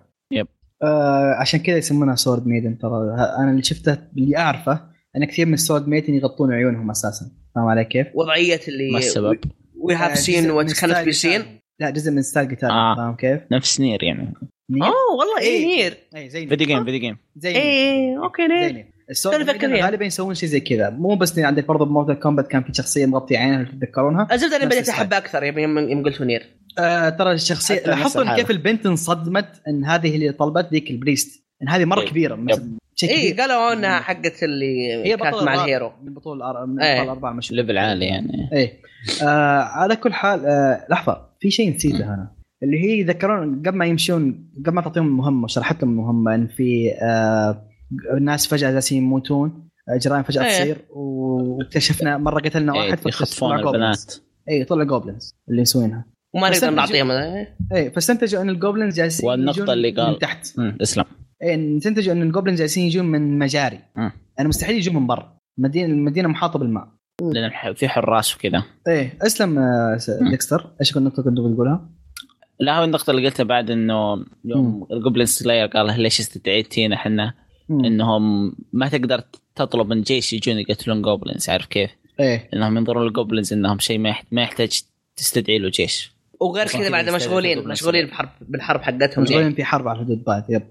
آه عشان كذا يسمونها سورد ميدن ترى ه- انا اللي شفته اللي اعرفه ان كثير من السورد ميدن يغطون عيونهم اساسا فاهم علي كيف؟ آه، وضعيه اللي ما السبب؟ وي هاف سين وات كانت بي سين لا جزء من ستايل جيتار آه. فاهم كيف؟ نفس نير يعني نير؟ اوه والله إيه. ايه نير اي زي فيديو جيم فيديو جيم زي نير. إيه، ايه اوكي نير زيني السورد كان يفكر ميدن فيها. غالبا يسوون شيء زي كذا مو بس إن عندك برضه بمورتال كومبات كان في شخصيه مغطي عينها تتذكرونها الزبده انا نفس بديت الستايل. احبها اكثر يوم- يوم يوم قلتوا نير آه ترى الشخصيه حتى نفس لاحظتوا الحالة. كيف البنت انصدمت ان هذه اللي طلبت ذيك البريست ان هذه مره إيه. كبيره مثل شيء اي كبير إيه، قالوا انها حقت اللي هي كانت بطل مع الهيرو من بطول الأر- من إيه. ابطال الاربعه مش ليفل عالي يعني ايه آه على كل حال آه لحظه في شيء نسيته انا اللي هي يذكرون قبل ما يمشون قبل ما تعطيهم مهمه شرحت لهم المهمه ان في آه ناس فجاه جالسين يموتون آه، جرائم فجاه إيه. تصير واكتشفنا مره قتلنا إيه، واحد يخطفون البنات اي طلع جوبلينز اللي يسوينها وما بس نقدر أنا نعطيهم إيه. اي فاستنتجوا ان الجوبلينز جالسين والنقطة يجون اللي قال- من تحت مم، اسلم اي استنتجوا ان الجوبلينز جالسين يجون من مجاري مم. انا مستحيل يجون من برا المدينه المدينه محاطه بالماء لان الح- في حراس وكذا ايه اسلم آه، س- ديكستر ايش كنت النقطه كنت بتقولها؟ لا هو النقطة اللي قلتها بعد انه مم. يوم الجوبلين سلاير قال له ليش استدعيتينا احنا مم. انهم ما تقدر تطلب من جيش يجون يقتلون جوبلينز عارف كيف؟ ايه انهم ينظرون للجوبلينز انهم شيء ما يحت- ما يحتاج تستدعي له جيش وغير صح. كذا بعد مشغولين يستهدفوا مشغولين بحرب بالحرب حقتهم دي. مشغولين في حرب على الحدود بعد يب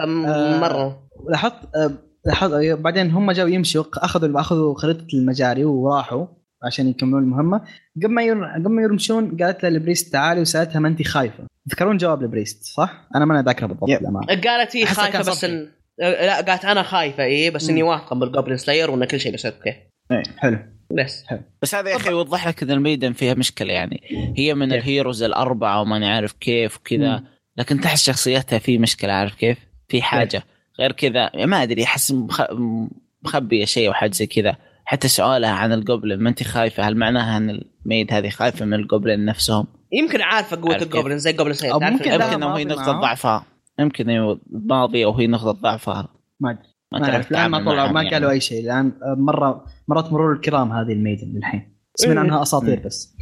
فمره لاحظت آه، لاحظت آه، بعدين هم جاوا يمشوا ق- اخذوا اخذوا خريطه المجاري وراحوا عشان يكملون المهمه قبل ما ير... قبل ما يرمشون قالت لها البريست تعالي وسالتها ما انت خايفه تذكرون جواب البريست صح؟ انا ما ذاكره بالضبط يب. إيه. للامانه قالت هي أحسها آه. كان خايفه بس صدقي. إن... آه، لا قالت انا خايفه اي بس مم. اني واثقه بالجوبلين سلاير وان كل شيء بيصير اوكي ايه حلو بس بس هذا يا اخي يوضح لك ان الميدان فيها مشكله يعني هي من الهيروز الاربعه وما عارف كيف وكذا مم. لكن تحت شخصيتها في مشكله عارف كيف؟ في حاجه غير كذا ما ادري احس مخ- مخبيه شيء او حاجه زي كذا حتى سؤالها عن الجوبلين ما انت خايفه هل معناها ان الميد هذه خايفه من الجوبلين نفسهم؟ يمكن عارفه قوه عارف كيف. الجوبلين زي جوبلين سلاير أو تعرف ممكن إنه- لا، يمكن ما هي في نقطه معهم. ضعفها يمكن هي ماضيه او هي نقطه ضعفها ما أدري. ما ما تعرف اعرف الان ما تتعامل طلعوا معهم ما يعني. قالوا اي شيء الان آه، مره مرات مرور الكرام هذه الميدن الحين سمعنا إيه. عنها اساطير مم. بس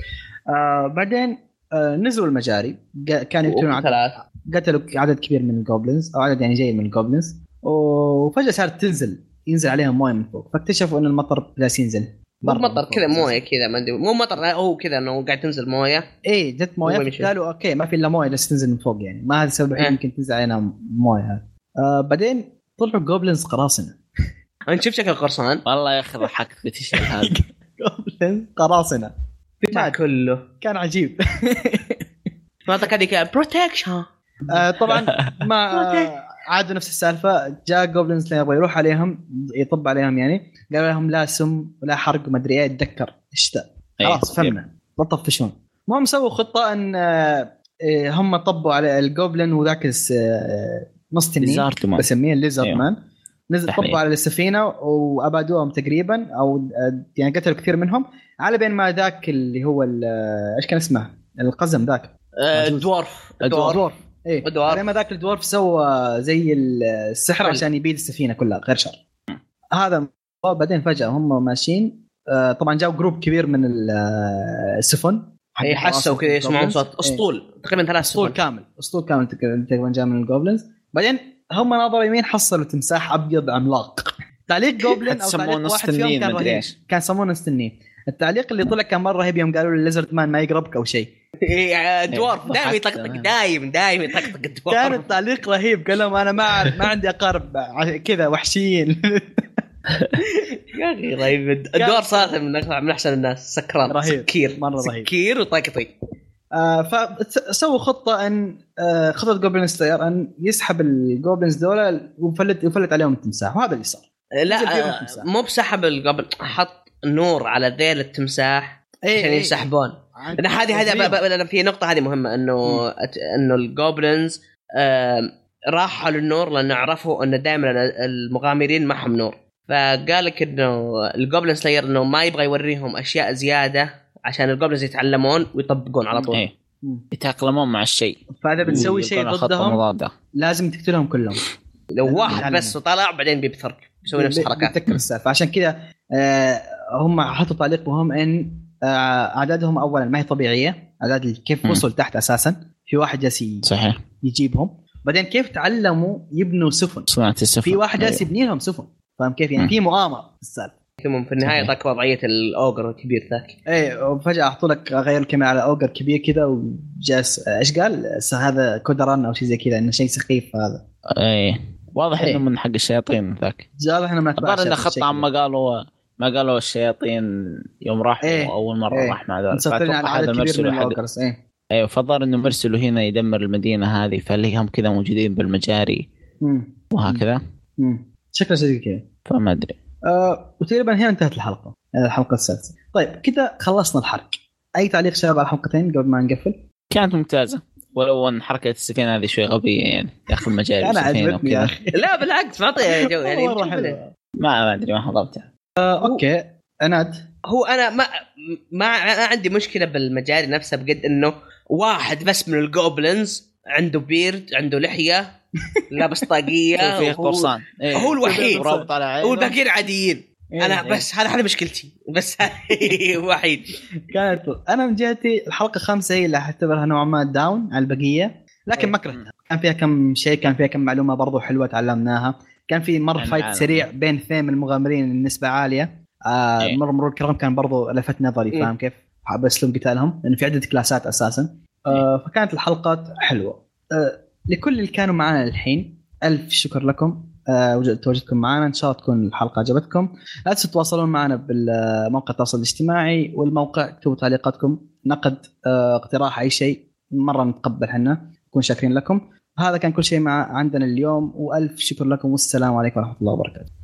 آه بعدين آه نزلوا المجاري قا- كانوا يقتلون عدد ثلاث قتلوا عدد كبير من الجوبلينز او عدد يعني جيد من الجوبلينز وفجاه صارت تنزل ينزل عليهم مويه من فوق فاكتشفوا ان المطر جالس ينزل مو برا من مطر فوق. كذا مويه كذا ما ادري مو مطر لا، هو كذا انه قاعد تنزل مويه اي إيه، جت هو مويه مشي. قالوا اوكي ما في الا مويه بس تنزل من فوق يعني ما هذا السبب الوحيد إيه. يمكن تنزل علينا مويه هذا آه بعدين طلعوا جوبلينز <laughs> قراصنه انت شفت شكل القرصان والله يا اخي ضحكت في <laughs> الشيء هذا جوبلينز قراصنه ما كله كان عجيب مناطق هذيك بروتكشن آه طبعا ما آه عادوا نفس السالفه جاء جوبلين سلاير يبغى يروح عليهم يطب عليهم يعني قالوا لهم لا سم ولا حرق وما ادري ايه اتذكر ايش ذا إيه، خلاص فهمنا لا تطفشون المهم سووا خطه ان آه، آه، هم طبوا على الجوبلين وذاك الس- آه، نص تنين بزارت ما بسميه الليزر أيوه. مان نزل تحميل. طبوا على السفينه وابادوهم تقريبا او آه، يعني قتلوا كثير منهم على بين ما ذاك اللي هو ال- آه، ايش كان اسمه القزم ذاك عجوز. دورف الدوار ايه الدوار. بعدين ما ذاك الدوار سوى زي السحر حلو. عشان يبيد السفينه كلها غير شر هذا بعدين فجاه هم ماشيين آه، طبعا جاوا جروب كبير من ال- آه، السفن اي إيه، حسوا كذا يسمعون صوت إيه. اسطول تقريبا ثلاث اسطول سطول كامل اسطول إيه، كامل تك- تقريبا جاء من الجوبلينز بعدين هم نظروا يمين حصلوا تمساح ابيض عملاق <laughs> تعليق جوبلين او حتسموه تعليق نص واحد فيهم إيه، تنين كان مدري رهيب ايش كان يسمونه نص تنين التعليق اللي طلع كان مره رهيب يوم قالوا لليزرد مان ما يقربك او شيء إيه، دورف دايم حتى- يطقطق دايم دايم يطقطق <laughs> الدورف كان التعليق رهيب قال لهم انا ما أعرف- ما عندي اقارب ع- كذا وحشيين يا اخي رهيب الدور صار من أكثر- من احسن الناس سكران رهيب. سكير مرة رهيب. سكير وطقطق <laughs> آه، فسووا خطه ان آه، خطه جوبلين سلاير ان يسحب الجوبلينز دول ويفلت يفلت عليهم التمساح وهذا اللي صار نزل فيهم لا آه، التمساح. مو بسحب قبل حط نور على ذيل التمساح إيه، عشان ينسحبون لان هذه هذه ب- ب- لأن في نقطه هذه مهمه انه أت- انه الجوبلنز آم، راحوا للنور لان عرفوا انه دائما المغامرين معهم نور فقال لك انه الجوبلن سلاير انه ما يبغى يوريهم اشياء زياده عشان الجوبلنز يتعلمون ويطبقون على طول إيه. يتاقلمون مع الشيء فاذا بتسوي إيه، شيء يلقون خطة ضدهم مضادة لازم تقتلهم كلهم لو واحد يتعلمون. بس وطلع بعدين بيبثرك بيسوي نفس الحركات بتذكر السالفه عشان كذا آه، هم حطوا تعليق مهم ان آه، اعدادهم اولا ما هي طبيعيه اعداد ال- كيف مم. وصل تحت اساسا في واحد جالس ي- صحيح يجيبهم بعدين كيف تعلموا يبنوا سفن صناعة السفن في واحد أيوة. جالس يبني لهم سفن فاهم كيف يعني مم. في مؤامره في السالفه ثم في النهايه صحيح. ذاك وضعيه الاوجر الكبير ذاك ايه وفجاه حطوا لك غير الكاميرا على اوجر كبير كذا وجالس آه، ايش قال س- هذا كودران او شيء زي كذا انه شيء سخيف هذا ايه واضح إيه. انه من حق الشياطين ذاك جاب احنا من أتباع الظاهر انه الشيء خطه كذا. ما قالوا ما قالوا الشياطين يوم راحوا إيه. اول مره إيه. راح مع ذول مسيطرين على فأتوقع هذا عدد كبير مرسل من أحد- الاوجرز ايه ايوه فالظاهر انه مرسلوا هنا يدمر المدينه هذه فليهم كذا موجودين بالمجاري مم. وهكذا مم. شكله شيء زي كذا فما ادري آه، وتقريبا هنا انتهت الحلقه آه، الحلقه السادسه طيب كذا خلصنا الحرق اي تعليق شباب على الحلقتين قبل ما نقفل كانت ممتازه ولو ان حركه السفينه هذه شوي غبيه يعني يا اخي المجاري انا السفينة عجبتني وكذا. يا <laughs> اخي لا بالعكس معطيه جو يعني مرة شوف حلوة. ما ما ادري ما حضرتها آه، اوكي عناد هو انا ما ما ما عندي مشكله بالمجاري نفسها بقد انه واحد بس من الجوبلنز عنده بيرد عنده <laughs> لحيه لابس طاقيه فيه وهو- قرصان إيه. هو الوحيد. ورابط على عينه. والباقيين عاديين انا إيه. بس هذا هذا مشكلتي بس <laughs> وحيد كانت انا من جهتي الحلقه خمسه هي اللي اعتبرها نوعا ما داون على البقيه إيه. لكن ما كرهتها كان فيها كم شيء كان فيها كم معلومه برضو حلوه تعلمناها كان في مر عن فايت العالم. سريع بين اثنين من المغامرين النسبه عاليه آه إيه. مر مرور الكرام كان برضو لفت نظري إيه. فاهم كيف باسلوب قتالهم لانه في عده كلاسات اساسا آه فكانت الحلقات حلوه آه لكل اللي كانوا معنا الحين الف شكر لكم آه وجد- تواجدكم معنا ان شاء الله تكون الحلقه عجبتكم لا تنسوا تتواصلون معنا بالموقع التواصل الاجتماعي والموقع اكتبوا تعليقاتكم نقد آه، اقتراح اي شيء مره نتقبل حنا نكون شاكرين لكم هذا كان كل شيء مع عندنا اليوم والف شكر لكم والسلام عليكم ورحمه الله وبركاته